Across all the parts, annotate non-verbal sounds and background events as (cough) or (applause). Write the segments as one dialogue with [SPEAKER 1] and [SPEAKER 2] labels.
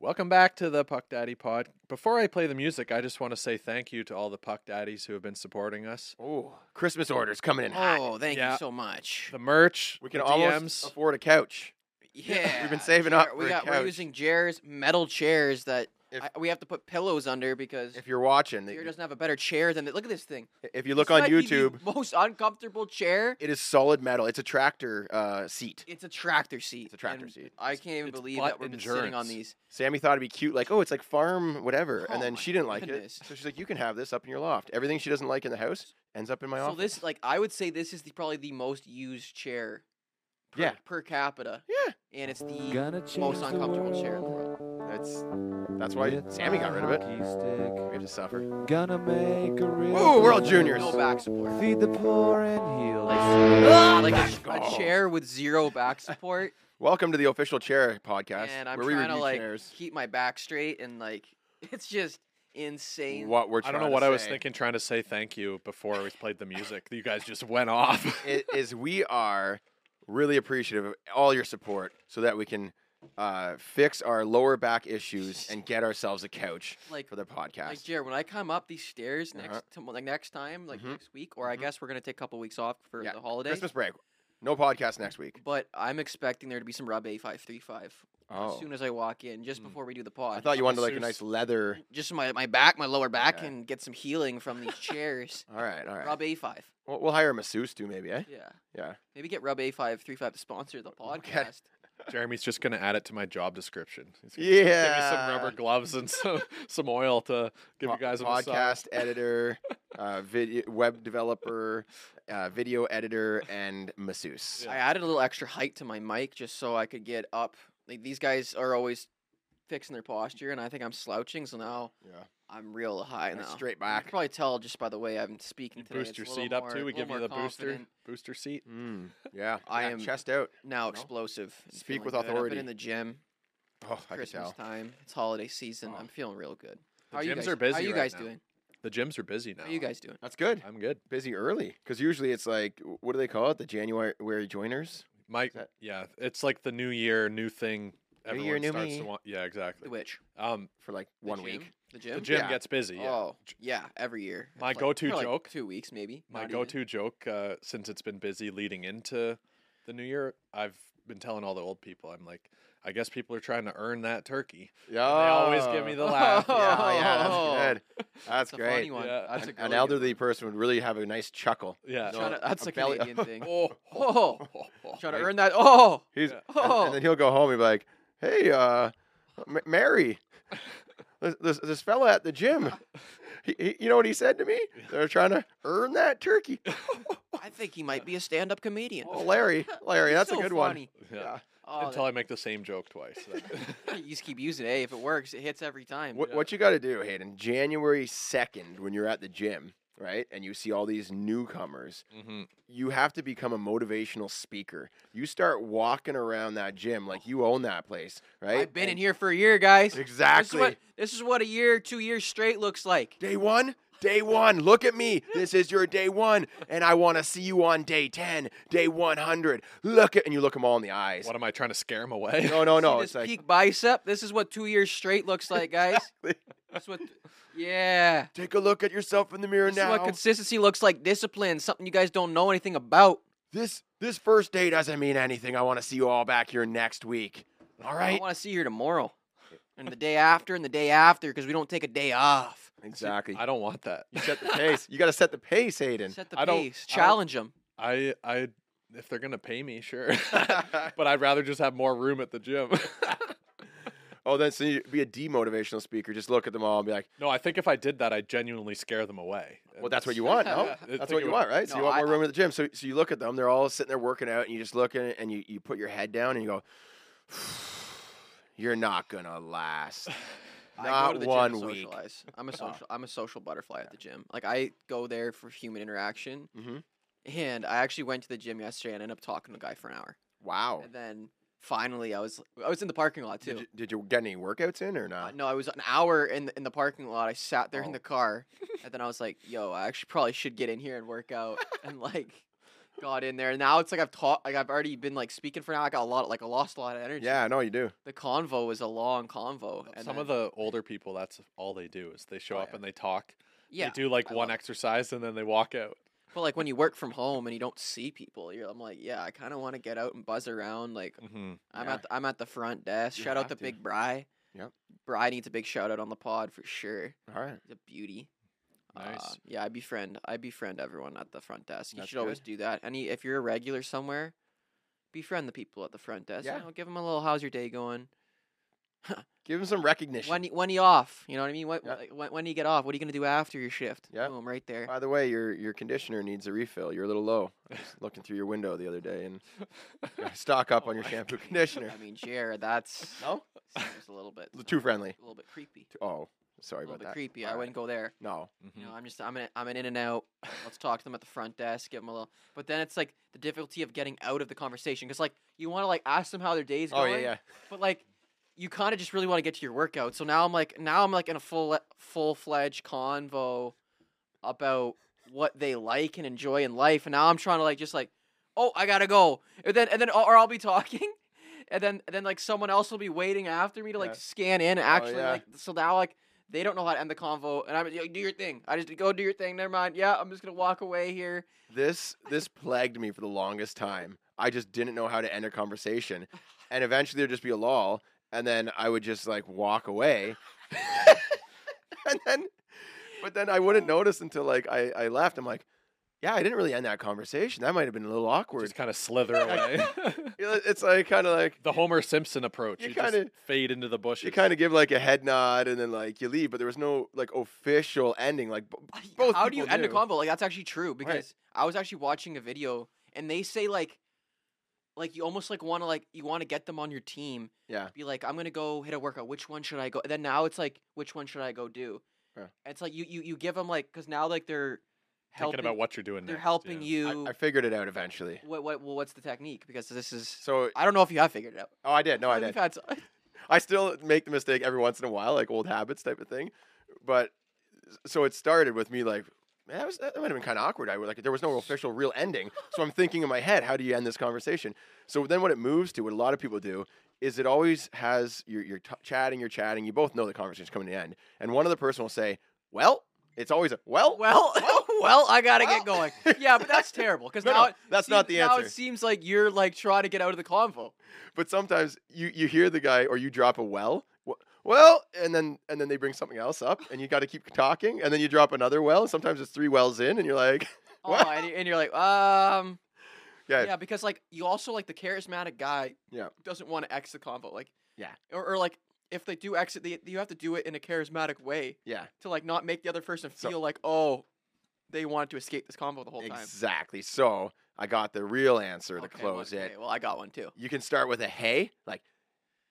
[SPEAKER 1] Welcome back to the Puck Daddy Pod. Before I play the music, I just want to say thank you to all the Puck Daddies who have been supporting us.
[SPEAKER 2] Oh, Christmas orders coming in hot.
[SPEAKER 3] Oh, thank
[SPEAKER 1] Yeah.
[SPEAKER 3] you so much.
[SPEAKER 1] The merch,
[SPEAKER 2] we can
[SPEAKER 1] the
[SPEAKER 2] almost
[SPEAKER 1] DMs.
[SPEAKER 2] afford a couch.
[SPEAKER 3] Yeah,
[SPEAKER 2] We've been saving
[SPEAKER 3] Jer-
[SPEAKER 2] up for
[SPEAKER 3] We
[SPEAKER 2] a
[SPEAKER 3] got
[SPEAKER 2] couch.
[SPEAKER 3] we're using Jer's metal chairs that
[SPEAKER 2] If-
[SPEAKER 3] I, we have to put pillows under because
[SPEAKER 2] If you're watching,
[SPEAKER 3] Jer doesn't have a better chair than it. Look at this thing.
[SPEAKER 2] if you look
[SPEAKER 3] This
[SPEAKER 2] on
[SPEAKER 3] might be the
[SPEAKER 2] YouTube,
[SPEAKER 3] most uncomfortable chair.
[SPEAKER 2] it is solid metal. It's a tractor uh, seat.
[SPEAKER 3] It's a tractor seat.
[SPEAKER 2] It's a tractor
[SPEAKER 3] and
[SPEAKER 2] seat.
[SPEAKER 3] I can't even
[SPEAKER 1] it's
[SPEAKER 3] believe
[SPEAKER 1] butt
[SPEAKER 3] that we've been sitting on
[SPEAKER 1] endurance.
[SPEAKER 3] these.
[SPEAKER 2] Sammy thought it'd be cute, like, oh, it's like farm whatever.
[SPEAKER 3] Oh
[SPEAKER 2] and then
[SPEAKER 3] my
[SPEAKER 2] she didn't
[SPEAKER 3] goodness.
[SPEAKER 2] like it. So she's like, you can have this up in your loft. Everything she doesn't like in the house ends up in my
[SPEAKER 3] So
[SPEAKER 2] office.
[SPEAKER 3] this, like, I would say this is the, probably the most used chair. Per,
[SPEAKER 2] Yeah.
[SPEAKER 3] per capita,
[SPEAKER 2] Yeah.
[SPEAKER 3] and it's the most uncomfortable chair in the world.
[SPEAKER 2] That's that's why Sammy got rid of it. We have to suffer.
[SPEAKER 4] Gonna make a real
[SPEAKER 2] Ooh, World
[SPEAKER 4] difference.
[SPEAKER 2] Juniors.
[SPEAKER 3] No back support.
[SPEAKER 4] Feed the poor and heal.
[SPEAKER 3] Like, like a, a
[SPEAKER 2] Oh.
[SPEAKER 3] chair with zero back support.
[SPEAKER 2] Welcome to the official chair podcast.
[SPEAKER 3] and I'm
[SPEAKER 2] where we
[SPEAKER 3] trying to
[SPEAKER 2] review
[SPEAKER 3] like
[SPEAKER 2] chairs.
[SPEAKER 3] keep my back straight and like (laughs) it's just insane.
[SPEAKER 2] What we're
[SPEAKER 1] I don't know
[SPEAKER 2] trying to
[SPEAKER 1] what I was
[SPEAKER 2] say
[SPEAKER 1] thinking trying to say thank you before we played the music. You guys just went
[SPEAKER 2] (laughs)
[SPEAKER 1] off. (laughs)
[SPEAKER 3] (laughs)
[SPEAKER 2] i- Is we are really appreciative of all your support so that we can uh, fix our lower back issues and get ourselves a couch
[SPEAKER 3] Like-
[SPEAKER 2] for the podcast.
[SPEAKER 3] Like Jared, when I come up these stairs
[SPEAKER 2] Uh-huh.
[SPEAKER 3] next to, like next time, like
[SPEAKER 2] Mhm.
[SPEAKER 3] next week, or I
[SPEAKER 2] Mhm.
[SPEAKER 3] guess we're gonna take a couple weeks off for
[SPEAKER 2] Yeah,
[SPEAKER 3] the holiday.
[SPEAKER 2] Christmas break. No podcast next week.
[SPEAKER 3] But I'm expecting there to be some Rub A five three five as soon as I walk in, just
[SPEAKER 1] Mm.
[SPEAKER 3] before we do the pod.
[SPEAKER 2] Oh. I thought you wanted like a
[SPEAKER 1] Seuss.
[SPEAKER 2] nice leather.
[SPEAKER 3] just my, my back, my lower back,
[SPEAKER 2] Okay.
[SPEAKER 3] and get some healing
[SPEAKER 2] (laughs)
[SPEAKER 3] from these chairs.
[SPEAKER 2] All right, all right.
[SPEAKER 3] Rub A five.
[SPEAKER 2] We'll, we'll hire a masseuse too, maybe. Eh?
[SPEAKER 3] Yeah.
[SPEAKER 2] Yeah.
[SPEAKER 3] Maybe get Rub A five three five to sponsor the
[SPEAKER 2] Okay.
[SPEAKER 3] podcast.
[SPEAKER 1] Jeremy's just going to add it to my job description. He's gonna Give me some
[SPEAKER 2] Yeah.
[SPEAKER 1] rubber gloves and some, (laughs) some oil to give you
[SPEAKER 2] Po-
[SPEAKER 1] guys a massage.
[SPEAKER 2] podcast
[SPEAKER 3] (laughs)
[SPEAKER 2] editor, uh, video web developer, uh, video editor, and masseuse.
[SPEAKER 1] Yeah.
[SPEAKER 3] I added a little extra height to my mic just so I could get up. Like these guys are always fixing their posture, and I think I'm slouching, so now
[SPEAKER 2] Yeah.
[SPEAKER 3] I'm real high
[SPEAKER 2] Nice
[SPEAKER 3] now.
[SPEAKER 2] straight
[SPEAKER 3] You (laughs)
[SPEAKER 2] back.
[SPEAKER 3] can probably tell just by the way I'm speaking
[SPEAKER 1] You
[SPEAKER 3] today.
[SPEAKER 1] boost
[SPEAKER 3] it's
[SPEAKER 1] your
[SPEAKER 3] a little
[SPEAKER 1] seat up
[SPEAKER 3] more-
[SPEAKER 1] too. We
[SPEAKER 3] little
[SPEAKER 1] give you
[SPEAKER 3] more
[SPEAKER 1] the booster
[SPEAKER 3] confident,
[SPEAKER 1] booster seat.
[SPEAKER 2] Mm, yeah.
[SPEAKER 3] I
[SPEAKER 2] yeah,
[SPEAKER 3] am-
[SPEAKER 2] chest out.
[SPEAKER 3] Now explosive. and
[SPEAKER 2] Speak
[SPEAKER 3] feeling
[SPEAKER 2] with
[SPEAKER 3] good. I've been
[SPEAKER 2] authority.
[SPEAKER 3] in the gym.
[SPEAKER 2] Oh, I can
[SPEAKER 3] Christmas
[SPEAKER 2] tell.
[SPEAKER 3] time. It's holiday season. I'm feeling real good. How you
[SPEAKER 1] gyms
[SPEAKER 3] guys,
[SPEAKER 1] are busy
[SPEAKER 3] How you
[SPEAKER 1] right
[SPEAKER 3] guys
[SPEAKER 1] now.
[SPEAKER 3] doing?
[SPEAKER 1] The gyms are busy now.
[SPEAKER 3] How you guys doing?
[SPEAKER 2] That's good.
[SPEAKER 1] I'm good.
[SPEAKER 2] Busy early because usually it's like w- what do they call it? The January joiners.
[SPEAKER 1] Mike,
[SPEAKER 2] that-
[SPEAKER 1] yeah, it's like the new year, new thing.
[SPEAKER 2] New
[SPEAKER 1] Everyone
[SPEAKER 2] year, new
[SPEAKER 1] starts to
[SPEAKER 2] me.
[SPEAKER 1] want. Yeah,
[SPEAKER 3] The
[SPEAKER 1] exactly.
[SPEAKER 3] witch.
[SPEAKER 1] Um,
[SPEAKER 2] for like
[SPEAKER 3] The
[SPEAKER 2] one
[SPEAKER 3] gym?
[SPEAKER 2] week.
[SPEAKER 3] The gym.
[SPEAKER 1] the gym
[SPEAKER 2] Yeah.
[SPEAKER 1] gets busy. Yeah.
[SPEAKER 3] Oh yeah, every year. It's
[SPEAKER 1] My
[SPEAKER 3] like-
[SPEAKER 1] go-to
[SPEAKER 3] for like
[SPEAKER 1] joke-
[SPEAKER 3] two weeks maybe.
[SPEAKER 1] My
[SPEAKER 3] not even.
[SPEAKER 1] go-to joke uh, since it's been busy leading into the new year, I've been telling all the old people. I'm like, I guess people are trying to earn that turkey.
[SPEAKER 2] Yeah.
[SPEAKER 1] And they always give me the laugh.
[SPEAKER 2] Oh.
[SPEAKER 3] (laughs)
[SPEAKER 1] (laughs)
[SPEAKER 2] Yeah, yeah, that's good. That's
[SPEAKER 3] That's Oh. a funny
[SPEAKER 2] great.
[SPEAKER 3] one.
[SPEAKER 1] Yeah. (laughs)
[SPEAKER 3] That's a
[SPEAKER 2] An
[SPEAKER 3] really good
[SPEAKER 2] elderly person would really have a nice chuckle.
[SPEAKER 1] Yeah. (laughs)
[SPEAKER 3] Try to- that's
[SPEAKER 2] a
[SPEAKER 3] a,
[SPEAKER 2] belly-
[SPEAKER 3] (laughs) Canadian thing.
[SPEAKER 1] Oh,
[SPEAKER 3] Oh, try to
[SPEAKER 2] Right?
[SPEAKER 3] earn that. Oh,
[SPEAKER 2] He's
[SPEAKER 1] Yeah.
[SPEAKER 2] and- and, then he'll go home and be like, "Hey, uh, M- Mary, this, this this fella at the
[SPEAKER 3] (laughs)
[SPEAKER 2] gym, he, he, you know what he said to me? They're trying to earn that turkey."
[SPEAKER 3] I think he might be a stand-up comedian.
[SPEAKER 2] Oh, Larry, Larry, that's a
[SPEAKER 3] So
[SPEAKER 2] good
[SPEAKER 3] funny.
[SPEAKER 1] yeah. (laughs)
[SPEAKER 3] Oh,
[SPEAKER 1] Until I make the same joke twice. then-
[SPEAKER 3] (laughs) that- you just keep using it. Hey, if it works, it hits every time.
[SPEAKER 2] one. What, what you got to do, Hayden? January second, when you're at the gym, right, and you see all these newcomers,
[SPEAKER 3] Mm-hmm.
[SPEAKER 1] Mhm.
[SPEAKER 2] you have to become a motivational speaker. You start walking around that gym like you own that place, right?
[SPEAKER 3] I've been in here for a year, (laughs) guys. This is
[SPEAKER 2] Exactly.
[SPEAKER 3] what, this is what a year, two years straight looks like.
[SPEAKER 2] Day one, day one. Look at
[SPEAKER 3] (laughs)
[SPEAKER 2] me. This is your day one, and I want to see you on day ten, day one hundred. Look at, and you look them all in the eyes.
[SPEAKER 1] What am I trying to scare them away?
[SPEAKER 2] No, no, Oh, no.
[SPEAKER 3] (laughs) See
[SPEAKER 2] It's
[SPEAKER 3] this
[SPEAKER 2] like
[SPEAKER 3] peak bicep. This is what two years straight looks like, guys. That's what. Yeah.
[SPEAKER 2] take a look at yourself in the mirror
[SPEAKER 3] This is
[SPEAKER 2] now.
[SPEAKER 3] what consistency looks like. Discipline, something you guys don't know anything about.
[SPEAKER 2] this this first day doesn't mean anything. I want to see you all back here next week. All
[SPEAKER 3] I
[SPEAKER 2] right.
[SPEAKER 3] want to see you here tomorrow. and the day after, and the day after, because we don't take a day off.
[SPEAKER 2] Exactly.
[SPEAKER 1] I don't want that.
[SPEAKER 2] You set the pace. You got to set the pace, Hayden.
[SPEAKER 3] Set the
[SPEAKER 1] I don't-
[SPEAKER 3] pace,
[SPEAKER 1] I don't-
[SPEAKER 3] challenge them.
[SPEAKER 1] I I if they're gonna pay me, sure. (laughs) but I'd rather just have more room at the gym. (laughs)
[SPEAKER 2] oh, then so you be a demotivational speaker. Just look at them all and be like,
[SPEAKER 1] no, I think if I did that, I'd genuinely scare them away.
[SPEAKER 2] "Well, that's what you want,
[SPEAKER 3] (laughs)
[SPEAKER 2] no?
[SPEAKER 1] I
[SPEAKER 2] That's
[SPEAKER 1] think it
[SPEAKER 2] what you
[SPEAKER 1] would-
[SPEAKER 2] want, right? So you
[SPEAKER 3] No,
[SPEAKER 2] want
[SPEAKER 3] I-
[SPEAKER 2] more room at the gym. So so you look at them. They're all sitting there working out, and you just look at it, and you you put your head down, and you go, (sighs) "You're not gonna last."
[SPEAKER 3] (laughs) I go to
[SPEAKER 2] Not
[SPEAKER 3] the
[SPEAKER 2] one
[SPEAKER 3] gym to
[SPEAKER 2] week. Oh.
[SPEAKER 3] socialize.
[SPEAKER 2] (laughs)
[SPEAKER 3] I'm a social. I'm a social butterfly at the gym. Like I go there for human interaction.
[SPEAKER 2] Mhm.
[SPEAKER 3] And I actually went to the gym yesterday and ended up talking to a guy for an hour.
[SPEAKER 2] Wow.
[SPEAKER 3] And then finally, I was I was in the parking lot too.
[SPEAKER 2] Oh. Did you, did you get any workouts in or
[SPEAKER 3] Uh,
[SPEAKER 2] not?
[SPEAKER 3] no, I was an hour in the, in the parking lot. I sat there
[SPEAKER 2] Oh.
[SPEAKER 3] in the
[SPEAKER 2] (laughs)
[SPEAKER 3] car, and then I was like, "Yo, I actually probably should get in here and work out." and like, got in there. Now it's like I've taught, like I've already been like speaking for now. I got a lot, like I lost a lot of energy.
[SPEAKER 2] Yeah, no, you do.
[SPEAKER 3] The convo was a long convo. And
[SPEAKER 1] Some
[SPEAKER 3] then-
[SPEAKER 1] of the older people, that's all they do is they show
[SPEAKER 3] Oh,
[SPEAKER 1] up
[SPEAKER 3] yeah.
[SPEAKER 1] and they talk.
[SPEAKER 3] yeah,
[SPEAKER 1] They do like
[SPEAKER 3] I
[SPEAKER 1] one
[SPEAKER 3] love-
[SPEAKER 1] exercise and then they walk out.
[SPEAKER 3] but like when you work from home and you don't see people, you're, I'm like, yeah, I kind of want to get out and buzz around. Like
[SPEAKER 1] Mm-hmm.
[SPEAKER 3] I'm
[SPEAKER 2] Mm, Yeah.
[SPEAKER 3] at the, I'm at the front desk.
[SPEAKER 2] You
[SPEAKER 3] shout out
[SPEAKER 2] have
[SPEAKER 3] to
[SPEAKER 2] to.
[SPEAKER 3] Big Bry.
[SPEAKER 2] Yep.
[SPEAKER 3] Bry needs a big shout out on the pod for sure.
[SPEAKER 2] All right.
[SPEAKER 3] He's a beauty.
[SPEAKER 1] Nice.
[SPEAKER 3] Uh, yeah, I befriend I befriend everyone at the front desk. You
[SPEAKER 2] That's
[SPEAKER 3] should always
[SPEAKER 2] good.
[SPEAKER 3] do that. Any if you're a regular somewhere, befriend the people at the front desk.
[SPEAKER 2] Yeah.
[SPEAKER 3] You know, give them a little how's your day going?
[SPEAKER 2] Give him some recognition.
[SPEAKER 3] When y- when you off? You know what I mean? What,
[SPEAKER 2] Yeah.
[SPEAKER 3] like, when when do you get off? What are you gonna do after your shift?
[SPEAKER 2] Yeah.
[SPEAKER 3] Boom, right there.
[SPEAKER 2] By the way, your your conditioner needs a refill. You're a little low. I
[SPEAKER 3] (laughs)
[SPEAKER 2] was looking through your window the other day and gotta stock
[SPEAKER 3] Oh
[SPEAKER 2] up on your
[SPEAKER 3] (laughs)
[SPEAKER 2] shampoo conditioner.
[SPEAKER 3] I mean, Jared, that's
[SPEAKER 2] No,
[SPEAKER 3] seems a little bit
[SPEAKER 2] L- too friendly.
[SPEAKER 3] a little bit creepy.
[SPEAKER 2] Too- Oh, sorry
[SPEAKER 3] a little
[SPEAKER 2] about
[SPEAKER 3] bit
[SPEAKER 2] that.
[SPEAKER 3] creepy. I
[SPEAKER 2] All right. Hmm.
[SPEAKER 3] wouldn't go there.
[SPEAKER 2] No.
[SPEAKER 3] You know, I'm just I'm an I'm an in and out. Let's talk to them at the front desk, give them a little. But then it's like the difficulty of getting out of the conversation because like you want to like ask them how their day's
[SPEAKER 2] Oh
[SPEAKER 3] going.
[SPEAKER 2] yeah, yeah.
[SPEAKER 3] But like, you kind of just really want to get to your workout. So now I'm like, now I'm like in a full full fledged convo about what they like and enjoy in life. And now I'm trying to like just like, oh, I gotta go. And then and then or I'll be talking. (laughs) And then, and then, like someone else will be waiting after me to like
[SPEAKER 2] Yeah. Oh,
[SPEAKER 3] scan in. Actually,
[SPEAKER 2] yeah.
[SPEAKER 3] like so now, like they don't know how to end the convo, and I'm like, do your thing. I just go do your thing. Never mind. Yeah, I'm just gonna walk away here.
[SPEAKER 2] This this plagued me for the longest time. I just didn't know how to end a conversation, and eventually there'd just be a lull, and then I would just like walk away, (laughs) and then, but then I
[SPEAKER 3] (laughs)
[SPEAKER 2] wouldn't notice until like I I left. I'm like, yeah, I didn't really end that conversation. That might have been a little awkward.
[SPEAKER 1] Just kind of
[SPEAKER 3] (laughs)
[SPEAKER 1] slither away. (laughs)
[SPEAKER 2] You know, It's like kind of like
[SPEAKER 1] the Homer Simpson approach.
[SPEAKER 2] You
[SPEAKER 1] You, kind
[SPEAKER 2] kinda-
[SPEAKER 1] of fade into the bushes.
[SPEAKER 2] you kind of give like a head nod and then like you leave, but there was no like official ending. Like b-
[SPEAKER 3] Uh,
[SPEAKER 2] (laughs) both.
[SPEAKER 3] how do you
[SPEAKER 2] people
[SPEAKER 3] end a
[SPEAKER 2] knew.
[SPEAKER 3] combo? Like that's actually true because I was actually watching a video and they say like like you almost like want to like you want to get them on your team.
[SPEAKER 2] Yeah.
[SPEAKER 3] Be like I'm going to go hit a workout. Which one should I go? And then now it's like which one should I go do?
[SPEAKER 2] Yeah.
[SPEAKER 3] And it's like you you you give them like cuz now like they're helping
[SPEAKER 1] thinking about what you're doing.
[SPEAKER 3] they're
[SPEAKER 1] next,
[SPEAKER 3] helping
[SPEAKER 1] yeah.
[SPEAKER 3] you
[SPEAKER 2] I, I figured it out eventually.
[SPEAKER 3] (laughs) what what well, what's the technique because this is
[SPEAKER 2] So
[SPEAKER 3] (laughs) I don't know if you have figured it out.
[SPEAKER 2] oh, I did. No, I
[SPEAKER 3] We've
[SPEAKER 2] did.
[SPEAKER 3] had so-
[SPEAKER 2] I still make the mistake every once in a while, like old habits type of thing. But so it started with me like, man, that, was, that might have been kind of awkward. I was like, there was no official real ending. So I'm thinking in my head, how do you end this conversation? So then what it moves to, what a lot of people do, is it always has you're, you're t- chatting, you're chatting, you both know the conversation's coming to an end. And one other person will say, well, it's always a, well,
[SPEAKER 3] (laughs) well, (laughs) well, I gotta get
[SPEAKER 2] Well.
[SPEAKER 3] going.
[SPEAKER 2] (laughs)
[SPEAKER 3] Yeah, but that's terrible because
[SPEAKER 2] No,
[SPEAKER 3] now
[SPEAKER 2] no,
[SPEAKER 3] it
[SPEAKER 2] that's not
[SPEAKER 3] seems-
[SPEAKER 2] the
[SPEAKER 3] Now
[SPEAKER 2] answer.
[SPEAKER 3] it seems like you're like trying to get out of the convo.
[SPEAKER 2] but sometimes you you hear the guy or you drop a well wh- well and then and then they bring something else up and you got to keep talking and then you drop another well and sometimes it's three wells in and you're like (laughs)
[SPEAKER 3] Oh,
[SPEAKER 2] What?
[SPEAKER 3] and, you- and you're like, um,
[SPEAKER 2] yeah,
[SPEAKER 3] yeah, because like you also like the charismatic guy,
[SPEAKER 2] Yeah.
[SPEAKER 3] doesn't want to exit the convo, like,
[SPEAKER 2] Yeah.
[SPEAKER 3] or, or like if they do exit, they, you have to do it in a charismatic way
[SPEAKER 2] yeah
[SPEAKER 3] to like not make the other person
[SPEAKER 2] So-
[SPEAKER 3] feel like, oh, they wanted to escape this convo the whole time.
[SPEAKER 2] exactly so i got the real answer to
[SPEAKER 3] Okay, well,
[SPEAKER 2] close it
[SPEAKER 3] okay, Well, I got one too.
[SPEAKER 2] you can start with a hey like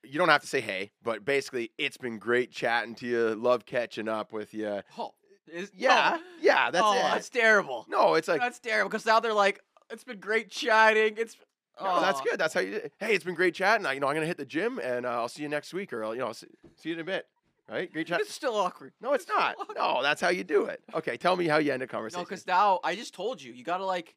[SPEAKER 2] you don't have to say hey but basically it's been great chatting to you love catching up with you
[SPEAKER 3] Oh, is,
[SPEAKER 2] yeah
[SPEAKER 3] oh,
[SPEAKER 2] yeah that's
[SPEAKER 3] oh,
[SPEAKER 2] it
[SPEAKER 3] that's terrible.
[SPEAKER 2] no it's like
[SPEAKER 3] that's terrible because now they're like, it's been great chatting. It's oh,
[SPEAKER 2] No, that's
[SPEAKER 3] Aw.
[SPEAKER 2] good. That's how you. do it. Hey, it's been great chatting. I, you know, I'm gonna hit the gym, and uh, I'll see you next week, or I'll, you know, I'll see, see you in a bit. Right? Great chat.
[SPEAKER 3] It's still awkward.
[SPEAKER 2] No, it's not. No, that's how you do it. Okay, tell me how you end a
[SPEAKER 3] No,
[SPEAKER 2] conversation.
[SPEAKER 3] because now I just told you, you gotta like,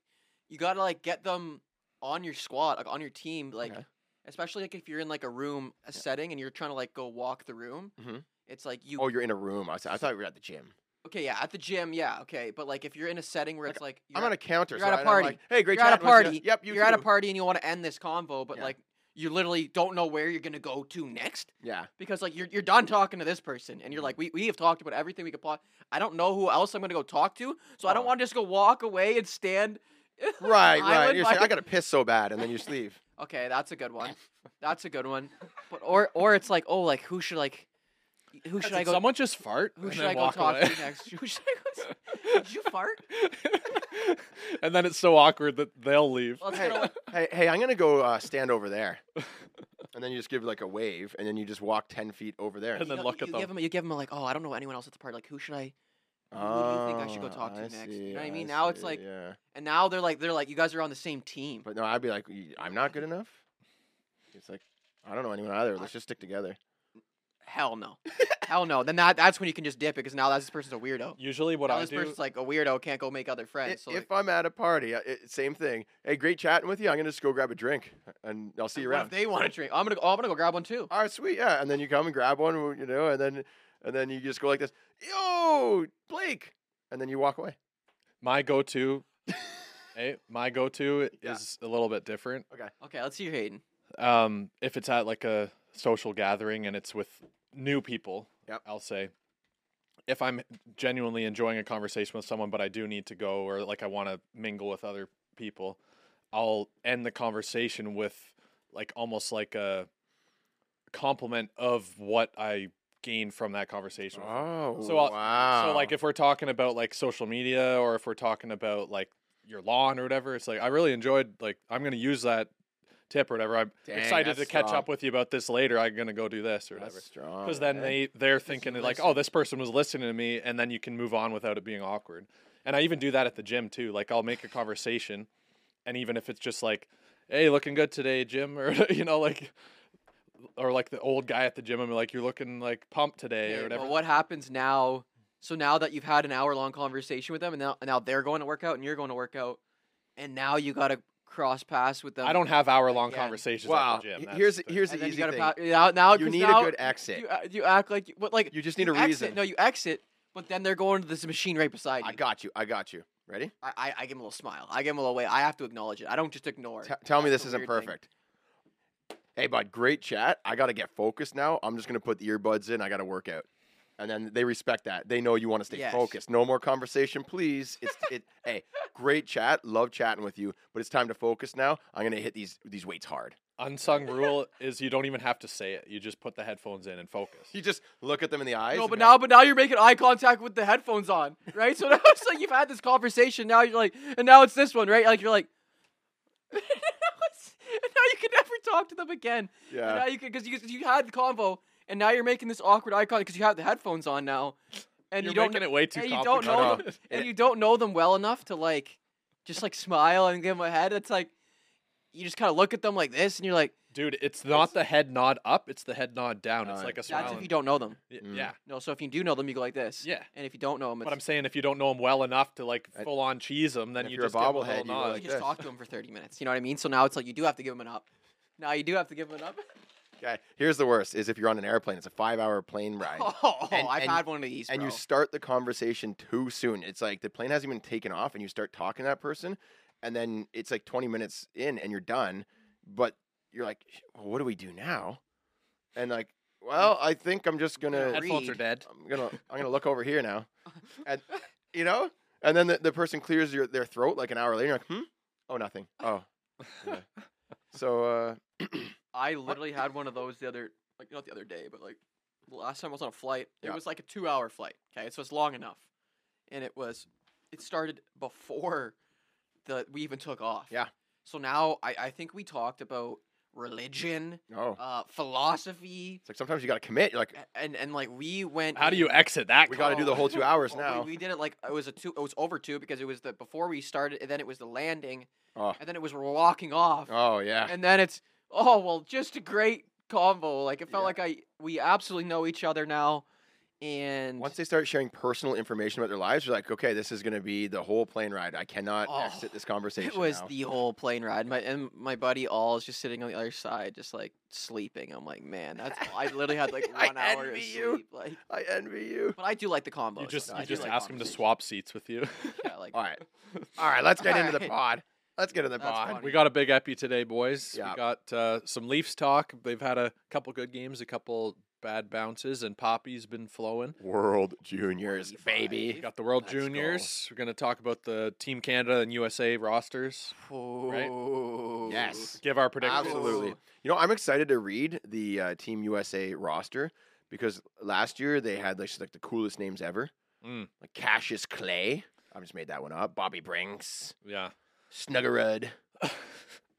[SPEAKER 3] you gotta like get them on your squad, like on your team, like
[SPEAKER 2] Okay.
[SPEAKER 3] especially like if you're in like a room, a setting, and you're trying to like go walk the room.
[SPEAKER 2] Mhm.
[SPEAKER 3] It's like you.
[SPEAKER 2] oh, you're in a room. I, said, I thought we were at the gym.
[SPEAKER 3] okay, yeah, at the gym, yeah, okay, but like if you're in a setting where it's like you're
[SPEAKER 2] I'm on a counter.
[SPEAKER 3] you're
[SPEAKER 2] so
[SPEAKER 3] at a
[SPEAKER 2] I- I'm
[SPEAKER 3] party.
[SPEAKER 2] like, hey, great
[SPEAKER 3] you're at a
[SPEAKER 2] chatting with ya."
[SPEAKER 3] party.
[SPEAKER 2] Yep, you
[SPEAKER 3] are at a
[SPEAKER 2] too."
[SPEAKER 3] party and you want to end this convo, but
[SPEAKER 2] Yeah.
[SPEAKER 3] like you literally don't know where you're gonna go to next
[SPEAKER 2] Yeah.
[SPEAKER 3] because like you're you're done talking to this person
[SPEAKER 2] Mm-hmm.
[SPEAKER 3] and you're like we we have talked about everything we could plot. I don't know who else I'm gonna go talk to, so I don't want to just go walk away and stand. (laughs)
[SPEAKER 2] Right, right.
[SPEAKER 3] Island
[SPEAKER 2] You're
[SPEAKER 3] by-
[SPEAKER 2] saying, I got to piss so bad, and then you just leave.
[SPEAKER 3] (laughs) Okay, that's a good
[SPEAKER 1] (laughs)
[SPEAKER 3] one. That's a good one. But or or it's like oh like who should like who should I
[SPEAKER 1] Did
[SPEAKER 3] go
[SPEAKER 1] someone just fart?
[SPEAKER 3] who
[SPEAKER 1] and
[SPEAKER 3] should
[SPEAKER 1] then
[SPEAKER 3] I go
[SPEAKER 1] walk
[SPEAKER 3] talk
[SPEAKER 1] away?
[SPEAKER 3] to next? Who should I go? s- Did you fart?
[SPEAKER 1] (laughs) and then it's so awkward that they'll leave.
[SPEAKER 3] Well, it's
[SPEAKER 2] Hey,
[SPEAKER 3] gonna
[SPEAKER 2] hey, hey, I'm gonna go uh, stand over there,
[SPEAKER 3] (laughs)
[SPEAKER 2] and then you just give like a wave, and then you just walk ten feet over there.
[SPEAKER 1] And
[SPEAKER 3] you
[SPEAKER 1] then
[SPEAKER 3] know,
[SPEAKER 1] look
[SPEAKER 3] you
[SPEAKER 1] at them.
[SPEAKER 3] Give him, you give him a like, oh, I don't know anyone else at the party. Like, who should I? who do you think I (laughs) should go
[SPEAKER 2] Oh,
[SPEAKER 3] talk to
[SPEAKER 2] I
[SPEAKER 3] next? You
[SPEAKER 2] see,
[SPEAKER 3] know what I mean? Now it's
[SPEAKER 2] see,
[SPEAKER 3] like-
[SPEAKER 2] yeah.
[SPEAKER 3] And now they're like, they're like, you guys are on the same team.
[SPEAKER 2] But no, I'd be like, "Y- I'm not good enough. It's like, I don't know anyone either. Let's just stick together.
[SPEAKER 3] Hell
[SPEAKER 1] (laughs)
[SPEAKER 3] no, hell no. Then that, that's when you can just dip it because now that's this person's a weirdo.
[SPEAKER 1] Usually, what
[SPEAKER 3] now
[SPEAKER 1] I
[SPEAKER 3] this
[SPEAKER 1] do.
[SPEAKER 3] person's like a weirdo, can't go make other
[SPEAKER 2] I-
[SPEAKER 3] friends. so like,
[SPEAKER 2] if I'm at a party, I- it, same thing. Hey, great chatting with you. I'm gonna just go grab a drink, and I'll see you
[SPEAKER 3] what
[SPEAKER 2] around.
[SPEAKER 3] if they want to drink, I'm gonna, go- oh, I'm gonna go grab one too.
[SPEAKER 2] All right, sweet, yeah. And then you come and grab one, w- you know, and then and then you just go like this, yo, Blake, and then you walk away.
[SPEAKER 1] my
[SPEAKER 3] (laughs)
[SPEAKER 1] go-to eh, my go-to
[SPEAKER 2] Yeah.
[SPEAKER 1] is a little bit different
[SPEAKER 3] Okay, let's see your Hayden.
[SPEAKER 1] um if it's at like a social gathering and it's with new people
[SPEAKER 2] Yep.
[SPEAKER 1] i'll say if i'm genuinely enjoying a conversation with someone but i do need to go or like i want to mingle with other people i'll end the conversation with like almost like a compliment of what i gained from that conversation with them.
[SPEAKER 2] Oh,
[SPEAKER 1] So I'll- So like if we're talking about like social media or if we're talking about like your lawn or whatever, it's like I really enjoyed like I'm gonna use that tip or whatever. I'm
[SPEAKER 2] Dang,
[SPEAKER 1] excited to
[SPEAKER 2] that's
[SPEAKER 1] catch
[SPEAKER 2] strong.
[SPEAKER 1] up with you about this later. I'm gonna go do this or
[SPEAKER 2] That's
[SPEAKER 1] whatever.
[SPEAKER 2] strong.
[SPEAKER 1] Because then
[SPEAKER 2] eh?
[SPEAKER 1] they they're thinking like, oh, this person was listening to me, and then you can move on without it being awkward. And I even do that at the gym too. Like I'll make a conversation, and even if it's just like, hey, looking good today, Jim, (laughs) or you know like. Or like the old guy at the gym, I'm like, you're looking like pumped today, or
[SPEAKER 3] Okay,
[SPEAKER 1] whatever.
[SPEAKER 3] But what happens now? So now that you've had an hour long conversation with them, and now, and now they're going to work out, and you're going to work out, and now you gotta cross paths with them.
[SPEAKER 1] I don't have hour long
[SPEAKER 3] again.
[SPEAKER 1] conversations
[SPEAKER 2] Wow.
[SPEAKER 1] at the gym.
[SPEAKER 2] he-
[SPEAKER 1] That's
[SPEAKER 2] Here's
[SPEAKER 1] the-
[SPEAKER 2] here's the
[SPEAKER 3] And then you
[SPEAKER 2] easy
[SPEAKER 3] gotta
[SPEAKER 2] thing.
[SPEAKER 3] pa- now, now
[SPEAKER 2] you
[SPEAKER 3] 'cause
[SPEAKER 2] need
[SPEAKER 3] now
[SPEAKER 2] a good exit.
[SPEAKER 3] You, a- you act like you- what like
[SPEAKER 2] You just need a
[SPEAKER 3] exit-
[SPEAKER 2] reason.
[SPEAKER 3] No, you exit, but then they're going to this machine right beside you.
[SPEAKER 2] I got you. I got you. Ready?
[SPEAKER 3] I, I, I give him a little smile. I give him a little way. I have to acknowledge it. I don't just ignore.
[SPEAKER 2] T- tell me
[SPEAKER 3] That's
[SPEAKER 2] this
[SPEAKER 3] the
[SPEAKER 2] isn't
[SPEAKER 3] weird thing.
[SPEAKER 2] perfect. Hey, bud, great chat. I got to get focused now. I'm just going to put the earbuds in. I got to work out. And then they respect that. They know you want to stay
[SPEAKER 3] Yes.
[SPEAKER 2] focused. No more conversation, please. It's
[SPEAKER 3] (laughs)
[SPEAKER 2] it. hey, great chat. Love chatting with you, but it's time to focus now. I'm gonna hit these these weights hard. (laughs)
[SPEAKER 1] unsung rule is you don't even have to say it. You just put the headphones in and focus.
[SPEAKER 2] You just look at them in the eyes.
[SPEAKER 3] No,
[SPEAKER 2] and
[SPEAKER 3] but
[SPEAKER 2] be like,
[SPEAKER 3] (laughs) now, but now you're making eye contact with the headphones on, right? So (laughs) now it's like you've had this conversation. Now you're like, and now it's this one, right? Like you're like, (laughs) now it's- and now you can never talk to them again. And
[SPEAKER 2] Yeah.
[SPEAKER 3] now you can because you you had the convo, and now you're making this awkward eye contact because you have the headphones on now, and
[SPEAKER 1] You're
[SPEAKER 3] you don't
[SPEAKER 1] making it
[SPEAKER 3] kn-
[SPEAKER 1] way too
[SPEAKER 3] and you don't
[SPEAKER 1] complicated.
[SPEAKER 3] know
[SPEAKER 2] No, no.
[SPEAKER 3] them, and you don't know them well enough to like, just like smile and give them a head. It's like you just kind of look at them like this, and you're like,
[SPEAKER 1] Dude, it's not the head nod up, it's the head nod down. It's
[SPEAKER 2] Alright.
[SPEAKER 1] like a smile.
[SPEAKER 3] that's if
[SPEAKER 1] and-
[SPEAKER 3] you don't know them.
[SPEAKER 1] Y-
[SPEAKER 2] Mm.
[SPEAKER 1] Yeah.
[SPEAKER 3] No, so if you do know them, you go like this.
[SPEAKER 1] Yeah.
[SPEAKER 3] And if you don't know them, it's
[SPEAKER 1] But I'm saying if you don't know them well enough to like
[SPEAKER 2] I-
[SPEAKER 1] full on cheese them, then
[SPEAKER 2] if
[SPEAKER 1] you
[SPEAKER 2] you're a
[SPEAKER 1] just give 'em
[SPEAKER 2] bobblehead,
[SPEAKER 1] little
[SPEAKER 2] you go
[SPEAKER 1] nod.
[SPEAKER 2] like
[SPEAKER 3] you just
[SPEAKER 2] this.
[SPEAKER 3] talk to him for 30 minutes. You know what I mean? So now it's like you do have to give him an up. Now you do have to give him an up.
[SPEAKER 2] Okay. Here's the worst: is if you're on an airplane, it's a five-hour plane ride.
[SPEAKER 3] (laughs) Oh,
[SPEAKER 2] (laughs) And-
[SPEAKER 3] I've
[SPEAKER 2] and-
[SPEAKER 3] had one of these.
[SPEAKER 2] and you
[SPEAKER 3] bro.
[SPEAKER 2] start the conversation too soon. It's like the plane hasn't even taken off, and you start talking to that person, and then it's like 20 minutes in, and you're done. But you're like, "Sh- well, what do we do now? And like, well, I think I'm just gonna,
[SPEAKER 3] Headphone-
[SPEAKER 1] Headphones are
[SPEAKER 3] read.
[SPEAKER 1] dead.
[SPEAKER 2] I'm gonna, I'm gonna look over here now,
[SPEAKER 3] (laughs)
[SPEAKER 2] and you know, and then the, the person clears your, their throat like an hour later. You're like, hmm, oh, nothing. Oh,
[SPEAKER 3] (laughs)
[SPEAKER 2] yeah. so uh,
[SPEAKER 3] I literally had one of those the other, like not the other day, but like the last time I was on a flight.
[SPEAKER 2] Yeah.
[SPEAKER 3] It was like a two-hour flight. Okay, so it's long enough, and it was, it started before the we even took off.
[SPEAKER 2] Yeah.
[SPEAKER 3] So now I, I think we talked about religion,
[SPEAKER 2] oh,
[SPEAKER 3] uh, philosophy,
[SPEAKER 2] it's like sometimes you gotta commit. You're like,
[SPEAKER 3] a- and and like we went.
[SPEAKER 1] How do
[SPEAKER 3] in-
[SPEAKER 1] you exit that?
[SPEAKER 2] we gotta do the whole two hours
[SPEAKER 3] (laughs) Oh, we-
[SPEAKER 2] now.
[SPEAKER 3] We, did it like it was a two. It was over two because it was the before we started, and then it was the landing,
[SPEAKER 2] Oh.
[SPEAKER 3] and then it was we're walking off,
[SPEAKER 2] Oh yeah.
[SPEAKER 3] and then it's oh well, just a great combo. Like it felt
[SPEAKER 2] Yeah.
[SPEAKER 3] like I we absolutely know each other now, and
[SPEAKER 2] Once
[SPEAKER 3] (laughs)
[SPEAKER 2] they start sharing personal information about their lives, you're like, okay, this is going to be the whole plane ride. I cannot
[SPEAKER 3] Oh,
[SPEAKER 2] exit this conversation.
[SPEAKER 3] (laughs) it was
[SPEAKER 2] now.
[SPEAKER 3] the whole plane ride. My and my buddy all is just sitting on the other side, just like sleeping. I'm like,
[SPEAKER 2] (laughs)
[SPEAKER 3] man, that's I literally had like
[SPEAKER 2] I
[SPEAKER 3] one hour of
[SPEAKER 2] envy you.
[SPEAKER 3] sleep. Like,
[SPEAKER 2] I envy
[SPEAKER 3] (laughs)
[SPEAKER 2] you.
[SPEAKER 3] but I do like the combo.
[SPEAKER 1] You just
[SPEAKER 3] I
[SPEAKER 1] you
[SPEAKER 3] do
[SPEAKER 1] just
[SPEAKER 3] like
[SPEAKER 1] ask them to
[SPEAKER 3] combos.
[SPEAKER 2] (laughs)
[SPEAKER 1] swap seats with you.
[SPEAKER 3] (laughs) Yeah, like (laughs)
[SPEAKER 2] All right, all right, let's get into the
[SPEAKER 3] Alright.
[SPEAKER 2] pod. Let's get in the
[SPEAKER 3] That's
[SPEAKER 2] pod.
[SPEAKER 3] funny.
[SPEAKER 1] We got a big epi today, boys.
[SPEAKER 2] Yeah.
[SPEAKER 1] We got uh, some Leafs talk. They've had a couple good games, a couple bad bounces, and Poppy's been flowing.
[SPEAKER 2] World Juniors,
[SPEAKER 1] We
[SPEAKER 2] baby.
[SPEAKER 1] got the World
[SPEAKER 2] Let's go.
[SPEAKER 1] Juniors. We're going to talk about the Team Canada and USA rosters.
[SPEAKER 3] Oh.
[SPEAKER 2] Yes.
[SPEAKER 1] Give our predictions.
[SPEAKER 2] Absolutely. You know, I'm excited to read the uh, Team USA roster because last year they had like, just, like the coolest names ever.
[SPEAKER 1] Mm.
[SPEAKER 2] Like Cassius Clay. I just made that one up. Bobby Brinks.
[SPEAKER 1] Yeah.
[SPEAKER 2] (laughs) Snuggerud.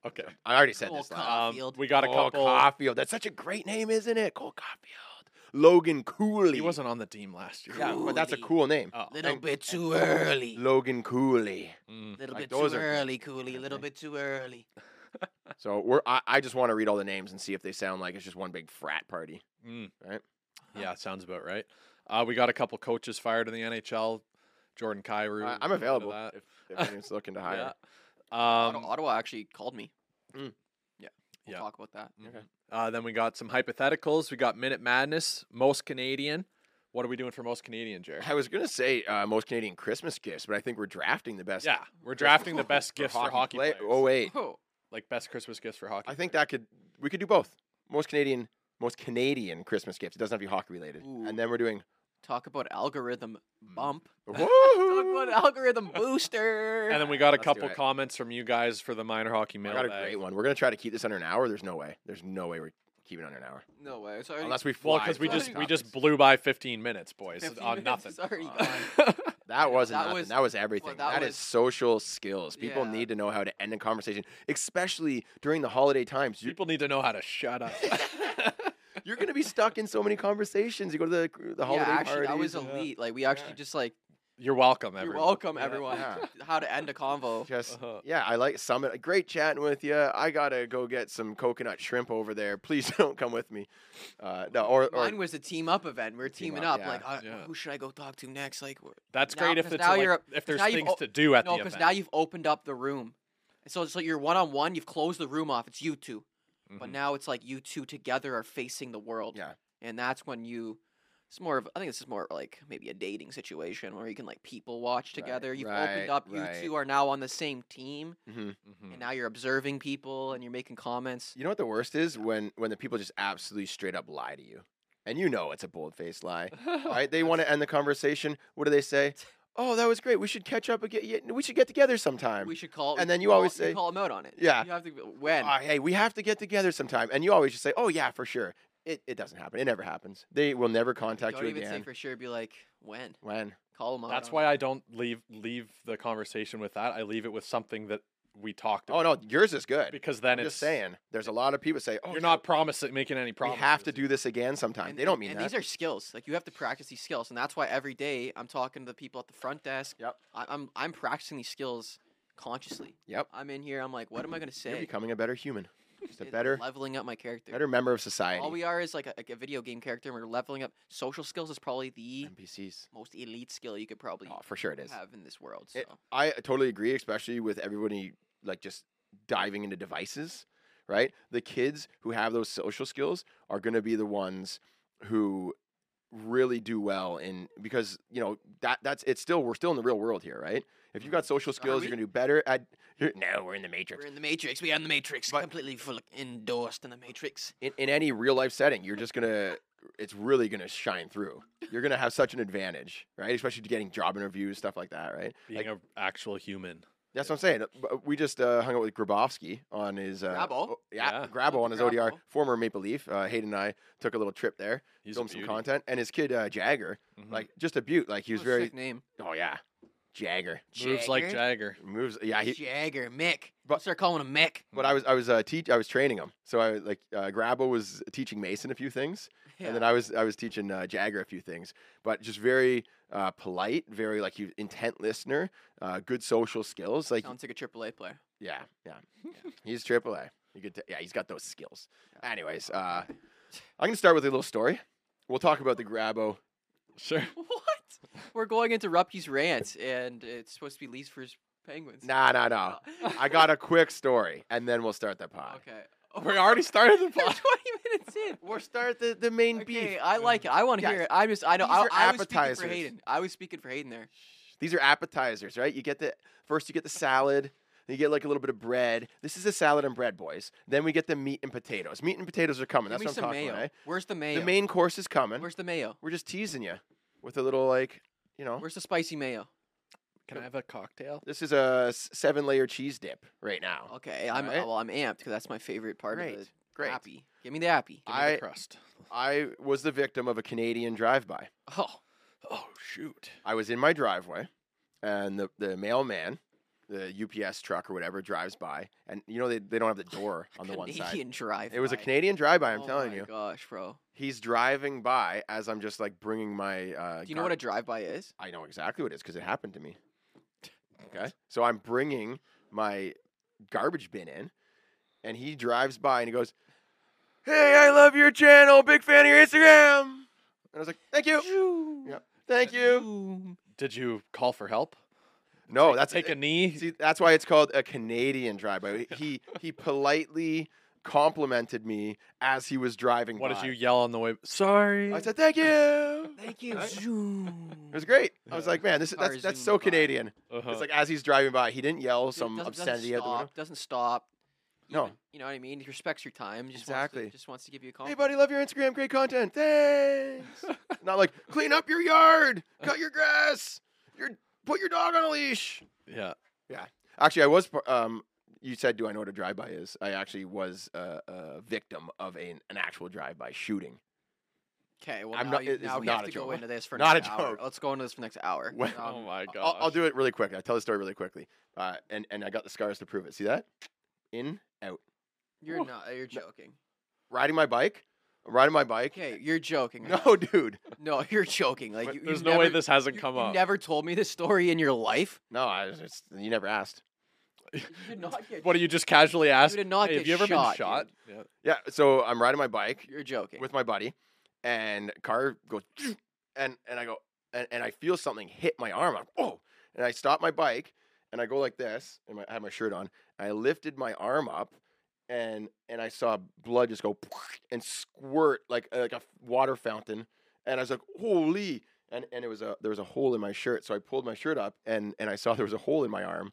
[SPEAKER 1] Okay.
[SPEAKER 2] I already said
[SPEAKER 3] Cole
[SPEAKER 2] this.
[SPEAKER 3] Caulfield.
[SPEAKER 2] last-
[SPEAKER 1] Um, we got a
[SPEAKER 2] Cole
[SPEAKER 1] couple.
[SPEAKER 2] Caulfield. That's such a great name, isn't it? Cole Caulfield. Logan Cooley.
[SPEAKER 1] He wasn't on the team last year.
[SPEAKER 2] Yeah, but that's a
[SPEAKER 3] Cooley.
[SPEAKER 2] cool name.
[SPEAKER 1] Oh.
[SPEAKER 3] Little
[SPEAKER 2] And-
[SPEAKER 3] bit too early.
[SPEAKER 1] (laughs)
[SPEAKER 2] Logan Cooley.
[SPEAKER 1] Mm.
[SPEAKER 3] Little
[SPEAKER 2] like
[SPEAKER 3] bit
[SPEAKER 2] those
[SPEAKER 3] too
[SPEAKER 2] are-
[SPEAKER 3] early, Cooley. Little
[SPEAKER 2] Okay.
[SPEAKER 3] bit too early.
[SPEAKER 2] So we're. I, I just want to read all the names and see if they sound like it's just one big frat party.
[SPEAKER 1] Mm.
[SPEAKER 2] Right?
[SPEAKER 1] Yeah, sounds about right. Uh, we got a couple coaches fired in the NHL. Jordan Kyrou.
[SPEAKER 2] I,
[SPEAKER 1] looked
[SPEAKER 2] I'm
[SPEAKER 1] into
[SPEAKER 2] available
[SPEAKER 1] that.
[SPEAKER 2] if, if anyone's
[SPEAKER 1] (laughs)
[SPEAKER 2] looking to hire.
[SPEAKER 1] Yeah.
[SPEAKER 3] Ottawa-
[SPEAKER 1] Um,
[SPEAKER 3] Ottawa actually called me.
[SPEAKER 2] Mm.
[SPEAKER 3] Yeah. We'll
[SPEAKER 1] Yeah.
[SPEAKER 3] talk about that.
[SPEAKER 2] Okay.
[SPEAKER 1] Uh, then we got some hypotheticals. We got Minute Madness, Most Canadian. What are we doing for Most Canadian, Jared?
[SPEAKER 2] I was gonna say uh, most Canadian Christmas gifts, but I think we're drafting the best.
[SPEAKER 1] Yeah,
[SPEAKER 2] (laughs)
[SPEAKER 1] we're drafting the best
[SPEAKER 2] for
[SPEAKER 1] gifts for hockey
[SPEAKER 2] play-
[SPEAKER 1] players.
[SPEAKER 2] Oh
[SPEAKER 1] (laughs)
[SPEAKER 2] wait,
[SPEAKER 3] Oh.
[SPEAKER 1] like best Christmas gifts for hockey.
[SPEAKER 2] I think that could we could do both. Most Canadian, most Canadian Christmas gifts. It doesn't have to be hockey related.
[SPEAKER 3] Ooh.
[SPEAKER 2] And then
[SPEAKER 1] (laughs)
[SPEAKER 2] we're doing.
[SPEAKER 3] Talk about algorithm
[SPEAKER 2] Mm.
[SPEAKER 3] bump. Talk
[SPEAKER 2] Woo-hoo!
[SPEAKER 3] about
[SPEAKER 2] (laughs)
[SPEAKER 3] algorithm booster.
[SPEAKER 1] And then we got a
[SPEAKER 2] Let's do
[SPEAKER 1] couple
[SPEAKER 2] it.
[SPEAKER 1] comments from you guys for the minor hockey
[SPEAKER 2] I
[SPEAKER 1] mail.
[SPEAKER 2] got a great one. We're gonna try to keep this under an hour. There's no way. There's no way we're keeping it under an hour
[SPEAKER 3] no way. It's already
[SPEAKER 2] unless we fly.
[SPEAKER 1] Well, because we
[SPEAKER 2] through
[SPEAKER 1] just
[SPEAKER 2] the
[SPEAKER 1] we just
[SPEAKER 2] topics.
[SPEAKER 1] blew by 15 minutes, boys,
[SPEAKER 3] 15
[SPEAKER 1] on
[SPEAKER 3] minutes
[SPEAKER 1] nothing.
[SPEAKER 3] is (laughs) already
[SPEAKER 2] (laughs)
[SPEAKER 1] Uh,
[SPEAKER 2] That wasn't
[SPEAKER 3] That
[SPEAKER 2] nothing.
[SPEAKER 3] was-
[SPEAKER 2] that was everything.
[SPEAKER 3] that
[SPEAKER 2] that is
[SPEAKER 3] was-
[SPEAKER 2] social skills. People
[SPEAKER 3] Yeah.
[SPEAKER 2] need to know how to end a conversation, especially during the holiday times. You're,
[SPEAKER 1] People need to know how to shut up.
[SPEAKER 2] (laughs) you're going to be stuck in so many conversations. You go to the the
[SPEAKER 3] yeah,
[SPEAKER 2] holiday
[SPEAKER 3] actually, that
[SPEAKER 2] parties
[SPEAKER 3] was
[SPEAKER 2] and
[SPEAKER 3] elite. Like we actually just like
[SPEAKER 1] You're welcome, everyone.
[SPEAKER 3] you're welcome,
[SPEAKER 1] Yeah.
[SPEAKER 3] everyone.
[SPEAKER 2] Yeah.
[SPEAKER 3] (laughs) How to end a convo?
[SPEAKER 2] Just
[SPEAKER 1] Uh-huh.
[SPEAKER 2] yeah, I like summit. Great chatting with you. I gotta go get some coconut shrimp over there. Please (laughs) don't come with me. Uh, no, (laughs) or, or
[SPEAKER 3] Mine was a team up event. We are
[SPEAKER 2] Team
[SPEAKER 3] teaming
[SPEAKER 2] up,
[SPEAKER 3] up.
[SPEAKER 2] yeah.
[SPEAKER 3] Like, uh,
[SPEAKER 1] Yeah.
[SPEAKER 3] who should I go talk to next? Like, we're-
[SPEAKER 1] That's
[SPEAKER 3] Now-
[SPEAKER 1] great if
[SPEAKER 3] 'cause
[SPEAKER 1] it's
[SPEAKER 3] now
[SPEAKER 1] a, like,
[SPEAKER 3] you're up-
[SPEAKER 1] if
[SPEAKER 3] 'cause
[SPEAKER 1] there's
[SPEAKER 3] now you've
[SPEAKER 1] things
[SPEAKER 3] o-
[SPEAKER 1] to do at
[SPEAKER 3] no,
[SPEAKER 1] the
[SPEAKER 3] because
[SPEAKER 1] event.
[SPEAKER 3] now you've opened up the room. So it's like you're one on one. You've closed the room off. It's you 2 but
[SPEAKER 1] Mhm.
[SPEAKER 3] now it's like you two together are facing the world.
[SPEAKER 2] Mm-hmm. Yeah.
[SPEAKER 3] and that's when you. It's more of I think this is more like maybe a dating situation where you can like people watch together. You've
[SPEAKER 2] right,
[SPEAKER 3] opened up.
[SPEAKER 2] right.
[SPEAKER 3] You two are now on the same team,
[SPEAKER 2] Mhm.
[SPEAKER 1] Mhm. (laughs)
[SPEAKER 3] and now you're observing people and you're making comments.
[SPEAKER 2] you know what the worst is when when the people just absolutely straight up lie to you, and you know it's a bold faced lie.
[SPEAKER 3] (laughs)
[SPEAKER 2] right? They want to end the conversation. What do they say? Oh, that was great. We should catch up again. yeah, We should get together sometime.
[SPEAKER 3] We should call.
[SPEAKER 2] and then you
[SPEAKER 3] call-
[SPEAKER 2] always say-
[SPEAKER 3] call them out on it.
[SPEAKER 2] Yeah.
[SPEAKER 3] you have to when
[SPEAKER 2] Uh, hey, we have to get together sometime. And you always just say, oh, yeah, for sure. It, it doesn't happen. It never happens. They will never contact
[SPEAKER 3] don't
[SPEAKER 2] you
[SPEAKER 3] even
[SPEAKER 2] again.
[SPEAKER 3] say for sure. Be like when (laughs)
[SPEAKER 2] when?
[SPEAKER 3] call them out.
[SPEAKER 1] That's
[SPEAKER 3] on
[SPEAKER 1] why I don't leave leave the conversation with that. I leave it with something that we talked
[SPEAKER 2] Oh,
[SPEAKER 1] about.
[SPEAKER 2] no, yours is good.
[SPEAKER 1] because then
[SPEAKER 2] I'm
[SPEAKER 1] it's
[SPEAKER 2] just saying. There's a lot of people say, oh,
[SPEAKER 1] you're not promising making any
[SPEAKER 2] we
[SPEAKER 1] promises.
[SPEAKER 2] have to do this again sometime.
[SPEAKER 3] And-
[SPEAKER 2] they don't
[SPEAKER 3] and-
[SPEAKER 2] mean
[SPEAKER 3] and
[SPEAKER 2] that.
[SPEAKER 3] these are skills. Like you have to practice these skills, and that's why every day I'm talking to the people at the front desk.
[SPEAKER 2] Yep.
[SPEAKER 3] I, I'm I'm practicing these skills consciously.
[SPEAKER 2] yep.
[SPEAKER 3] I'm in here. I'm like, what am I gonna
[SPEAKER 2] You're
[SPEAKER 3] say?
[SPEAKER 2] becoming a better
[SPEAKER 3] (laughs)
[SPEAKER 2] human. Just a
[SPEAKER 3] It-
[SPEAKER 2] better,
[SPEAKER 3] leveling up my character.
[SPEAKER 2] better member of society.
[SPEAKER 3] All we are is like a, like a video game character, and we're leveling up. Social skills is probably the
[SPEAKER 2] NPCs.
[SPEAKER 3] most elite skill you could probably
[SPEAKER 2] Oh, for sure it is.
[SPEAKER 3] have in this world. So
[SPEAKER 2] It- I totally agree, especially with everybody like just diving into devices, right? The kids who have those social skills are going to be the ones who really do well in because you know that that's it's still we're still in the real world here, right? If you've got social skills, you're going
[SPEAKER 3] Mm-hmm. we?
[SPEAKER 2] to do better at. You're, no, we're in the matrix.
[SPEAKER 3] we're in the Matrix. We are in the Matrix.
[SPEAKER 2] But-
[SPEAKER 3] completely full endorsed in the Matrix.
[SPEAKER 2] In, in any real life setting, you're just gonna. It's really gonna shine through. You're gonna have such an advantage, right? Especially getting job interviews, stuff like that, right?
[SPEAKER 1] being an actual human.
[SPEAKER 2] That's what I'm saying. Uh, b- We just uh, hung out with Grabowski on his uh,
[SPEAKER 3] Grabo?
[SPEAKER 2] o- yeah,
[SPEAKER 1] Yeah.
[SPEAKER 2] Grabo on his ODR,
[SPEAKER 3] Grabo.
[SPEAKER 2] former Maple Leaf. Uh, Hayden and I took a little trip there,
[SPEAKER 1] He's a
[SPEAKER 2] filmed some
[SPEAKER 1] beauty.
[SPEAKER 2] content, and his kid uh, Jagger,
[SPEAKER 1] Mhm.
[SPEAKER 2] like just a beaut. Like he was
[SPEAKER 3] What a
[SPEAKER 2] very,
[SPEAKER 3] sick name.
[SPEAKER 2] oh yeah, Jagger
[SPEAKER 1] moves like Jagger. (laughs)
[SPEAKER 2] moves. Yeah, he,
[SPEAKER 3] Jagger Mick.
[SPEAKER 2] But-
[SPEAKER 3] But start calling him Mick.
[SPEAKER 2] but I was I was uh, teach I was training him. So I like uh, Grabo was teaching Mason a few things, and then I was I was teaching uh, Jagger a few things. But just very uh, polite, very like he intent listener, uh, good social skills. Like
[SPEAKER 3] Sounds like a AAA player.
[SPEAKER 2] Yeah, yeah.
[SPEAKER 3] (laughs)
[SPEAKER 2] he's triple A. You could, t- yeah, he's got those skills. Anyways, uh, I'm gonna start with a little story. We'll talk about the Grabo.
[SPEAKER 1] Sure.
[SPEAKER 3] (laughs) What? We're going into Ruppy's rant, and it's supposed to be Leafs versus Penguins.
[SPEAKER 2] Nah, nah, nah. I got a quick story, and then we'll start the pod. (laughs)
[SPEAKER 3] Okay.
[SPEAKER 1] We already started the
[SPEAKER 3] We're
[SPEAKER 1] pod.
[SPEAKER 3] Twenty minutes in.
[SPEAKER 2] We'll start the the main
[SPEAKER 3] Okay,
[SPEAKER 2] beef.
[SPEAKER 3] I like it. I want to hear
[SPEAKER 2] Guys,
[SPEAKER 3] it. I just, I know.
[SPEAKER 2] these are
[SPEAKER 3] I, I was speaking for
[SPEAKER 2] appetizers.
[SPEAKER 3] Hayden. I was speaking for Hayden there.
[SPEAKER 2] These are appetizers, right? You get the first, you get the salad, then You get like a little bit of bread. This is a salad and bread, boys. Then we get the meat and potatoes. Meat and potatoes are coming.
[SPEAKER 3] Give
[SPEAKER 2] That's
[SPEAKER 3] me
[SPEAKER 2] what I'm
[SPEAKER 3] some
[SPEAKER 2] talking
[SPEAKER 3] mayo.
[SPEAKER 2] about. eh?
[SPEAKER 3] Where's the mayo?
[SPEAKER 2] The main course is coming.
[SPEAKER 3] Where's the mayo?
[SPEAKER 2] We're just teasing you with a little like, you know,
[SPEAKER 3] Where's the spicy mayo?
[SPEAKER 1] Can I have a cocktail?
[SPEAKER 2] this is a seven layer cheese dip right now.
[SPEAKER 3] Okay, I'm
[SPEAKER 2] Alright.
[SPEAKER 3] well. I'm amped because that's my favorite part
[SPEAKER 2] Great,
[SPEAKER 3] of the
[SPEAKER 2] great.
[SPEAKER 3] appy. Give me the appy.
[SPEAKER 1] Give me
[SPEAKER 2] I-
[SPEAKER 1] the crust.
[SPEAKER 2] I was the victim of a Canadian drive-by.
[SPEAKER 3] Oh,
[SPEAKER 1] Oh shoot!
[SPEAKER 2] I was in my driveway, and the, the mailman, the UPS truck or whatever, drives by, and you know they, they don't have the
[SPEAKER 3] (laughs)
[SPEAKER 2] door on the one
[SPEAKER 3] Canadian
[SPEAKER 2] side.
[SPEAKER 3] drive.
[SPEAKER 2] It was a Canadian drive-by. I'm
[SPEAKER 3] oh
[SPEAKER 2] telling
[SPEAKER 3] my
[SPEAKER 2] you,
[SPEAKER 3] Gosh, bro.
[SPEAKER 2] he's driving by as I'm just like bringing my. Uh,
[SPEAKER 3] Do you know what
[SPEAKER 2] gar-
[SPEAKER 3] a drive by is?
[SPEAKER 2] I know exactly what it is because it happened to me. Okay. So I'm bringing my garbage bin in, and he drives by and he goes, Hey, I love your channel. Big fan of your Instagram. And I was like, Thank you. Yep. Thank you.
[SPEAKER 1] Did you call for help?
[SPEAKER 2] No, that's
[SPEAKER 1] Take a knee.
[SPEAKER 2] (laughs) See, that's why it's called a Canadian drive-by. He he politely complimented me as he was driving
[SPEAKER 1] what
[SPEAKER 2] by.
[SPEAKER 1] did you yell on the way? Sorry.
[SPEAKER 2] I said, "Thank you."
[SPEAKER 3] Thank you.
[SPEAKER 2] Right?
[SPEAKER 3] Zoom.
[SPEAKER 2] It was great. I was like, "Man, this is
[SPEAKER 3] Car
[SPEAKER 2] that's, that's
[SPEAKER 3] zoomed
[SPEAKER 2] so
[SPEAKER 3] by.
[SPEAKER 2] Canadian."
[SPEAKER 1] Uh-huh.
[SPEAKER 2] It's like as he's driving by, he didn't yell some
[SPEAKER 3] doesn't,
[SPEAKER 2] obscenity
[SPEAKER 3] doesn't
[SPEAKER 2] at
[SPEAKER 3] stop,
[SPEAKER 2] the window.
[SPEAKER 3] Doesn't stop.
[SPEAKER 2] No.
[SPEAKER 3] even- you know what I mean. He respects your time. Just
[SPEAKER 2] Exactly.
[SPEAKER 3] Wants to, just wants to give you a
[SPEAKER 2] Hey,
[SPEAKER 3] compliment.
[SPEAKER 2] buddy, love your Instagram. Great content. Thanks. Not like clean up your yard, cut your grass, your put your dog on a leash.
[SPEAKER 1] yeah.
[SPEAKER 2] Actually, I was. par- Um, you said, "Do I know what a drive-by is?" I actually was a, a victim of a, an actual drive-by shooting.
[SPEAKER 3] Okay, well
[SPEAKER 2] I'm
[SPEAKER 3] now,
[SPEAKER 2] not-
[SPEAKER 3] you,
[SPEAKER 2] it is
[SPEAKER 3] now we
[SPEAKER 2] not
[SPEAKER 3] have
[SPEAKER 2] a
[SPEAKER 3] to go
[SPEAKER 2] joke.
[SPEAKER 3] into this for
[SPEAKER 2] Not
[SPEAKER 3] next
[SPEAKER 2] a
[SPEAKER 3] hour.
[SPEAKER 2] joke.
[SPEAKER 3] Let's go into this for next hour.
[SPEAKER 2] Well-
[SPEAKER 3] Um,
[SPEAKER 1] oh my god.
[SPEAKER 2] I'll, I'll do it really quick. I tell the story really quickly, uh, and and I got the scars to prove it. See that? In out.
[SPEAKER 3] you're not. You're joking.
[SPEAKER 2] Riding my bike. Riding my bike.
[SPEAKER 3] Okay, you're joking. (laughs) right
[SPEAKER 2] No, dude.
[SPEAKER 3] now. no, you're joking. Like
[SPEAKER 1] But
[SPEAKER 3] you, you
[SPEAKER 1] there's no way
[SPEAKER 3] never-
[SPEAKER 1] this hasn't
[SPEAKER 3] you-
[SPEAKER 1] come
[SPEAKER 3] you
[SPEAKER 1] up.
[SPEAKER 3] never told me this story in
[SPEAKER 2] (laughs)
[SPEAKER 3] your life.
[SPEAKER 2] No, I, it's, you never asked.
[SPEAKER 3] You did not get.
[SPEAKER 1] What do you just casually ask?
[SPEAKER 3] did not
[SPEAKER 1] "Hey, have
[SPEAKER 3] get
[SPEAKER 1] you ever
[SPEAKER 3] shot,
[SPEAKER 1] been shot? Yeah.
[SPEAKER 2] Yeah, so I'm riding my bike
[SPEAKER 3] (laughs) You're joking.
[SPEAKER 2] with my buddy, and car goes, and and I go, and, and I feel something hit my arm. I'm, oh, and I stop my bike, and I go like this, and my, I have my shirt on. And I lifted my arm up, and and I saw blood just go (laughs) and squirt like uh, like a water fountain, and I was like, holy. And, and it was a there was a hole in my shirt, so I pulled my shirt up and and I saw there was a hole in my arm,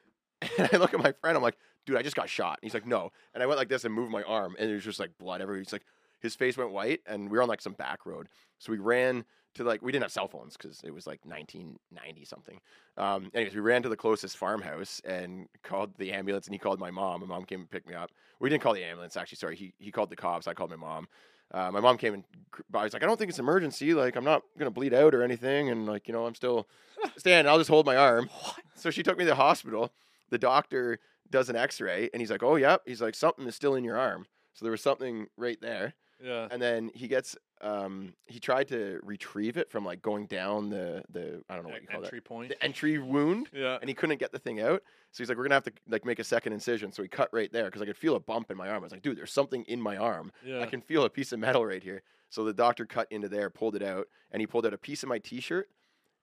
[SPEAKER 2] (laughs) and I look at my friend, I'm like, dude, I just got shot. And he's like, no, and I went like this and moved my arm, and it was just like blood everywhere. He's like, his face went white, and we were on like some back road. So we ran to like we didn't have cell phones because it was like 1990 something. Um, anyways, we ran to the closest farmhouse and called the ambulance, and he called my mom. My mom came and picked me up. We didn't call the ambulance actually. Sorry, he he called the cops. I called my mom. Uh, my mom came and gr- I was like, I don't think it's emergency. Like, I'm not gonna bleed out or anything, and like, you know, I'm still standing. I'll just hold my arm. So she took me to the hospital. The doctor does an X-ray, and he's like, "Oh, yep." He's like, "Something is still in your arm." So there was something right there
[SPEAKER 1] Yeah.
[SPEAKER 2] and then he gets um he tried to retrieve it from like going down the the I don't know what
[SPEAKER 1] E-
[SPEAKER 2] you call
[SPEAKER 1] entry
[SPEAKER 2] that
[SPEAKER 1] point. (laughs)
[SPEAKER 2] the entry wound
[SPEAKER 1] yeah.
[SPEAKER 2] and he couldn't get the thing out so he's like we're gonna have to like make a second incision so he cut right there because I could feel a bump in my arm I was like dude there's something in my arm
[SPEAKER 1] Yeah.
[SPEAKER 2] I can feel a piece of metal right here so the doctor cut into there pulled it out and he pulled out a piece of my t-shirt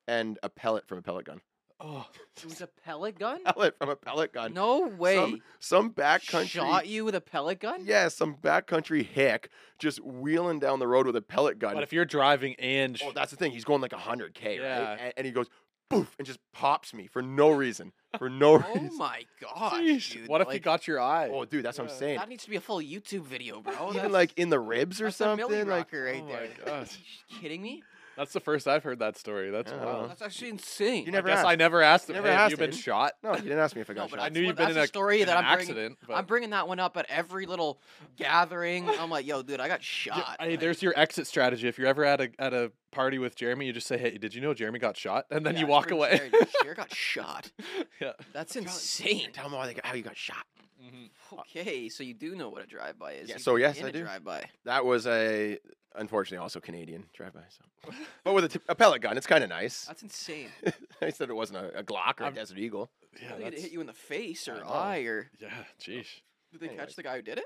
[SPEAKER 2] and a pellet from a pellet gun (laughs)
[SPEAKER 1] oh.
[SPEAKER 3] It was a pellet gun.
[SPEAKER 2] pellet from a pellet gun
[SPEAKER 3] No way.
[SPEAKER 2] some, some backcountry
[SPEAKER 3] Shot you with a pellet gun?
[SPEAKER 2] yeah some backcountry hick just wheeling down the road with a pellet gun
[SPEAKER 1] But if you're driving and
[SPEAKER 2] Oh, that's the thing. He's going like 100K,
[SPEAKER 1] Yeah.
[SPEAKER 2] right? And, and he goes, poof, and just pops me for no reason. For no
[SPEAKER 3] (laughs) Oh
[SPEAKER 2] reason.
[SPEAKER 3] my gosh,
[SPEAKER 1] Sheesh,
[SPEAKER 3] dude.
[SPEAKER 1] what if he
[SPEAKER 3] like,
[SPEAKER 1] got your eye?
[SPEAKER 2] (laughs) Oh, dude, that's what I'm saying.
[SPEAKER 3] That needs to be a full YouTube video, bro.
[SPEAKER 2] Even
[SPEAKER 3] That's-
[SPEAKER 2] like in the ribs or
[SPEAKER 3] that's A Millie
[SPEAKER 2] something. Like,
[SPEAKER 3] rocker right
[SPEAKER 1] Oh my
[SPEAKER 3] there.
[SPEAKER 1] gosh.
[SPEAKER 3] (laughs) you kidding me?
[SPEAKER 1] That's the first I've heard that story. Oh, That's
[SPEAKER 2] Yeah, I
[SPEAKER 1] wild.
[SPEAKER 2] don't know.
[SPEAKER 3] That's actually insane.
[SPEAKER 1] I
[SPEAKER 2] You never
[SPEAKER 1] guess
[SPEAKER 2] asked.
[SPEAKER 1] I never asked him.
[SPEAKER 2] Never
[SPEAKER 1] Hey,
[SPEAKER 2] asked
[SPEAKER 1] have you been
[SPEAKER 2] it.
[SPEAKER 1] shot?
[SPEAKER 2] no, you didn't
[SPEAKER 3] (laughs)
[SPEAKER 2] ask me if I got
[SPEAKER 3] but
[SPEAKER 2] shot.
[SPEAKER 1] I knew
[SPEAKER 3] what-
[SPEAKER 1] you've been
[SPEAKER 3] that's
[SPEAKER 1] in
[SPEAKER 3] a
[SPEAKER 1] a
[SPEAKER 3] story
[SPEAKER 1] in
[SPEAKER 3] that
[SPEAKER 1] an
[SPEAKER 3] I'm bringing-
[SPEAKER 1] accident. but
[SPEAKER 3] I'm bringing that one up at every little
[SPEAKER 1] (laughs)
[SPEAKER 3] gathering. I'm like, yo, dude, I got shot.
[SPEAKER 1] Hey,
[SPEAKER 3] like,
[SPEAKER 1] there's your exit strategy. If you're ever at a at a party with Jeremy, you just say, "Hey, did you know Jeremy got shot?" And then
[SPEAKER 3] yeah,
[SPEAKER 1] you walk
[SPEAKER 3] Jared-
[SPEAKER 1] away.
[SPEAKER 3] Jared, Jared got shot.
[SPEAKER 1] (laughs)
[SPEAKER 3] (laughs)
[SPEAKER 1] yeah. (laughs)
[SPEAKER 3] That's insane.
[SPEAKER 2] Tell him why they got, how you got shot.
[SPEAKER 1] Uh,
[SPEAKER 3] Okay, so you do know what a drive-by is.
[SPEAKER 2] Yeah,
[SPEAKER 3] You've
[SPEAKER 2] so
[SPEAKER 3] been
[SPEAKER 2] yes,
[SPEAKER 3] in
[SPEAKER 2] I
[SPEAKER 3] a
[SPEAKER 2] do.
[SPEAKER 3] Drive-by.
[SPEAKER 2] That was a, unfortunately, also Canadian drive-by. So.
[SPEAKER 3] (laughs)
[SPEAKER 2] but with a, t- a pellet gun, it's kind of nice.
[SPEAKER 3] That's insane.
[SPEAKER 2] (laughs) I said it wasn't a, a Glock or a
[SPEAKER 1] I'm-
[SPEAKER 2] Desert Eagle.
[SPEAKER 1] (laughs) Yeah.
[SPEAKER 3] I think it
[SPEAKER 1] That's,
[SPEAKER 3] hit you in the face
[SPEAKER 2] I
[SPEAKER 3] or
[SPEAKER 2] know.
[SPEAKER 3] eye or. (laughs)
[SPEAKER 1] yeah. Jeez.
[SPEAKER 3] Did they
[SPEAKER 2] Anyway.
[SPEAKER 3] catch the guy who did it?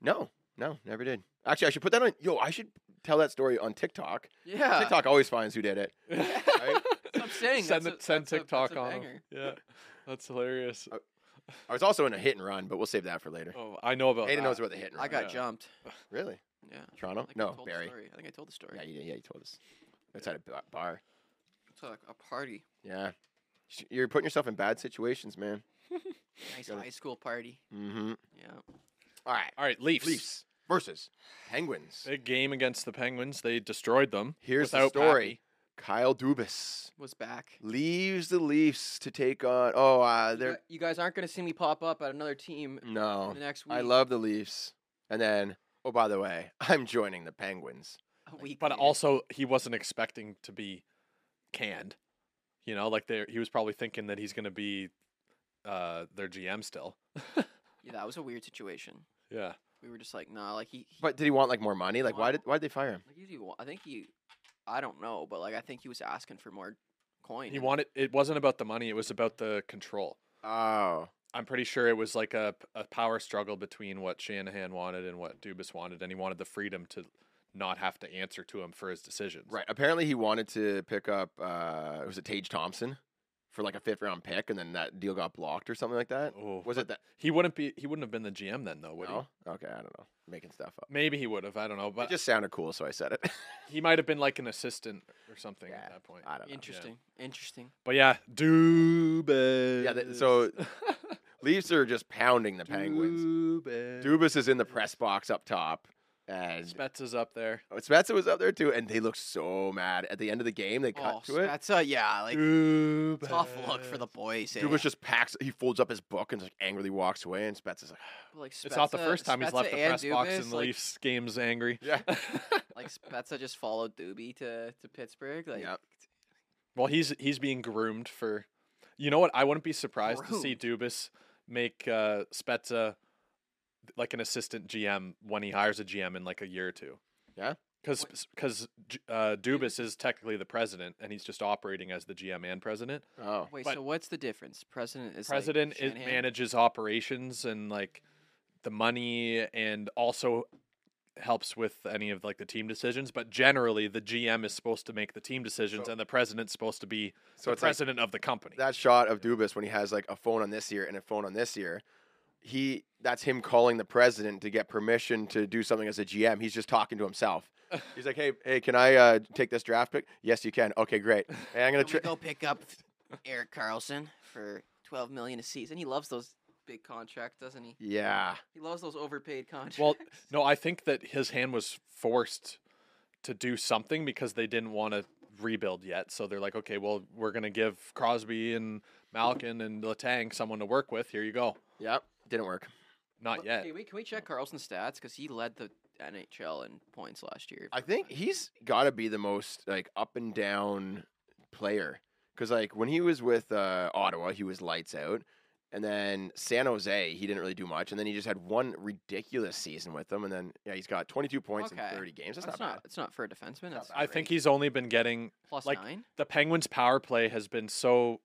[SPEAKER 2] No, no, never did. Actually, I should put that on. Yo, I should tell that story on TikTok.
[SPEAKER 3] Yeah.
[SPEAKER 2] TikTok always finds who
[SPEAKER 3] (laughs)
[SPEAKER 2] did it. Right?
[SPEAKER 3] That's what I'm saying.
[SPEAKER 1] send the,
[SPEAKER 3] that's a,
[SPEAKER 1] send
[SPEAKER 3] that's a-
[SPEAKER 1] TikTok
[SPEAKER 3] that's a
[SPEAKER 1] on him.
[SPEAKER 3] banger.
[SPEAKER 1] Yeah. That's hilarious.
[SPEAKER 2] I was Oh, also in a hit and run, but we'll save that for later.
[SPEAKER 1] Oh, I know about.
[SPEAKER 2] Hayden
[SPEAKER 1] that.
[SPEAKER 2] knows about the hit and run.
[SPEAKER 3] uh, I got
[SPEAKER 1] Yeah. Oh,
[SPEAKER 3] jumped.
[SPEAKER 2] Really?
[SPEAKER 3] Yeah.
[SPEAKER 2] Toronto?
[SPEAKER 3] I think I
[SPEAKER 2] no,
[SPEAKER 3] told the
[SPEAKER 2] Barry.
[SPEAKER 3] story. I think I told the story.
[SPEAKER 2] Yeah, you, yeah, you told us. It's at a ba- bar.
[SPEAKER 3] It's like a party.
[SPEAKER 2] Yeah. Sh- You're putting yourself in bad situations, man.
[SPEAKER 3] Nice
[SPEAKER 2] Gotta-
[SPEAKER 3] high school party.
[SPEAKER 2] Mm-hmm.
[SPEAKER 3] Yeah.
[SPEAKER 2] All right.
[SPEAKER 1] All right, Leafs.
[SPEAKER 2] Leafs versus Penguins.
[SPEAKER 1] Big game against the Penguins. They destroyed them.
[SPEAKER 2] Here's the
[SPEAKER 1] without
[SPEAKER 2] story. Kyle Dubas
[SPEAKER 3] Was back.
[SPEAKER 2] leaves the Leafs to take on. Oh, uh,
[SPEAKER 3] You
[SPEAKER 2] they're
[SPEAKER 3] gu- You guys aren't gonna see me pop up at another team
[SPEAKER 2] no.
[SPEAKER 3] the next week.
[SPEAKER 2] I love the Leafs. And then, oh, by the way, (laughs) I'm joining the Penguins.
[SPEAKER 3] a week.
[SPEAKER 1] But
[SPEAKER 3] later.
[SPEAKER 1] also, he wasn't expecting to be canned. You know, like they he was probably thinking that he's going to be uh, their GM still.
[SPEAKER 3] yeah, that was a weird situation.
[SPEAKER 1] Yeah.
[SPEAKER 3] We were just like, nah, like he. he-
[SPEAKER 2] But did he want like more money? Like, why
[SPEAKER 3] Wow.
[SPEAKER 2] did why did they fire him?
[SPEAKER 3] like, he- I think he, I don't know, but like I think he was asking for more coin.
[SPEAKER 1] He
[SPEAKER 3] and-
[SPEAKER 1] wanted it wasn't about the money, it was about the control.
[SPEAKER 2] Oh,
[SPEAKER 1] I'm pretty sure it was like a, a power struggle between what Shanahan wanted and what Dubas wanted, and he wanted the freedom to not have to answer to him for his decisions.
[SPEAKER 2] right. Apparently, he wanted to pick up. Uh, was it Tage Thompson for like a fifth round pick, and then that deal got blocked or something like that?
[SPEAKER 1] Oh,
[SPEAKER 2] was
[SPEAKER 3] (laughs)
[SPEAKER 2] it that?
[SPEAKER 1] He wouldn't be. He wouldn't have been the GM then, though, would he?
[SPEAKER 2] No. Okay, I don't know. Making stuff up.
[SPEAKER 1] Maybe he would have. I don't know,
[SPEAKER 2] it
[SPEAKER 1] but
[SPEAKER 2] just sounded cool, so I said it.
[SPEAKER 1] he might have been like an assistant or something
[SPEAKER 2] Yeah,
[SPEAKER 1] at that point.
[SPEAKER 2] (laughs) I don't know.
[SPEAKER 3] Interesting. Interesting.
[SPEAKER 1] But yeah, Dubas.
[SPEAKER 2] Yeah, th-
[SPEAKER 3] (laughs)
[SPEAKER 2] so Leafs are just pounding the Penguins.
[SPEAKER 1] Dubas.
[SPEAKER 2] Dubas is in the press box up top, and
[SPEAKER 1] Spetz is up there.
[SPEAKER 2] oh, Spezza was up there too, and they looked so mad at the end of the game. They cut
[SPEAKER 3] oh,
[SPEAKER 2] to it.
[SPEAKER 3] That's a yeah, like
[SPEAKER 1] Dubas.
[SPEAKER 3] tough look for the boys. eh?
[SPEAKER 2] Dubas just packs. He folds up his book and just angrily walks away. And Spezza's like,
[SPEAKER 3] Like,
[SPEAKER 1] It's not the
[SPEAKER 3] Spezza-
[SPEAKER 1] first time he's
[SPEAKER 3] Spezza
[SPEAKER 1] left the
[SPEAKER 3] and
[SPEAKER 1] press box
[SPEAKER 3] Dubas,
[SPEAKER 1] in the
[SPEAKER 3] like,
[SPEAKER 1] Leafs games angry. (laughs)
[SPEAKER 3] (laughs)
[SPEAKER 2] "Yeah,
[SPEAKER 3] Like Spezza just followed Doobie to, to Pittsburgh. Like
[SPEAKER 2] Yep.
[SPEAKER 1] Well, he's he's being groomed for. You know what? I wouldn't be surprised to see Dubas make uh, Spezza like an assistant GM when he hires a GM in like a year or two.
[SPEAKER 2] Yeah?
[SPEAKER 1] because because uh, Dubas is technically the president, and he's just operating as the GM and president.
[SPEAKER 2] oh,
[SPEAKER 3] wait,
[SPEAKER 1] But-
[SPEAKER 3] so what's the difference? President is
[SPEAKER 1] president
[SPEAKER 3] like
[SPEAKER 1] is,
[SPEAKER 3] Shanahan?
[SPEAKER 1] manages operations and like the money, and also helps with any of like the team decisions. But generally, the GM is supposed to make the team decisions,
[SPEAKER 2] So-
[SPEAKER 1] and the president's supposed to be
[SPEAKER 2] So
[SPEAKER 1] the
[SPEAKER 2] it's like-
[SPEAKER 1] president of the company.
[SPEAKER 2] that shot of Dubas when he has like a phone on this ear and a phone on this ear." He that's him calling the president to get permission to do something as a GM. He's just talking to
[SPEAKER 3] (laughs)
[SPEAKER 2] himself. He's like, "Hey, hey, can I uh, take this draft pick? Yes, you can. Okay, great. Hey, I'm gonna
[SPEAKER 3] Can we
[SPEAKER 2] try."
[SPEAKER 3] go pick up Eric Carlson for twelve million a season? He loves those big contracts, doesn't he?
[SPEAKER 2] Yeah.
[SPEAKER 3] He loves those overpaid contracts. (laughs)
[SPEAKER 1] Well, no, I think that his hand was forced to do something because they didn't want to rebuild yet. So they're like, okay, well, we're going to give Crosby and Malkin and Latang someone to work with. Here you go.
[SPEAKER 2] Yep. Didn't work.
[SPEAKER 1] Not yet.
[SPEAKER 3] Hey, wait, can we check Carlson's stats? Because he led the NHL in points last year.
[SPEAKER 2] I think he's got to be the most like up and down player because like when he was with uh, Ottawa, he was lights out, and then San Jose, he didn't really do much, and then he just had one ridiculous season with them, and then yeah, he's got 22 points
[SPEAKER 3] Okay.
[SPEAKER 2] in 30 games. That's,
[SPEAKER 3] That's
[SPEAKER 2] not,
[SPEAKER 3] not. It's not for a defenseman. That's
[SPEAKER 1] I think he's only been getting
[SPEAKER 3] plus
[SPEAKER 1] like-
[SPEAKER 3] nine.
[SPEAKER 1] the Penguins power play has been so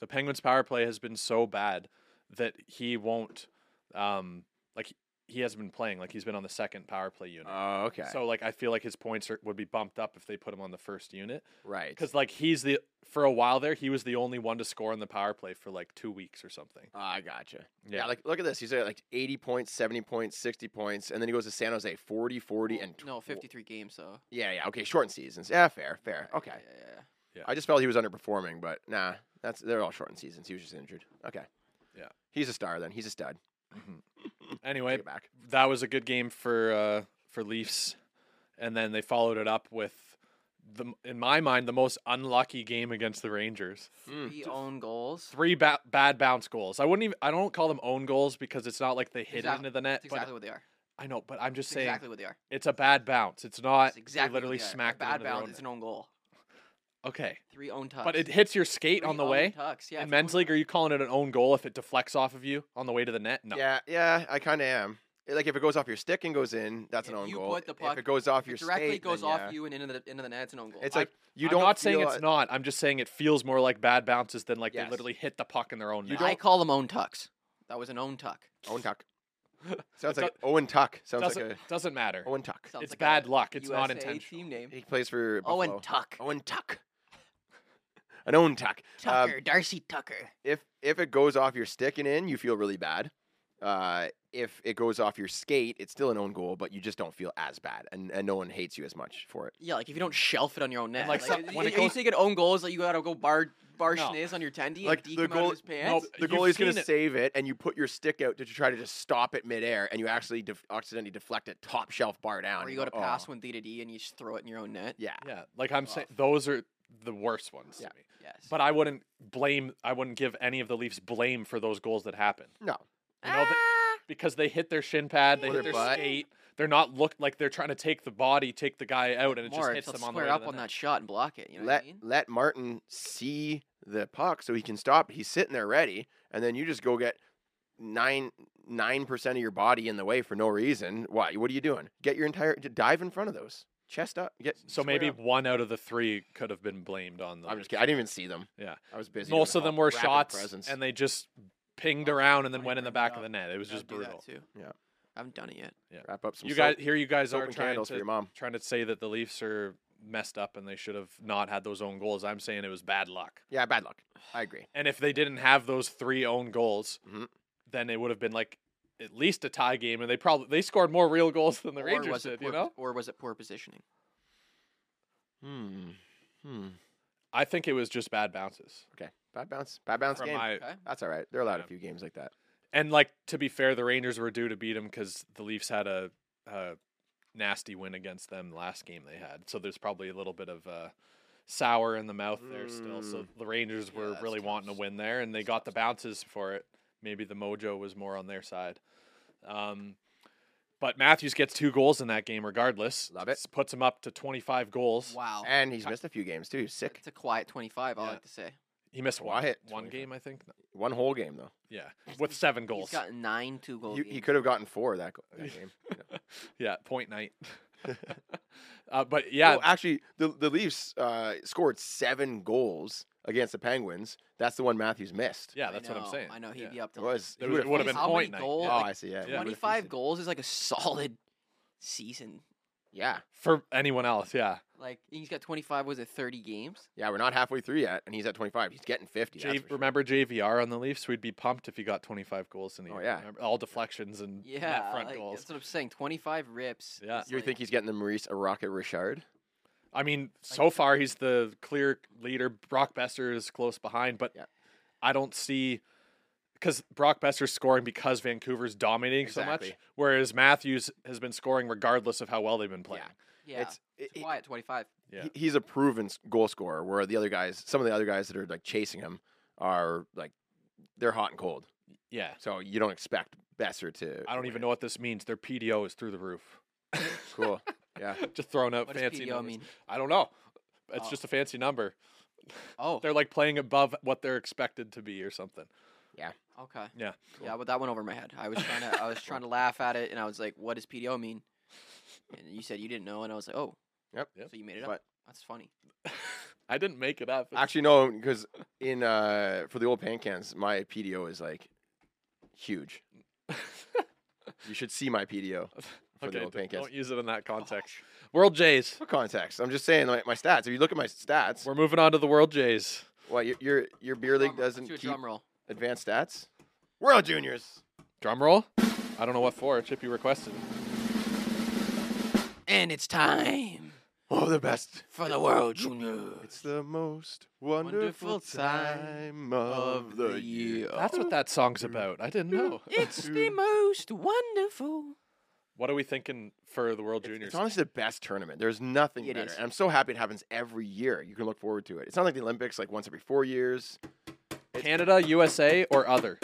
[SPEAKER 1] the Penguins power play has been so bad that he won't um like he hasn't been playing like he's been on the second power play unit.
[SPEAKER 2] bad. Oh, okay.
[SPEAKER 1] So like I feel like his points are, would be bumped up if they put him on the first unit.
[SPEAKER 2] right.
[SPEAKER 1] Because like he's the for a while there, he was the only one to score on the power play for like two weeks or something.
[SPEAKER 2] Ah, I gotcha. Yeah.
[SPEAKER 1] Yeah.
[SPEAKER 2] like look at this. He's at like 80 points, 70 points, 60 points, and then he goes to San Jose, 40, 40,
[SPEAKER 3] Well,
[SPEAKER 2] and tw-
[SPEAKER 3] no, fifty-three games though.
[SPEAKER 2] Yeah, yeah. Okay, shortened seasons. Yeah, fair, fair. Okay.
[SPEAKER 3] Yeah, yeah, yeah.
[SPEAKER 2] I just felt he was underperforming, but nah, that's they're all shortened seasons. He was just injured. Okay.
[SPEAKER 1] Yeah.
[SPEAKER 2] He's a star then. He's a stud.
[SPEAKER 1] Anyway,
[SPEAKER 3] Mm,
[SPEAKER 2] Take it back.
[SPEAKER 1] that was a good game for uh, for Leafs, and then they followed it up with the m- in my mind the most unlucky game against the Rangers.
[SPEAKER 3] Three own goals.
[SPEAKER 1] Three ba- bad bounce goals. I wouldn't even I don't call them own goals because it's not like they hit
[SPEAKER 3] Exact-
[SPEAKER 1] it into the net.
[SPEAKER 3] That's exactly
[SPEAKER 1] but
[SPEAKER 3] what they are.
[SPEAKER 1] I know, but I'm just
[SPEAKER 3] That's
[SPEAKER 1] saying
[SPEAKER 3] exactly what they are.
[SPEAKER 1] it's a bad bounce. It's not
[SPEAKER 3] That's exactly.
[SPEAKER 1] they
[SPEAKER 3] what
[SPEAKER 1] literally
[SPEAKER 3] they are. A
[SPEAKER 1] smacked it
[SPEAKER 3] bad
[SPEAKER 1] into their own
[SPEAKER 3] bounce. It's
[SPEAKER 1] net.
[SPEAKER 3] an own goal.
[SPEAKER 1] Okay,
[SPEAKER 3] Three own tucks.
[SPEAKER 1] but it hits your skate
[SPEAKER 3] Three
[SPEAKER 1] on the
[SPEAKER 3] own
[SPEAKER 1] way.
[SPEAKER 3] Tucks. Yeah.
[SPEAKER 1] in
[SPEAKER 3] it's
[SPEAKER 1] men's
[SPEAKER 3] own
[SPEAKER 1] league, are you calling it an own goal if it deflects off of you on the way to the net? No.
[SPEAKER 2] Yeah, yeah, I kind of am. It- Like if it goes off your stick and goes in, that's an
[SPEAKER 3] If
[SPEAKER 2] own
[SPEAKER 3] you
[SPEAKER 2] goal.
[SPEAKER 3] put the puck-
[SPEAKER 2] if it goes off
[SPEAKER 3] If
[SPEAKER 2] your
[SPEAKER 3] it directly
[SPEAKER 2] skate,
[SPEAKER 3] goes
[SPEAKER 2] then
[SPEAKER 3] off
[SPEAKER 2] yeah.
[SPEAKER 3] you and into the into the net. It's an own goal.
[SPEAKER 2] It's
[SPEAKER 1] I-
[SPEAKER 2] like you
[SPEAKER 1] I'm
[SPEAKER 2] don't
[SPEAKER 1] not saying
[SPEAKER 2] feel
[SPEAKER 1] it's
[SPEAKER 2] it-
[SPEAKER 1] not. I'm just saying it feels more like bad bounces than like
[SPEAKER 2] Yes.
[SPEAKER 1] they literally hit the puck in their own net.
[SPEAKER 3] I call them own tucks. That was an own tuck.
[SPEAKER 2] Owen
[SPEAKER 3] (laughs)
[SPEAKER 2] Tuck. Sounds
[SPEAKER 1] It
[SPEAKER 2] like Owen Tuck. Sounds like
[SPEAKER 1] doesn't,
[SPEAKER 2] a Oh,
[SPEAKER 1] doesn't matter.
[SPEAKER 2] Owen Tuck.
[SPEAKER 3] Sounds
[SPEAKER 1] It's
[SPEAKER 3] like a
[SPEAKER 1] bad luck. It's not
[SPEAKER 3] USA
[SPEAKER 1] intentional.
[SPEAKER 3] Team name.
[SPEAKER 2] He plays for
[SPEAKER 3] Owen
[SPEAKER 2] Buffalo.
[SPEAKER 3] Tuck.
[SPEAKER 1] Oh,
[SPEAKER 2] Owen Tuck. An Owen Tuck. Um,
[SPEAKER 3] Tucker. Darcy Tucker.
[SPEAKER 2] if if it goes off your stick and in, you feel really bad. Uh, if it goes off your skate, it's still an own goal, but you just don't feel as bad, and, and no one hates you as much for it.
[SPEAKER 3] Yeah, like if you don't shelf it on your own net.
[SPEAKER 1] like,
[SPEAKER 3] Like,
[SPEAKER 1] some- when
[SPEAKER 3] when
[SPEAKER 1] it
[SPEAKER 3] you
[SPEAKER 1] goes-
[SPEAKER 3] take an own goal, it's like you gotta go bar bar
[SPEAKER 1] No.
[SPEAKER 3] schniz on your tendy
[SPEAKER 2] Like,
[SPEAKER 3] and deke
[SPEAKER 2] the
[SPEAKER 3] him out
[SPEAKER 2] goal-
[SPEAKER 3] of his pants?
[SPEAKER 2] the
[SPEAKER 1] You've
[SPEAKER 2] goalie's going
[SPEAKER 1] seen
[SPEAKER 2] to
[SPEAKER 1] it.
[SPEAKER 2] save it, and you put your stick out to try to just stop it midair, and you actually def- accidentally deflect it top shelf bar down.
[SPEAKER 3] Or
[SPEAKER 2] and
[SPEAKER 3] you go to
[SPEAKER 2] "Oh."
[SPEAKER 3] pass one D to D and you just throw it in your own net?
[SPEAKER 2] Yeah.
[SPEAKER 1] Yeah, like I'm saying, those are the worst ones.
[SPEAKER 2] Yeah.
[SPEAKER 1] To me.
[SPEAKER 3] Yes.
[SPEAKER 1] But I wouldn't blame. I wouldn't give any of the Leafs blame for those goals that happened.
[SPEAKER 2] No.
[SPEAKER 1] You know, that-
[SPEAKER 3] Ah,
[SPEAKER 1] because they hit their shin pad, they hit
[SPEAKER 2] Or their
[SPEAKER 1] their
[SPEAKER 2] butt.
[SPEAKER 1] skate. They're not look like they're trying to take the body, take the guy out, and it
[SPEAKER 3] Mark,
[SPEAKER 1] just hits
[SPEAKER 3] let's
[SPEAKER 1] them on the
[SPEAKER 3] square
[SPEAKER 1] way to
[SPEAKER 3] up
[SPEAKER 1] the
[SPEAKER 3] on
[SPEAKER 1] net.
[SPEAKER 3] that shot and block it. You know what
[SPEAKER 2] let
[SPEAKER 3] I mean?
[SPEAKER 2] let Martin see the puck so he can stop. it. He's sitting there ready, and then you just go get nine nine percent of your body in the way for no reason. Why? What are you doing? Get your entire j- dive in front of those chest up. Get
[SPEAKER 1] So
[SPEAKER 2] square
[SPEAKER 1] maybe
[SPEAKER 2] up.
[SPEAKER 1] one out of the three could have been blamed on the
[SPEAKER 2] I'm just kidding. I didn't even see them.
[SPEAKER 1] Yeah.
[SPEAKER 2] I was busy.
[SPEAKER 1] Most
[SPEAKER 2] doing
[SPEAKER 1] of them
[SPEAKER 2] all-
[SPEAKER 1] were
[SPEAKER 2] rapid
[SPEAKER 1] shots,
[SPEAKER 2] presence.
[SPEAKER 1] and they just pinged around and then
[SPEAKER 3] Funny
[SPEAKER 1] went in the
[SPEAKER 3] bringing
[SPEAKER 1] back
[SPEAKER 3] it
[SPEAKER 1] of
[SPEAKER 3] up.
[SPEAKER 1] the net. It was
[SPEAKER 3] Gotta
[SPEAKER 1] just
[SPEAKER 3] do that
[SPEAKER 1] brutal.
[SPEAKER 3] too.
[SPEAKER 2] Yeah.
[SPEAKER 3] I haven't done it yet.
[SPEAKER 2] wrap up some.
[SPEAKER 1] You
[SPEAKER 2] soap-
[SPEAKER 1] guys, here you guys
[SPEAKER 2] soap
[SPEAKER 1] are
[SPEAKER 2] and
[SPEAKER 1] trying
[SPEAKER 2] candles
[SPEAKER 1] to
[SPEAKER 2] for your mom.
[SPEAKER 1] trying to say that the Leafs are messed up and they should have not had those own goals. I'm saying it was bad luck.
[SPEAKER 2] Yeah, bad luck. I agree.
[SPEAKER 1] And if they didn't have those three own goals,
[SPEAKER 2] Mhm.
[SPEAKER 1] then it would have been like at least a tie game, and they probably they scored more real goals than the
[SPEAKER 3] or
[SPEAKER 1] Rangers
[SPEAKER 3] was it
[SPEAKER 1] did.
[SPEAKER 3] poor,
[SPEAKER 1] You know,
[SPEAKER 3] pos- or was it poor positioning?
[SPEAKER 2] Hmm. Hmm.
[SPEAKER 1] I think it was just bad bounces.
[SPEAKER 2] Okay. Bad bounce. Bad bounce
[SPEAKER 1] From
[SPEAKER 2] game.
[SPEAKER 1] my,
[SPEAKER 3] Okay.
[SPEAKER 2] That's all right. They're allowed a
[SPEAKER 1] Yeah.
[SPEAKER 2] few games like that.
[SPEAKER 1] and like to be fair, the Rangers were due to beat them because the Leafs had a, a nasty win against them last game they had. So there's probably a little bit of uh, sour in the mouth there still. So the Rangers
[SPEAKER 3] Yeah,
[SPEAKER 1] were
[SPEAKER 3] that's
[SPEAKER 1] really
[SPEAKER 3] tough.
[SPEAKER 1] wanting to win there, and they got the bounces for it. Maybe the mojo was more on their side. Um, but Matthews gets two goals in that game, regardless.
[SPEAKER 2] Love it.
[SPEAKER 1] S- Puts him up to 25 goals.
[SPEAKER 3] Wow.
[SPEAKER 2] And he's missed a few games too. He's sick.
[SPEAKER 3] It's a quiet 25, I
[SPEAKER 1] Yeah.
[SPEAKER 3] like to say.
[SPEAKER 1] He missed one,
[SPEAKER 2] Wyatt,
[SPEAKER 1] one
[SPEAKER 2] 25.
[SPEAKER 1] game, I think. No,
[SPEAKER 2] One whole game though.
[SPEAKER 1] Yeah, with seven goals.
[SPEAKER 3] He's got nine two goal
[SPEAKER 2] You,
[SPEAKER 3] games.
[SPEAKER 2] he could have gotten four that, go- that game. you know.
[SPEAKER 1] yeah, point night. (laughs) uh, but (laughs) yeah,
[SPEAKER 2] Well, actually, the the Leafs uh, scored seven goals against the Penguins. That's the one Matthews missed.
[SPEAKER 1] Yeah,
[SPEAKER 3] I
[SPEAKER 1] that's what I'm
[SPEAKER 3] know,
[SPEAKER 1] saying.
[SPEAKER 3] I know he'd
[SPEAKER 1] yeah.
[SPEAKER 3] be up to
[SPEAKER 2] it was.
[SPEAKER 1] There
[SPEAKER 2] he
[SPEAKER 1] was-
[SPEAKER 2] would've
[SPEAKER 1] it would've
[SPEAKER 2] feasted.
[SPEAKER 1] been
[SPEAKER 3] How many
[SPEAKER 1] point night,
[SPEAKER 3] goals?
[SPEAKER 2] Oh,
[SPEAKER 1] yeah.
[SPEAKER 2] I see. Yeah, he would've
[SPEAKER 3] 25
[SPEAKER 2] feasted.
[SPEAKER 3] goals is like a solid season.
[SPEAKER 2] Yeah,
[SPEAKER 1] for anyone else, yeah.
[SPEAKER 3] Like he's got 25 was it 30 games?
[SPEAKER 2] yeah. We're not halfway through yet, and he's at twenty five. He's getting fifty. that's
[SPEAKER 1] J-
[SPEAKER 2] for sure.
[SPEAKER 1] remember JVR on the Leafs? We'd be pumped if he got 25 goals in the
[SPEAKER 2] Oh,
[SPEAKER 1] year.
[SPEAKER 2] yeah.
[SPEAKER 1] Remember? all deflections and net
[SPEAKER 3] Yeah,
[SPEAKER 1] front
[SPEAKER 3] like,
[SPEAKER 1] goals.
[SPEAKER 3] that's what I'm saying. 25 rips.
[SPEAKER 1] Yeah.
[SPEAKER 3] is
[SPEAKER 2] You
[SPEAKER 3] like-
[SPEAKER 2] think he's getting the Maurice Rocket Richard?
[SPEAKER 1] I mean, so far he's the clear leader. Brock Besser is close behind, but
[SPEAKER 2] Yeah.
[SPEAKER 1] I don't see because Brock Besser's scoring because Vancouver's dominating so much,
[SPEAKER 2] Exactly.
[SPEAKER 1] whereas Matthews has been scoring regardless of how well they've been playing.
[SPEAKER 3] Yeah. It's,
[SPEAKER 2] It's it, it-
[SPEAKER 3] quiet 25.
[SPEAKER 1] Yeah.
[SPEAKER 2] he- he's a proven s- goal scorer. Where the other guys, some of the other guys that are like chasing him, are like they're hot and cold.
[SPEAKER 1] yeah.
[SPEAKER 2] So you don't expect Besser to.
[SPEAKER 1] I don't even know what this means. Their PDO is through the roof.
[SPEAKER 2] Cool. Yeah.
[SPEAKER 1] (laughs) Just throwing out
[SPEAKER 3] What does
[SPEAKER 1] fancy
[SPEAKER 3] PDO
[SPEAKER 1] numbers.
[SPEAKER 3] mean?
[SPEAKER 1] I don't know. It's
[SPEAKER 2] Uh,
[SPEAKER 3] Oh.
[SPEAKER 1] just a fancy number.
[SPEAKER 3] Oh,
[SPEAKER 1] They're like playing above what they're expected to be or something. (laughs)
[SPEAKER 3] okay.
[SPEAKER 1] Yeah.
[SPEAKER 3] Yeah, but that went over my head. I was trying to
[SPEAKER 1] (laughs)
[SPEAKER 3] I was trying to laugh at it and I was like, what does PDO mean? And you said you didn't know and I was like, oh.
[SPEAKER 2] Yep.
[SPEAKER 1] Yep.
[SPEAKER 3] So you made it up.
[SPEAKER 2] But
[SPEAKER 3] That's funny.
[SPEAKER 1] I didn't make it up. It's-
[SPEAKER 2] Actually, no, because in uh for the old pan cans, my PDO is like huge. you should see my PDO for the
[SPEAKER 1] okay, oh,
[SPEAKER 2] old pan
[SPEAKER 1] don't,
[SPEAKER 2] cans.
[SPEAKER 1] don't use it in that context. World Jays.
[SPEAKER 2] For context, I'm just saying like my stats. If you look at my stats,
[SPEAKER 1] We're moving on to the World Jays.
[SPEAKER 2] well, your your, your beer league
[SPEAKER 3] Drum roll. Let's
[SPEAKER 2] doesn't
[SPEAKER 3] do a
[SPEAKER 2] keep
[SPEAKER 3] drum roll.
[SPEAKER 2] advanced stats. World juniors.
[SPEAKER 1] Drum roll. I don't know what for. Chippy requested. it.
[SPEAKER 3] And it's time
[SPEAKER 2] Oh, the best.
[SPEAKER 3] for the World Juniors.
[SPEAKER 2] It's the most
[SPEAKER 3] Wonderful
[SPEAKER 2] wonderful,
[SPEAKER 3] time
[SPEAKER 2] time of,
[SPEAKER 3] of
[SPEAKER 2] the,
[SPEAKER 3] the
[SPEAKER 2] year.
[SPEAKER 3] year.
[SPEAKER 1] That's what that song's about. I didn't know.
[SPEAKER 3] (laughs) It's the most wonderful.
[SPEAKER 1] what are we thinking for the World
[SPEAKER 2] It's-
[SPEAKER 1] Juniors?
[SPEAKER 2] It's honestly the best tournament. There's nothing
[SPEAKER 3] It
[SPEAKER 2] better.
[SPEAKER 3] is.
[SPEAKER 2] And I'm so happy it happens every year. You can look forward to it. It's not like the Olympics, like once every four years.
[SPEAKER 1] Canada, USA, or other?